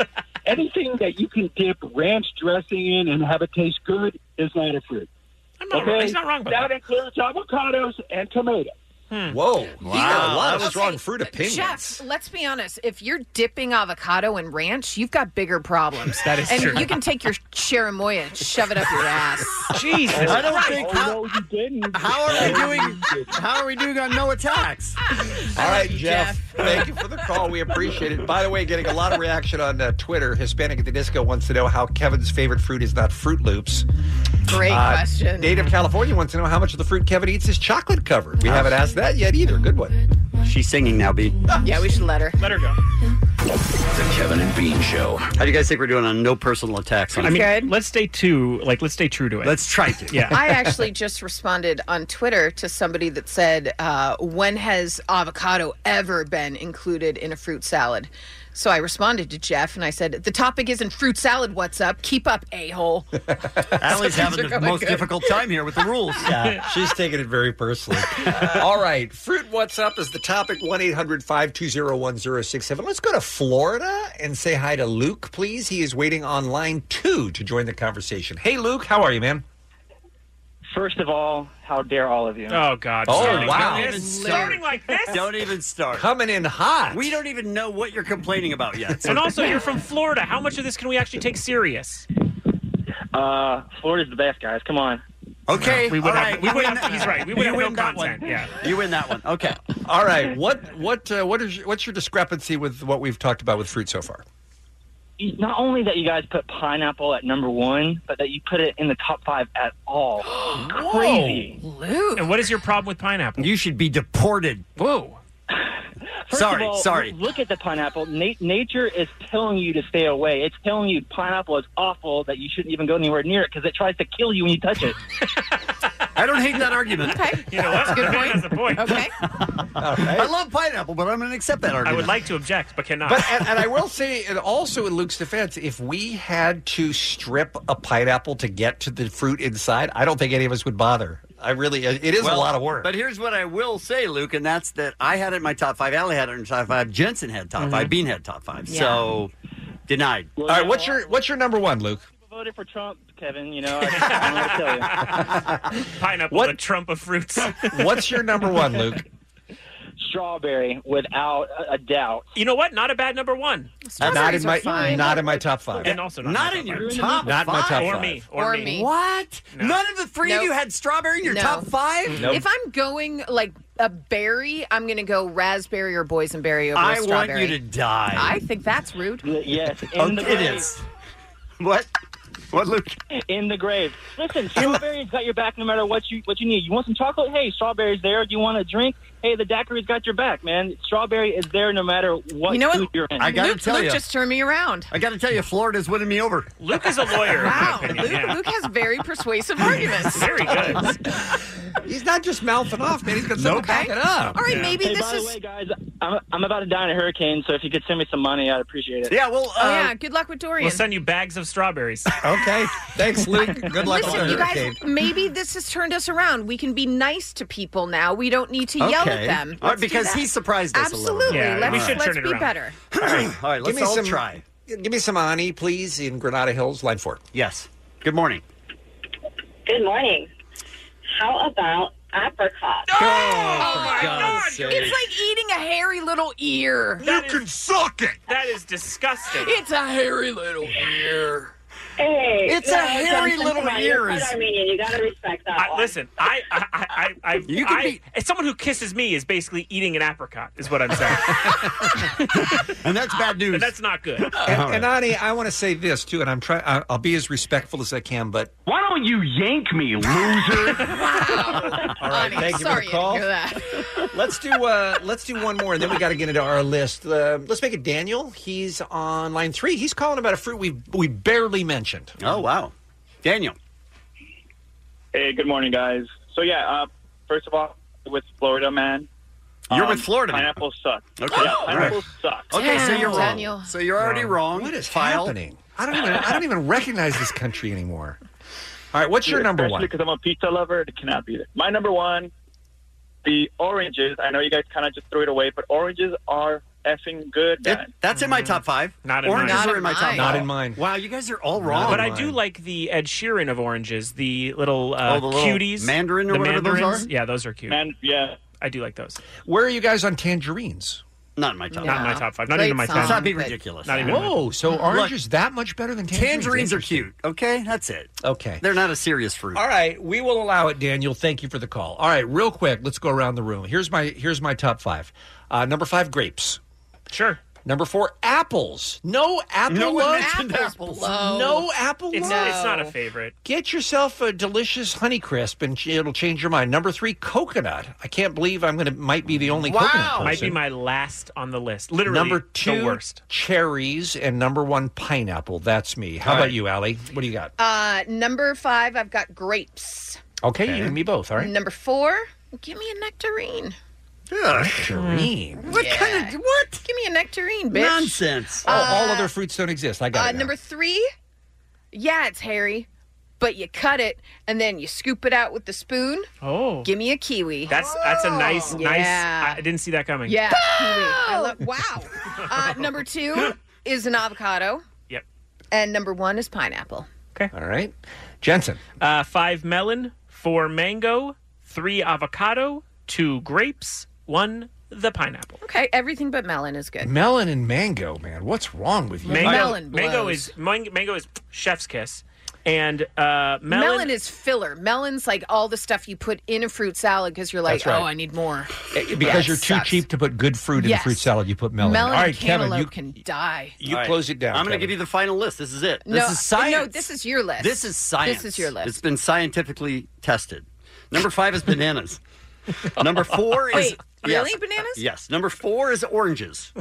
[SPEAKER 1] Anything that you can dip ranch dressing in and have it taste good is not a fruit.
[SPEAKER 12] I'm not
[SPEAKER 1] okay?
[SPEAKER 12] wrong- he's not wrong about Hmm.
[SPEAKER 1] that. includes avocados and tomatoes.
[SPEAKER 11] Whoa!
[SPEAKER 1] Wow.
[SPEAKER 11] You got a lot of
[SPEAKER 1] Okay,
[SPEAKER 11] strong fruit opinions.
[SPEAKER 13] Uh, Jeff, let's be honest. If you're dipping avocado in ranch, you've got bigger problems.
[SPEAKER 11] <laughs> That is
[SPEAKER 13] and
[SPEAKER 11] true.
[SPEAKER 13] you can take your cherimoya and shove it up your
[SPEAKER 11] <laughs>
[SPEAKER 13] ass. <laughs>
[SPEAKER 12] Jesus
[SPEAKER 10] I don't think. How,
[SPEAKER 1] no, you didn't.
[SPEAKER 10] how are we doing? How are we doing on no attacks?
[SPEAKER 11] All right, Jeff. <laughs> Thank you for the call. We appreciate it. By the way, getting a lot of reaction on uh, Twitter. Hispanic at the Disco wants to know how Kevin's favorite fruit is not Fruit Loops.
[SPEAKER 13] Great
[SPEAKER 11] Uh,
[SPEAKER 13] question.
[SPEAKER 11] Native California wants to know how much of the fruit Kevin eats is chocolate covered. We haven't asked that yet either. Good one.
[SPEAKER 10] She's singing now, B.
[SPEAKER 13] Yeah, we should let her.
[SPEAKER 12] Let her go.
[SPEAKER 10] The Kevin and Bean Show. How do you guys think we're doing on no personal attacks?
[SPEAKER 12] I mean, let's stay too like let's stay true to it.
[SPEAKER 10] Let's try to.
[SPEAKER 12] Yeah.
[SPEAKER 13] I actually just responded on Twitter to somebody that said, uh, "When has avocado ever been included in a fruit salad?" So I responded to Jeff and I said, "The topic isn't fruit salad. What's up? Keep up, a hole."
[SPEAKER 11] <laughs>
[SPEAKER 10] Allie's having
[SPEAKER 13] Things are
[SPEAKER 10] the
[SPEAKER 13] going
[SPEAKER 10] most
[SPEAKER 13] good.
[SPEAKER 10] difficult time here with the
[SPEAKER 13] <laughs>
[SPEAKER 10] rules.
[SPEAKER 11] Yeah, she's taking it very personally. <laughs> All right, fruit. What's up is the topic. One 1067 Let's go to Florida and say hi to Luke, please. He is waiting on line two to join the conversation. Hey, Luke, how are you, man?
[SPEAKER 2] First of all, how dare all of you?
[SPEAKER 12] Oh God!
[SPEAKER 11] Oh,
[SPEAKER 2] Starting
[SPEAKER 11] wow.
[SPEAKER 2] like this? Starting
[SPEAKER 12] like this?
[SPEAKER 10] Don't even start.
[SPEAKER 11] Coming in hot.
[SPEAKER 10] We don't even know what you're complaining about <laughs> yet.
[SPEAKER 12] and also, you're from <laughs> Florida. How much of this can we actually take serious?
[SPEAKER 2] Uh, Florida's the best, guys. Come on.
[SPEAKER 10] Okay.
[SPEAKER 12] we would
[SPEAKER 10] all
[SPEAKER 12] have-
[SPEAKER 10] right,
[SPEAKER 12] we
[SPEAKER 10] I
[SPEAKER 12] would
[SPEAKER 10] win
[SPEAKER 12] have-
[SPEAKER 10] that-
[SPEAKER 12] he's right, we would
[SPEAKER 10] you
[SPEAKER 12] have no
[SPEAKER 10] win that
[SPEAKER 12] content,
[SPEAKER 10] one.
[SPEAKER 12] yeah.
[SPEAKER 10] You win that one. Okay.
[SPEAKER 11] All right. What what uh, what is what's your discrepancy with what we've talked about with fruit so far?
[SPEAKER 2] Not only that you guys put pineapple at number one, but that you put it in the top five at
[SPEAKER 10] <gasps>
[SPEAKER 2] all. Crazy.
[SPEAKER 13] Luke.
[SPEAKER 12] And what is your problem with pineapple?
[SPEAKER 10] You should be deported.
[SPEAKER 12] Whoa.
[SPEAKER 2] First
[SPEAKER 10] Sorry,
[SPEAKER 2] of all,
[SPEAKER 10] sorry.
[SPEAKER 2] Look at the pineapple. Na- nature is telling you to stay away. It's telling you pineapple is awful, that you shouldn't even go anywhere near it because it tries to kill you when you touch it.
[SPEAKER 10] <laughs> I don't hate that argument.
[SPEAKER 13] Okay.
[SPEAKER 12] <laughs> You know what? That's a good point. <laughs>
[SPEAKER 13] Okay.
[SPEAKER 10] I love pineapple, but I'm going to accept that argument.
[SPEAKER 12] I would like to object, but cannot.
[SPEAKER 11] But and, and I will say, and also in Luke's defense, if we had to strip a pineapple to get to the fruit inside, I don't think any of us would bother. I really, it is
[SPEAKER 10] Well,
[SPEAKER 11] a lot of
[SPEAKER 10] <laughs>
[SPEAKER 11] work.
[SPEAKER 10] But here's what I will say, Luke, and that's that I had it in my top five. Allie had it in top five. Jensen had top
[SPEAKER 12] Mm-hmm.
[SPEAKER 10] five. Bean had top five.
[SPEAKER 2] Yeah.
[SPEAKER 10] So denied.
[SPEAKER 2] All right, what's
[SPEAKER 11] your what's your number one, Luke?
[SPEAKER 2] Voted for Trump, Kevin. You know, I, I'm going to tell
[SPEAKER 10] <laughs>
[SPEAKER 2] you.
[SPEAKER 12] <laughs> pineapple, the trump of fruits.
[SPEAKER 11] <laughs> What's your number one, Luke?
[SPEAKER 2] Strawberry, without a- a doubt.
[SPEAKER 12] You know what? Not a bad number one.
[SPEAKER 11] not in my not in my top five.
[SPEAKER 12] And also not,
[SPEAKER 10] Not
[SPEAKER 12] in,
[SPEAKER 10] in your top
[SPEAKER 11] Not in my
[SPEAKER 10] five.
[SPEAKER 11] top
[SPEAKER 12] Or
[SPEAKER 11] five.
[SPEAKER 12] me. Or, me.
[SPEAKER 10] <laughs> What?
[SPEAKER 12] No.
[SPEAKER 10] None of the three of
[SPEAKER 13] Nope.
[SPEAKER 10] you had strawberry in your
[SPEAKER 13] No.
[SPEAKER 10] top five?
[SPEAKER 13] If I'm going like a berry, I'm going to go raspberry or boysenberry over a
[SPEAKER 10] I want
[SPEAKER 13] strawberry.
[SPEAKER 10] you to die.
[SPEAKER 13] I think that's rude.
[SPEAKER 2] Yes, in
[SPEAKER 10] Oh,
[SPEAKER 2] the
[SPEAKER 10] it
[SPEAKER 2] grave.
[SPEAKER 10] is. What? What, Luke?
[SPEAKER 2] In the grave. Listen, strawberries got your back no matter what you what you need. You want some chocolate? Hey, strawberries there. Do you want a drink? Hey, the daiquiri's got your back, man. Strawberry is there no matter what
[SPEAKER 13] You know
[SPEAKER 2] food
[SPEAKER 13] what?
[SPEAKER 2] you're in.
[SPEAKER 13] Luke, Luke just turned me around.
[SPEAKER 10] I got to tell you, Florida's winning me over.
[SPEAKER 12] Luke is a lawyer.
[SPEAKER 13] Wow, Luke, Luke has very persuasive
[SPEAKER 10] <laughs>
[SPEAKER 13] arguments.
[SPEAKER 12] Very good.
[SPEAKER 11] He's not just mouthing <laughs> off, man. He's got something
[SPEAKER 13] Okay.
[SPEAKER 11] back it up.
[SPEAKER 13] All right, maybe
[SPEAKER 2] Hey,
[SPEAKER 13] this
[SPEAKER 2] by
[SPEAKER 13] is.
[SPEAKER 2] the way, guys, I'm, I'm about to die in a hurricane, so if you could send me some money, I'd appreciate it.
[SPEAKER 10] Yeah, well, uh, um,
[SPEAKER 13] oh yeah, good luck with Dorian.
[SPEAKER 12] We'll send you bags of
[SPEAKER 10] <laughs>
[SPEAKER 12] strawberries.
[SPEAKER 11] Okay.
[SPEAKER 13] <laughs>
[SPEAKER 11] Thanks, Luke. Good luck
[SPEAKER 13] Listen,
[SPEAKER 11] with
[SPEAKER 13] you
[SPEAKER 11] the
[SPEAKER 13] guys,
[SPEAKER 11] hurricane.
[SPEAKER 13] maybe this has turned us around. We can be nice to people now. We don't need to yell at
[SPEAKER 10] Okay.
[SPEAKER 13] them.
[SPEAKER 10] All right,
[SPEAKER 13] Let's do
[SPEAKER 10] because
[SPEAKER 13] that.
[SPEAKER 10] he surprised us a little.
[SPEAKER 13] Absolutely.
[SPEAKER 10] Yeah, yeah,
[SPEAKER 13] let's
[SPEAKER 10] we should
[SPEAKER 13] let's
[SPEAKER 10] turn it
[SPEAKER 13] be
[SPEAKER 11] <clears throat>
[SPEAKER 10] around.
[SPEAKER 13] better.
[SPEAKER 10] <clears throat> all right, let's all try.
[SPEAKER 11] Give me some Ani, please, in Granada Hills, line four.
[SPEAKER 10] Yes. Good morning.
[SPEAKER 22] Good morning. How about apricots?
[SPEAKER 12] Oh, my God.
[SPEAKER 13] It's like eating a hairy little ear.
[SPEAKER 12] you can suck it. That is disgusting.
[SPEAKER 13] It's a hairy little ear.
[SPEAKER 8] Hey,
[SPEAKER 27] It's a
[SPEAKER 8] no,
[SPEAKER 27] hairy
[SPEAKER 8] Johnson,
[SPEAKER 27] little
[SPEAKER 8] come on, you're part
[SPEAKER 12] ears.
[SPEAKER 8] Armenian. You gotta respect that.
[SPEAKER 12] I,
[SPEAKER 8] one.
[SPEAKER 12] listen, I, I, I, I, I, you
[SPEAKER 8] can
[SPEAKER 12] I as someone who kisses me is basically eating an apricot, is what I'm saying,
[SPEAKER 10] and that's bad news.
[SPEAKER 12] that's not
[SPEAKER 11] <laughs>
[SPEAKER 12] good.
[SPEAKER 11] And, and Ani, I want to say this too, and I'm trying. I'll be as respectful as I can, but
[SPEAKER 28] why don't you yank me,
[SPEAKER 11] <laughs>
[SPEAKER 28] loser?
[SPEAKER 11] All right, thank you for the call. let's do uh, let's do one more, and then we got to get into our list. Uh, let's make it Daniel. He's on line three. He's calling about a fruit we we barely mentioned.
[SPEAKER 10] Oh wow, Daniel.
[SPEAKER 1] Hey, good morning, guys. So yeah, uh, first of all, with Florida man,
[SPEAKER 10] You're with Florida man.
[SPEAKER 1] Pineapples suck.
[SPEAKER 10] Okay.
[SPEAKER 1] yeah,
[SPEAKER 10] All right.
[SPEAKER 1] pineapples suck.
[SPEAKER 10] Okay, so you're wrong.
[SPEAKER 1] Daniel.
[SPEAKER 10] So you're already wrong.
[SPEAKER 11] What is
[SPEAKER 10] File.
[SPEAKER 11] happening? I don't even I don't even recognize this country anymore. All right, what's your number one?
[SPEAKER 1] Because I'm a pizza lover, it cannot be there. My number one, the oranges. I know you guys kind of just threw it away, but oranges are effing good. man.
[SPEAKER 10] that's in my top five.
[SPEAKER 12] Not
[SPEAKER 10] in Oranges mine. are in my top five. Not in
[SPEAKER 11] mine.
[SPEAKER 10] Wow, you guys are all wrong.
[SPEAKER 12] But I do like the Ed Sheeran of oranges, the little, uh,
[SPEAKER 10] Oh, the little
[SPEAKER 12] cuties,
[SPEAKER 10] mandarin or
[SPEAKER 12] the
[SPEAKER 10] whatever those
[SPEAKER 12] mandarins.
[SPEAKER 10] are?
[SPEAKER 12] Yeah, those are cute.
[SPEAKER 1] Man, yeah,
[SPEAKER 12] I do like those.
[SPEAKER 11] Where are you guys on tangerines?
[SPEAKER 10] Not in my top.
[SPEAKER 12] Not in my top five. Not even in my top.
[SPEAKER 10] Let's not be ridiculous.
[SPEAKER 12] Not even. in my-
[SPEAKER 11] Whoa, Oh, so orange is that much better than tangerines?
[SPEAKER 10] Tangerines are cute. Okay, that's it.
[SPEAKER 11] Okay,
[SPEAKER 10] they're not a serious fruit.
[SPEAKER 11] All right, we will allow it, Daniel. Thank you for the call. All right, real quick, let's go around the room. Here's my here's my top five. Uh, number five, grapes.
[SPEAKER 12] Sure.
[SPEAKER 11] Number four, apples. No apple.
[SPEAKER 27] No one
[SPEAKER 11] loaf.
[SPEAKER 27] mentioned apples.
[SPEAKER 11] No apple.
[SPEAKER 12] It's,
[SPEAKER 11] loaf.
[SPEAKER 12] it's not a favorite.
[SPEAKER 11] Get yourself a delicious honey crisp, and it'll change your mind. Number three, coconut. I can't believe I'm gonna might be the only coconut person.
[SPEAKER 12] Might be my last on the list. Literally,
[SPEAKER 11] number two,
[SPEAKER 12] the worst.
[SPEAKER 11] cherries, and number one, pineapple. That's me. How
[SPEAKER 12] All
[SPEAKER 11] about
[SPEAKER 12] right.
[SPEAKER 11] you, Allie? What do you got?
[SPEAKER 13] Uh, number five, I've got grapes.
[SPEAKER 11] Okay, you and me both. All right.
[SPEAKER 13] Number four, give me a nectarine.
[SPEAKER 11] Nectarine.
[SPEAKER 13] What kind of what? Give me a nectarine, bitch.
[SPEAKER 11] Nonsense. Oh, all other fruits don't exist. I got
[SPEAKER 13] Uh,
[SPEAKER 11] it. now.
[SPEAKER 13] number three, yeah, it's hairy, but you cut it and then you scoop it out with the spoon.
[SPEAKER 12] Oh,
[SPEAKER 13] Give me a kiwi. Oh.
[SPEAKER 12] that's that's a nice, nice.
[SPEAKER 13] Yeah.
[SPEAKER 12] I, I didn't see that coming.
[SPEAKER 13] Yeah, kiwi. I love,
[SPEAKER 10] <laughs>
[SPEAKER 13] wow. Uh, number two is an avocado.
[SPEAKER 12] Yep.
[SPEAKER 13] And number one is pineapple.
[SPEAKER 11] All right. Jensen.
[SPEAKER 12] Uh, five melon, four mango, three avocado, two grapes, one the pineapple.
[SPEAKER 13] Okay, everything but melon is good.
[SPEAKER 11] Melon and mango, man. What's wrong with you?
[SPEAKER 12] Mango,
[SPEAKER 13] Melon
[SPEAKER 12] mango
[SPEAKER 13] blows.
[SPEAKER 12] is mango, mango is chef's kiss, and uh, melon,
[SPEAKER 13] Melon, is filler. Melon's like all the stuff you put in a fruit salad because you're like,
[SPEAKER 11] That's right.
[SPEAKER 13] oh, I need more.
[SPEAKER 11] Eh,
[SPEAKER 13] Yeah, it
[SPEAKER 11] Because you're too
[SPEAKER 13] sucks.
[SPEAKER 11] cheap to put good fruit in
[SPEAKER 13] Yes.
[SPEAKER 11] the fruit salad, you put melon. in.
[SPEAKER 13] Melon
[SPEAKER 11] all
[SPEAKER 13] and
[SPEAKER 11] right,
[SPEAKER 13] cantaloupe
[SPEAKER 11] Kevin, you
[SPEAKER 13] can die.
[SPEAKER 11] you close it down.
[SPEAKER 10] I'm going to
[SPEAKER 11] Kevin.
[SPEAKER 10] give you the final list. This is it.
[SPEAKER 13] No,
[SPEAKER 10] this is science.
[SPEAKER 13] No, this is your list.
[SPEAKER 10] This is science.
[SPEAKER 13] This is your list.
[SPEAKER 10] It's been scientifically tested. Number five is bananas. Number four is
[SPEAKER 13] Wait,
[SPEAKER 10] yes.
[SPEAKER 13] really? Bananas?
[SPEAKER 10] Yes. Number four is oranges.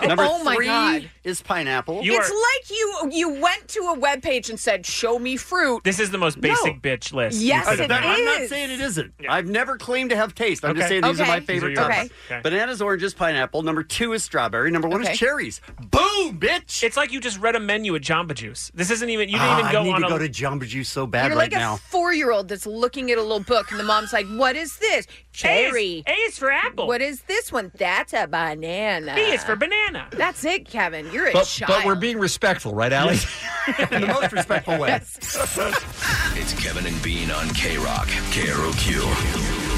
[SPEAKER 10] Number
[SPEAKER 13] oh my
[SPEAKER 10] three
[SPEAKER 13] God.
[SPEAKER 10] is pineapple.
[SPEAKER 13] it's like you you went to a webpage and said, "Show me fruit."
[SPEAKER 12] This is the most basic bitch list. you
[SPEAKER 13] Yes,
[SPEAKER 12] could have
[SPEAKER 13] it
[SPEAKER 12] done.
[SPEAKER 10] I'm not
[SPEAKER 13] is.
[SPEAKER 10] saying it isn't. I've never claimed to have taste. I'm just
[SPEAKER 12] Okay.
[SPEAKER 10] saying these are my
[SPEAKER 13] Okay.
[SPEAKER 10] favorite.
[SPEAKER 12] These are yours.
[SPEAKER 10] toppings.
[SPEAKER 12] Okay.
[SPEAKER 10] Bananas, oranges, pineapple. Number two is strawberry. Number one
[SPEAKER 12] Okay.
[SPEAKER 10] is cherries. Boom, bitch.
[SPEAKER 12] It's like you just read a menu at Jamba Juice. This isn't even. You didn't
[SPEAKER 10] Ah,
[SPEAKER 12] even go
[SPEAKER 10] I need
[SPEAKER 12] on
[SPEAKER 10] to
[SPEAKER 12] a.
[SPEAKER 10] go to Jamba Juice so bad
[SPEAKER 13] You're
[SPEAKER 10] right
[SPEAKER 13] like a
[SPEAKER 10] now.
[SPEAKER 13] four-year-old that's looking at a little book, and the mom's like, "What is this? Cherry."
[SPEAKER 12] A is, A is for apple.
[SPEAKER 13] What is this one? That's a banana.
[SPEAKER 12] B is for banana.
[SPEAKER 13] That's it, Kevin. You're a
[SPEAKER 11] But,
[SPEAKER 13] child.
[SPEAKER 11] but we're being respectful, right, Allie?
[SPEAKER 10] <laughs> In the most respectful way.
[SPEAKER 16] It's Kevin and Bean on K Rock, K R O Q.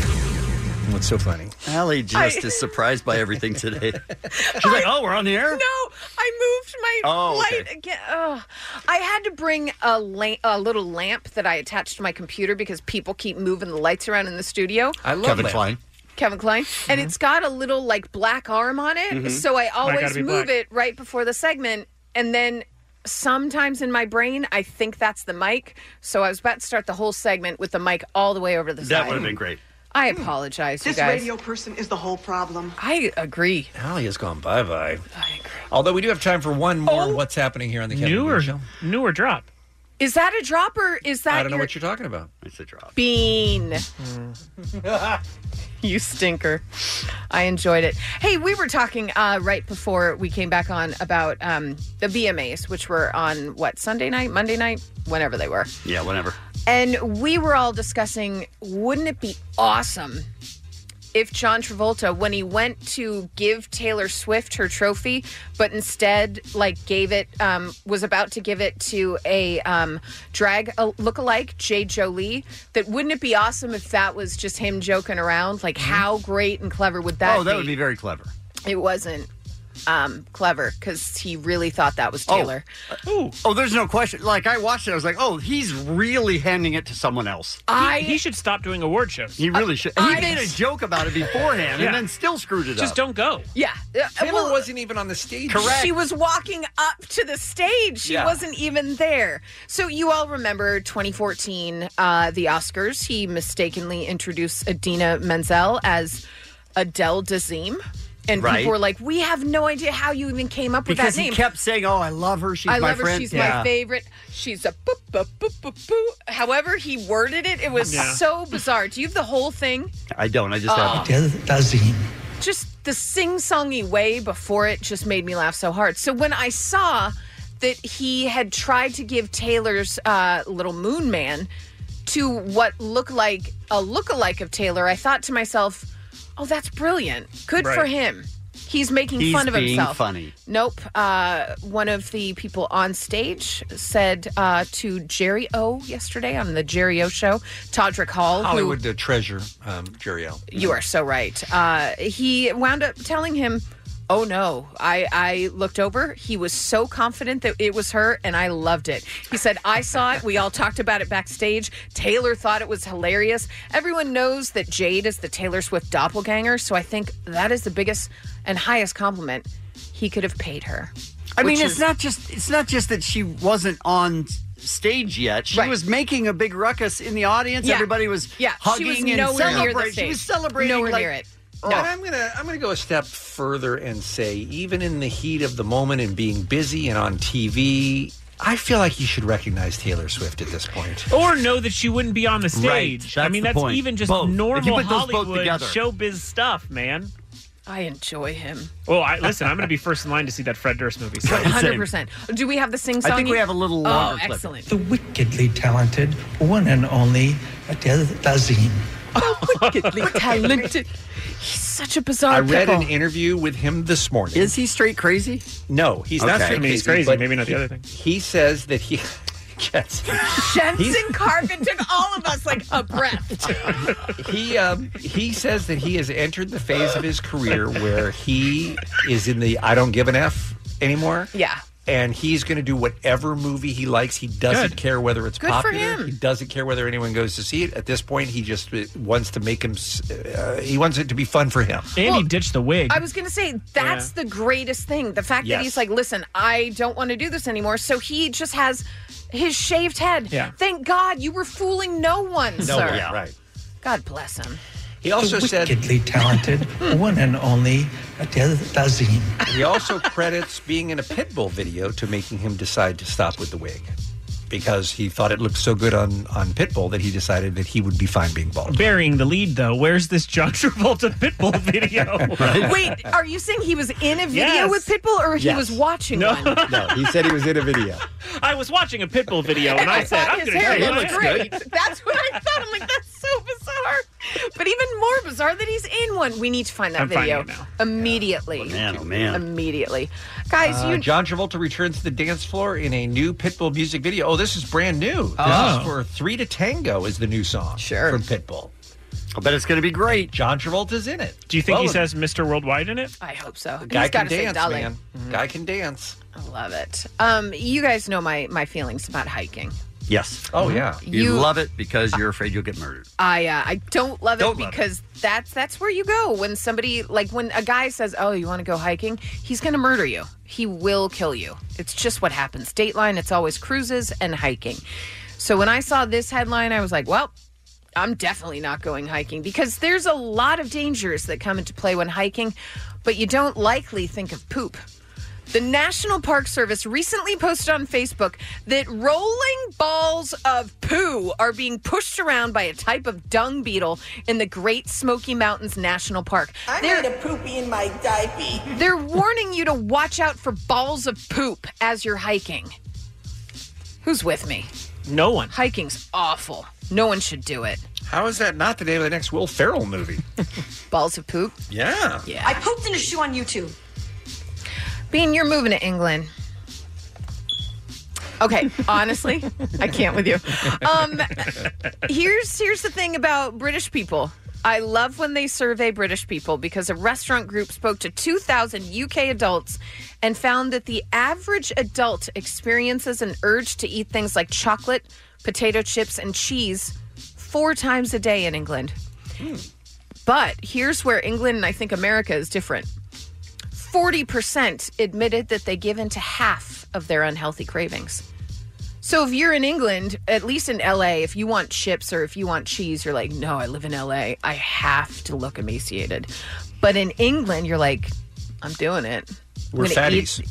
[SPEAKER 11] What's so funny?
[SPEAKER 10] Allie just
[SPEAKER 13] I-
[SPEAKER 10] is surprised by everything today. <laughs> She's like, oh, we're on the air?
[SPEAKER 13] No, I moved my
[SPEAKER 10] Oh, okay.
[SPEAKER 13] light again. Oh, I had to bring a, la- a little lamp that I attached to my computer because people keep moving the lights around in the studio.
[SPEAKER 11] I love
[SPEAKER 10] Kevin
[SPEAKER 11] that.
[SPEAKER 10] Klein.
[SPEAKER 13] Kevin Klein, and it's got a little like black arm on it,
[SPEAKER 10] Mhm.
[SPEAKER 13] so I
[SPEAKER 10] gotta
[SPEAKER 13] always
[SPEAKER 10] be
[SPEAKER 13] move
[SPEAKER 10] black.
[SPEAKER 13] it right before the segment, and then sometimes in my brain I think that's the mic. So I was about to start the whole segment with the mic all the way over the side.
[SPEAKER 10] That would have been great.
[SPEAKER 13] I apologize, you
[SPEAKER 29] This
[SPEAKER 13] guys.
[SPEAKER 29] radio person is the whole problem.
[SPEAKER 13] I agree.
[SPEAKER 11] <laughs> Allie has gone bye bye. Although we do have time for one more. What's happening here on the Kevin and Bean
[SPEAKER 12] Oh. Newer,
[SPEAKER 11] Show?
[SPEAKER 12] newer drop.
[SPEAKER 13] Is that a drop or is that
[SPEAKER 11] I don't know
[SPEAKER 13] your
[SPEAKER 11] what you're talking about.
[SPEAKER 10] It's a drop.
[SPEAKER 13] bean? you stinker. I enjoyed it. Hey, we were talking uh, right before we came back on about um, the VMAs, which were on what Sunday night, Monday night, whenever they were,
[SPEAKER 10] Yeah, whatever.
[SPEAKER 13] and we were all discussing, wouldn't it be awesome if John Travolta, when he went to give Taylor Swift her trophy, but instead like gave it, um, was about to give it to a um, drag uh, lookalike, Jay Jolie, that wouldn't it be awesome if that was just him joking around? Like, how great and clever would that?
[SPEAKER 10] oh, that would Oh, be very clever.
[SPEAKER 13] It wasn't. um, clever because he really thought that was Taylor.
[SPEAKER 10] Oh, oh, there's no question. Like I watched it, I was like, oh, he's really handing it to someone else.
[SPEAKER 13] I-
[SPEAKER 12] He should stop doing award shows.
[SPEAKER 13] Uh,
[SPEAKER 10] He really should. he made a joke about it beforehand,
[SPEAKER 12] Yeah.
[SPEAKER 10] and then still screwed it
[SPEAKER 12] Just
[SPEAKER 10] up.
[SPEAKER 12] don't
[SPEAKER 13] <laughs>
[SPEAKER 12] go.
[SPEAKER 13] Yeah. Uh,
[SPEAKER 11] Taylor
[SPEAKER 13] well,
[SPEAKER 11] wasn't even on the stage.
[SPEAKER 13] She was walking up to the stage. She
[SPEAKER 11] Yeah.
[SPEAKER 13] wasn't even there. So you all remember 2014, uh, the Oscars. He mistakenly introduced Adina Menzel as Adele Dazeem. And
[SPEAKER 10] Right.
[SPEAKER 13] people were like, we have no idea how you even came up with
[SPEAKER 10] because
[SPEAKER 13] that name.
[SPEAKER 10] he kept saying, "Oh, I love her. She's
[SPEAKER 13] I
[SPEAKER 10] my
[SPEAKER 13] love her.
[SPEAKER 10] friend."
[SPEAKER 13] She's
[SPEAKER 10] Yeah.
[SPEAKER 13] my favorite. She's a boop, boop, boop, boop, boop. However, he worded it, it was
[SPEAKER 10] Yeah.
[SPEAKER 13] so bizarre. Do you have the whole thing?
[SPEAKER 10] I don't. I just
[SPEAKER 13] Oh.
[SPEAKER 10] have Dazim.
[SPEAKER 13] just the sing-songy way before it just made me laugh so hard. So when I saw that he had tried to give Taylor's uh, little moon man to what looked like a look-alike of Taylor, I thought to myself, "Oh, that's brilliant. Good for
[SPEAKER 10] Right.
[SPEAKER 13] him. He's making
[SPEAKER 10] He's
[SPEAKER 13] fun of
[SPEAKER 10] being
[SPEAKER 13] himself."
[SPEAKER 10] funny.
[SPEAKER 13] Nope. Uh, one of the people on stage said uh, to Jerry O yesterday on the Jerry O show, Todrick Hall, who
[SPEAKER 11] Hollywood uh, treasure, um, Jerry O.
[SPEAKER 13] you are so right. Uh, he wound up telling him, "Oh no, I I looked over. He was so confident that it was her, and I loved it." He said, "I saw it. We all talked about it backstage. Taylor thought it was hilarious. Everyone knows that Jade is the Taylor Swift doppelganger, so I think that is the biggest and highest compliment he could have paid her."
[SPEAKER 10] I
[SPEAKER 13] Which
[SPEAKER 10] mean, it's
[SPEAKER 13] is-
[SPEAKER 10] not just it's not just that she wasn't on s- stage yet. She was making a big ruckus in the audience.
[SPEAKER 13] Yeah.
[SPEAKER 10] Everybody was
[SPEAKER 13] Yeah, she
[SPEAKER 10] hugging
[SPEAKER 13] was
[SPEAKER 10] and
[SPEAKER 13] nowhere near the
[SPEAKER 10] celebrating. She was
[SPEAKER 13] stage.
[SPEAKER 10] celebrating
[SPEAKER 13] Nowhere
[SPEAKER 10] like- oh.
[SPEAKER 13] near it.
[SPEAKER 11] And
[SPEAKER 10] <laughs>
[SPEAKER 11] I'm gonna I'm gonna go a step further and say, even in the heat of the moment and being busy and on TV, I feel like you should recognize Taylor Swift at this point.
[SPEAKER 12] Or know that she wouldn't be on the stage. I
[SPEAKER 11] Right. That's
[SPEAKER 12] mean,
[SPEAKER 11] the
[SPEAKER 12] that's
[SPEAKER 11] point.
[SPEAKER 12] even just
[SPEAKER 11] Both. If you
[SPEAKER 12] normal
[SPEAKER 11] put those both
[SPEAKER 12] Hollywood
[SPEAKER 11] together.
[SPEAKER 12] showbiz stuff, man.
[SPEAKER 13] I enjoy him
[SPEAKER 12] Well, I, listen, I'm going to be first in line to see that Fred Durst movie. So.
[SPEAKER 13] 100%. Do we have the sing song? Oh, excellent.
[SPEAKER 3] The wickedly talented one and only Adele Dazim.
[SPEAKER 13] wickedly talented. He's such a bizarre.
[SPEAKER 11] I read
[SPEAKER 13] pickle.
[SPEAKER 11] an interview with him this morning.
[SPEAKER 10] Is he straight crazy?
[SPEAKER 11] No, he's not.
[SPEAKER 12] Okay.
[SPEAKER 11] Straight
[SPEAKER 12] I mean, he's crazy,
[SPEAKER 11] but
[SPEAKER 12] maybe not the
[SPEAKER 11] he-
[SPEAKER 12] other thing.
[SPEAKER 11] He says that he. <laughs> Jensen.
[SPEAKER 13] Jensen Carpet took all of us like a <laughs> breath.
[SPEAKER 11] he um, he says that he has entered the phase of his career where he is in the I don't give an f anymore.
[SPEAKER 13] Yeah.
[SPEAKER 11] And he's going to do whatever movie he likes. He doesn't care whether it's
[SPEAKER 13] Good for
[SPEAKER 11] popular.
[SPEAKER 13] him.
[SPEAKER 11] He doesn't care whether anyone goes to see it. At this point, he just uh, wants to make him. s- Uh, he wants it to be fun for him.
[SPEAKER 12] And he ditched the wig.
[SPEAKER 13] I was going to say that's the greatest thing. The fact that
[SPEAKER 11] Yes.
[SPEAKER 13] he's like, listen, I don't want to do this anymore. So he just has his shaved head.
[SPEAKER 11] Yeah.
[SPEAKER 13] Thank God you were fooling no one, sir.
[SPEAKER 11] right.
[SPEAKER 13] God bless him.
[SPEAKER 11] He also
[SPEAKER 3] the
[SPEAKER 11] said-
[SPEAKER 3] wickedly
[SPEAKER 11] <laughs>
[SPEAKER 3] talented one and only Adele Dazim.
[SPEAKER 11] He also credits being in a Pitbull video to making him decide to stop with the wig because he thought it looked so good on, on Pitbull that he decided that he would be fine being bald.
[SPEAKER 12] Burying the lead, though. Where's this John <laughs> Travolta Pitbull
[SPEAKER 11] <laughs>
[SPEAKER 12] video?
[SPEAKER 13] Wait, are you saying he was in a video
[SPEAKER 12] Yes.
[SPEAKER 13] with Pitbull or he
[SPEAKER 12] Yes.
[SPEAKER 13] was watching
[SPEAKER 12] No.
[SPEAKER 13] one?
[SPEAKER 11] No, he said he was in a video.
[SPEAKER 12] I was watching a Pitbull video and,
[SPEAKER 13] And
[SPEAKER 12] I,
[SPEAKER 13] I
[SPEAKER 12] said,
[SPEAKER 13] thought
[SPEAKER 12] I'm
[SPEAKER 13] his
[SPEAKER 12] going
[SPEAKER 13] hair
[SPEAKER 12] to
[SPEAKER 13] looked great. That's what I thought. I'm like, that's so bizarre. But even more bizarre that he's in one. We need to find that
[SPEAKER 11] I'm finding
[SPEAKER 13] video
[SPEAKER 11] it now.
[SPEAKER 13] immediately.
[SPEAKER 11] man, oh, man.
[SPEAKER 13] Immediately. Guys,
[SPEAKER 11] Uh,
[SPEAKER 13] you
[SPEAKER 11] John Travolta returns to the dance floor in a new Pitbull music video. Oh, this is brand new. This
[SPEAKER 10] Oh.
[SPEAKER 11] is for Three to Tango is the new song sure. from Pitbull.
[SPEAKER 10] I bet it's going to be great.
[SPEAKER 11] John Travolta's in it.
[SPEAKER 12] Do you think he
[SPEAKER 11] Well,
[SPEAKER 12] says Mr. Worldwide in it?
[SPEAKER 13] I hope so.
[SPEAKER 11] Guy
[SPEAKER 13] He's
[SPEAKER 11] can
[SPEAKER 13] gotta sing
[SPEAKER 11] dance,
[SPEAKER 13] Dolly.
[SPEAKER 11] man. Guy can dance.
[SPEAKER 13] I love it.
[SPEAKER 11] Uh,
[SPEAKER 13] Um, you guys know my my feelings about hiking.
[SPEAKER 10] Yes.
[SPEAKER 11] Oh yeah.
[SPEAKER 10] You,
[SPEAKER 13] You-
[SPEAKER 10] love it because you're afraid you'll get murdered.
[SPEAKER 13] I uh, I don't love
[SPEAKER 10] Don't
[SPEAKER 13] it
[SPEAKER 10] love it.
[SPEAKER 13] because that's that's where you go when somebody like when a guy says, "Oh, you want to go hiking?" He's going to murder you. He will kill you. It's just what happens. Dateline, it's always cruises and hiking. So when I saw this headline, I was like, "Well, I'm definitely not going hiking because there's a lot of dangers that come into play when hiking, but you don't likely think of poop." The National Park Service recently posted on Facebook that rolling balls of poo are being pushed around by a type of dung beetle in the Great Smoky Mountains National Park.
[SPEAKER 30] I
[SPEAKER 13] They're,
[SPEAKER 30] made a poopy in my diaper.
[SPEAKER 13] they're warning you to watch out for balls of poop as you're hiking. Who's with me?
[SPEAKER 12] No one.
[SPEAKER 13] Hiking's awful. No one should do it.
[SPEAKER 11] How is that not the name of the next Will Ferrell movie?
[SPEAKER 13] Balls of poop?
[SPEAKER 11] Yeah.
[SPEAKER 13] Yeah. I pooped in a shoe on YouTube. Bean, you're moving to England. Okay, honestly, I can't with you. Um, here's here's the thing about British people. I love when they survey British people because a restaurant group spoke to 2,000 UK adults and found that the average adult experiences an urge to eat things like chocolate, potato chips, and cheese four times a day in England. But here's where England and I think America is different 40% admitted that they give in to half of their unhealthy cravings. So if you're in England, at least in LA, if you want chips or if you want cheese, you're like, no, I live in LA. I have to look emaciated. But in England, you're like, I'm doing it. I'm
[SPEAKER 10] We're
[SPEAKER 13] gonna eat."
[SPEAKER 10] fatties.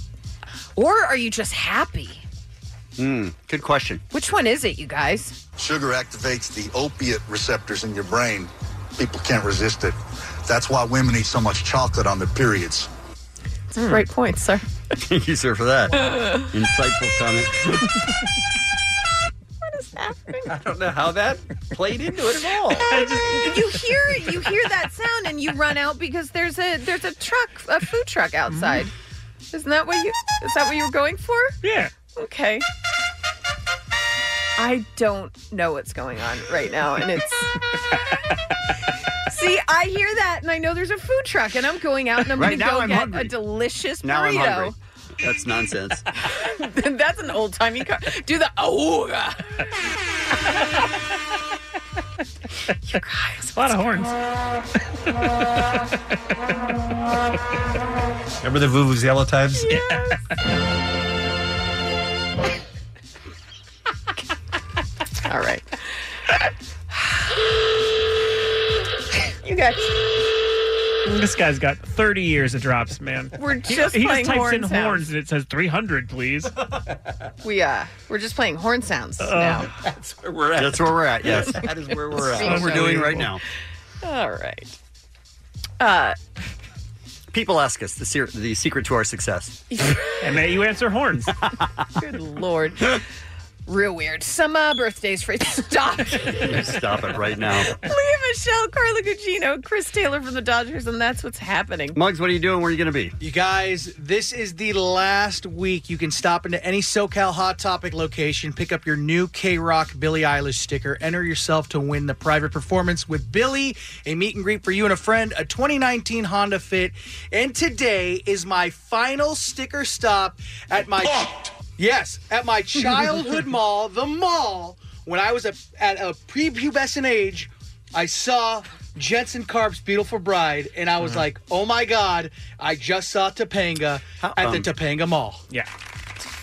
[SPEAKER 13] Or are you just happy?
[SPEAKER 10] Mm, good question.
[SPEAKER 13] Which one is it, you guys?
[SPEAKER 7] Sugar activates the opiate receptors in your brain. People can't resist it. That's why women eat so much chocolate on their periods.
[SPEAKER 13] It's a great point, sir.
[SPEAKER 10] <laughs> Thank you, sir, for that. Insightful comment.
[SPEAKER 1] <laughs>
[SPEAKER 22] I don't know how that played into it
[SPEAKER 12] <laughs>
[SPEAKER 22] at all.
[SPEAKER 13] you hear you hear that sound and you run out because there's a there's a truck a food truck
[SPEAKER 10] Mm-hmm.
[SPEAKER 13] outside. Isn't that what you is that what you were going for?
[SPEAKER 12] Yeah.
[SPEAKER 13] Okay. I don't know what's going on right now and it's <laughs> See, I hear that and I know there's a food truck and I'm going out and I'm
[SPEAKER 10] Right
[SPEAKER 13] gonna
[SPEAKER 10] now
[SPEAKER 13] go
[SPEAKER 10] I'm
[SPEAKER 13] get
[SPEAKER 10] hungry.
[SPEAKER 13] a delicious
[SPEAKER 10] <laughs> Now I'm
[SPEAKER 13] burrito.
[SPEAKER 10] hungry. That's
[SPEAKER 13] <laughs>
[SPEAKER 10] nonsense.
[SPEAKER 13] That's an old timey car. Do the oh You guys,
[SPEAKER 12] a lot of horns.
[SPEAKER 22] Remember the Vuvuzela times?
[SPEAKER 13] <laughs>
[SPEAKER 11] <laughs>
[SPEAKER 13] All right. <laughs> you guys.
[SPEAKER 12] This guy's got 30 years of drops, man.
[SPEAKER 13] We're
[SPEAKER 12] He-
[SPEAKER 13] just
[SPEAKER 12] he,
[SPEAKER 13] playing
[SPEAKER 12] just types in
[SPEAKER 13] horn sounds.
[SPEAKER 12] horns and it says 300, please.
[SPEAKER 13] We uh we're just playing horn sounds
[SPEAKER 12] <laughs> Uh,
[SPEAKER 13] now.
[SPEAKER 22] That's where we're at.
[SPEAKER 10] That's where we're
[SPEAKER 13] <laughs>
[SPEAKER 10] at, yes.
[SPEAKER 22] that is where we're at.
[SPEAKER 10] That's what we're doing right now.
[SPEAKER 13] All right. Uh
[SPEAKER 10] People ask us the, ser- the secret to
[SPEAKER 13] <laughs>
[SPEAKER 10] our success.
[SPEAKER 12] and may you answer horns.
[SPEAKER 13] good lord. Real weird. Some uh, birthdays for <laughs> stop.
[SPEAKER 10] Stop it right now.
[SPEAKER 13] Leah Michelle, Carla Gugino, Chris Taylor from the Dodgers, and that's what's happening.
[SPEAKER 10] Muggs, what are you doing? Where are you going to be?
[SPEAKER 23] You guys, this is the last week you can stop into any SoCal Hot Topic location, pick up your new K Rock Billie Eilish sticker, enter yourself to win the private performance with Billie, a meet and greet for you and a friend, a 2019 Honda Fit. And today is my final sticker stop at my. Yes, at my childhood mall, the mall, when I was a, at a prepubescent age, I saw Jensen Karp's Beautiful Bride, and I was
[SPEAKER 10] Uh-huh.
[SPEAKER 23] like, oh my God, I just saw Topanga at
[SPEAKER 10] um,
[SPEAKER 23] the Topanga Mall.
[SPEAKER 12] Yeah.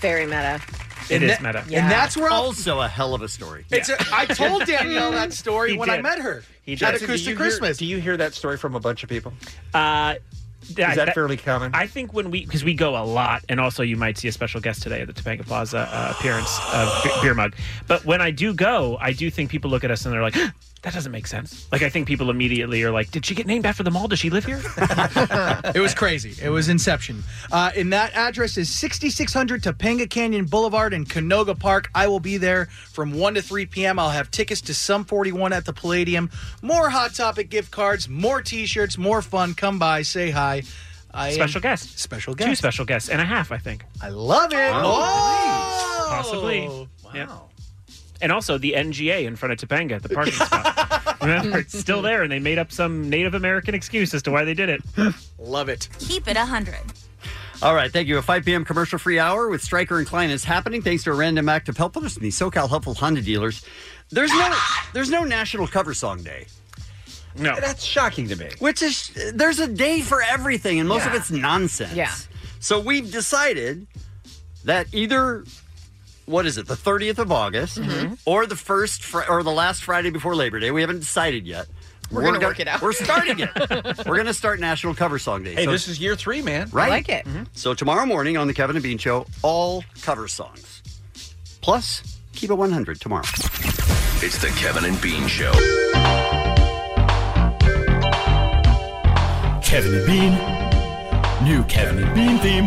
[SPEAKER 13] Very meta.
[SPEAKER 23] It is meta. And that's where I'll-
[SPEAKER 10] also a hell of a story.
[SPEAKER 23] It's a, I told
[SPEAKER 13] <laughs>
[SPEAKER 23] Danielle that story
[SPEAKER 12] He
[SPEAKER 23] when I
[SPEAKER 12] did.
[SPEAKER 23] met her
[SPEAKER 12] <laughs> He did.
[SPEAKER 23] at
[SPEAKER 12] So do you
[SPEAKER 23] Acoustic
[SPEAKER 12] hear-
[SPEAKER 23] Christmas.
[SPEAKER 22] Do you hear that story from a bunch of people?
[SPEAKER 12] Uh,
[SPEAKER 22] Is that fairly common?
[SPEAKER 12] I think when we, because we go a lot, and also you might see a special guest today at the Topanga Plaza uh, appearance of Be- Beer Mug. But when I do go, I do think people look at us and they're like, <gasps> that doesn't make sense. Like, I think people immediately are like, did she get named after the mall? Does she live here?
[SPEAKER 23] <laughs> it was crazy. It was Inception. Uh, and that address is 6600 Topanga Canyon Boulevard in Canoga Park. I will be there from 1 to 3 p.m. I'll have tickets to Sum 41 at the Palladium. More Hot Topic gift cards, more t shirts, more fun. Come by, say hi. I am-
[SPEAKER 12] special guest.
[SPEAKER 23] Special
[SPEAKER 12] Two
[SPEAKER 23] guest.
[SPEAKER 12] special guests and a half, I think.
[SPEAKER 23] I love it. Oh,
[SPEAKER 12] Possibly. Yeah. And also the NGA in front of Topanga at the parking
[SPEAKER 23] <laughs>
[SPEAKER 12] spot. Remember, it's still there, and they made up some Native American excuse as to why they did it.
[SPEAKER 23] Love it.
[SPEAKER 9] Keep it 100.
[SPEAKER 10] All right, thank you. A 5 p.m. commercial free hour with Stryker and Klein is happening thanks to a random act of helpfulness from the SoCal Helpful Honda Dealers. There's no there's no National Cover Song Day.
[SPEAKER 12] No.
[SPEAKER 22] That's shocking to me.
[SPEAKER 10] Which is there's a day for everything and most of
[SPEAKER 22] Yeah.
[SPEAKER 10] it's nonsense.
[SPEAKER 22] Yeah.
[SPEAKER 10] So we've decided that either what is it, the 30th of August or the first fr- or the last Friday before Labor Day. We haven't decided yet.
[SPEAKER 13] We're gonna work it out.
[SPEAKER 10] We're starting <laughs> it. we're going to start National Cover Song Day.
[SPEAKER 22] Hey,
[SPEAKER 10] So-
[SPEAKER 22] this is year three, man.
[SPEAKER 10] Right?
[SPEAKER 13] I like it.
[SPEAKER 12] Mm-hmm.
[SPEAKER 10] So tomorrow morning on the Kevin and Bean Show, all cover songs. Plus, keep it 100 tomorrow.
[SPEAKER 16] It's the Kevin and Bean Show.
[SPEAKER 14] Kevin and Bean. New Kevin and Bean theme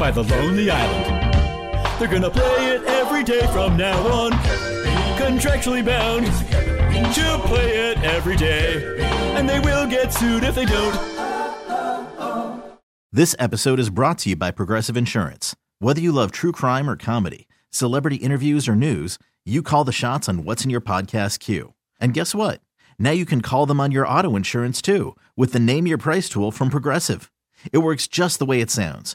[SPEAKER 14] by The Lonely Island. They're gonna play it every day from now on. Contractually bound to play it every day. And they will get sued if they don't.
[SPEAKER 31] This episode is brought to you by Progressive Insurance. Whether you love true crime or comedy, celebrity interviews or news, you call the shots on what's in your podcast queue. And guess what? Now you can call them on your auto insurance too with the Name Your Price tool from Progressive. It works just the way it sounds.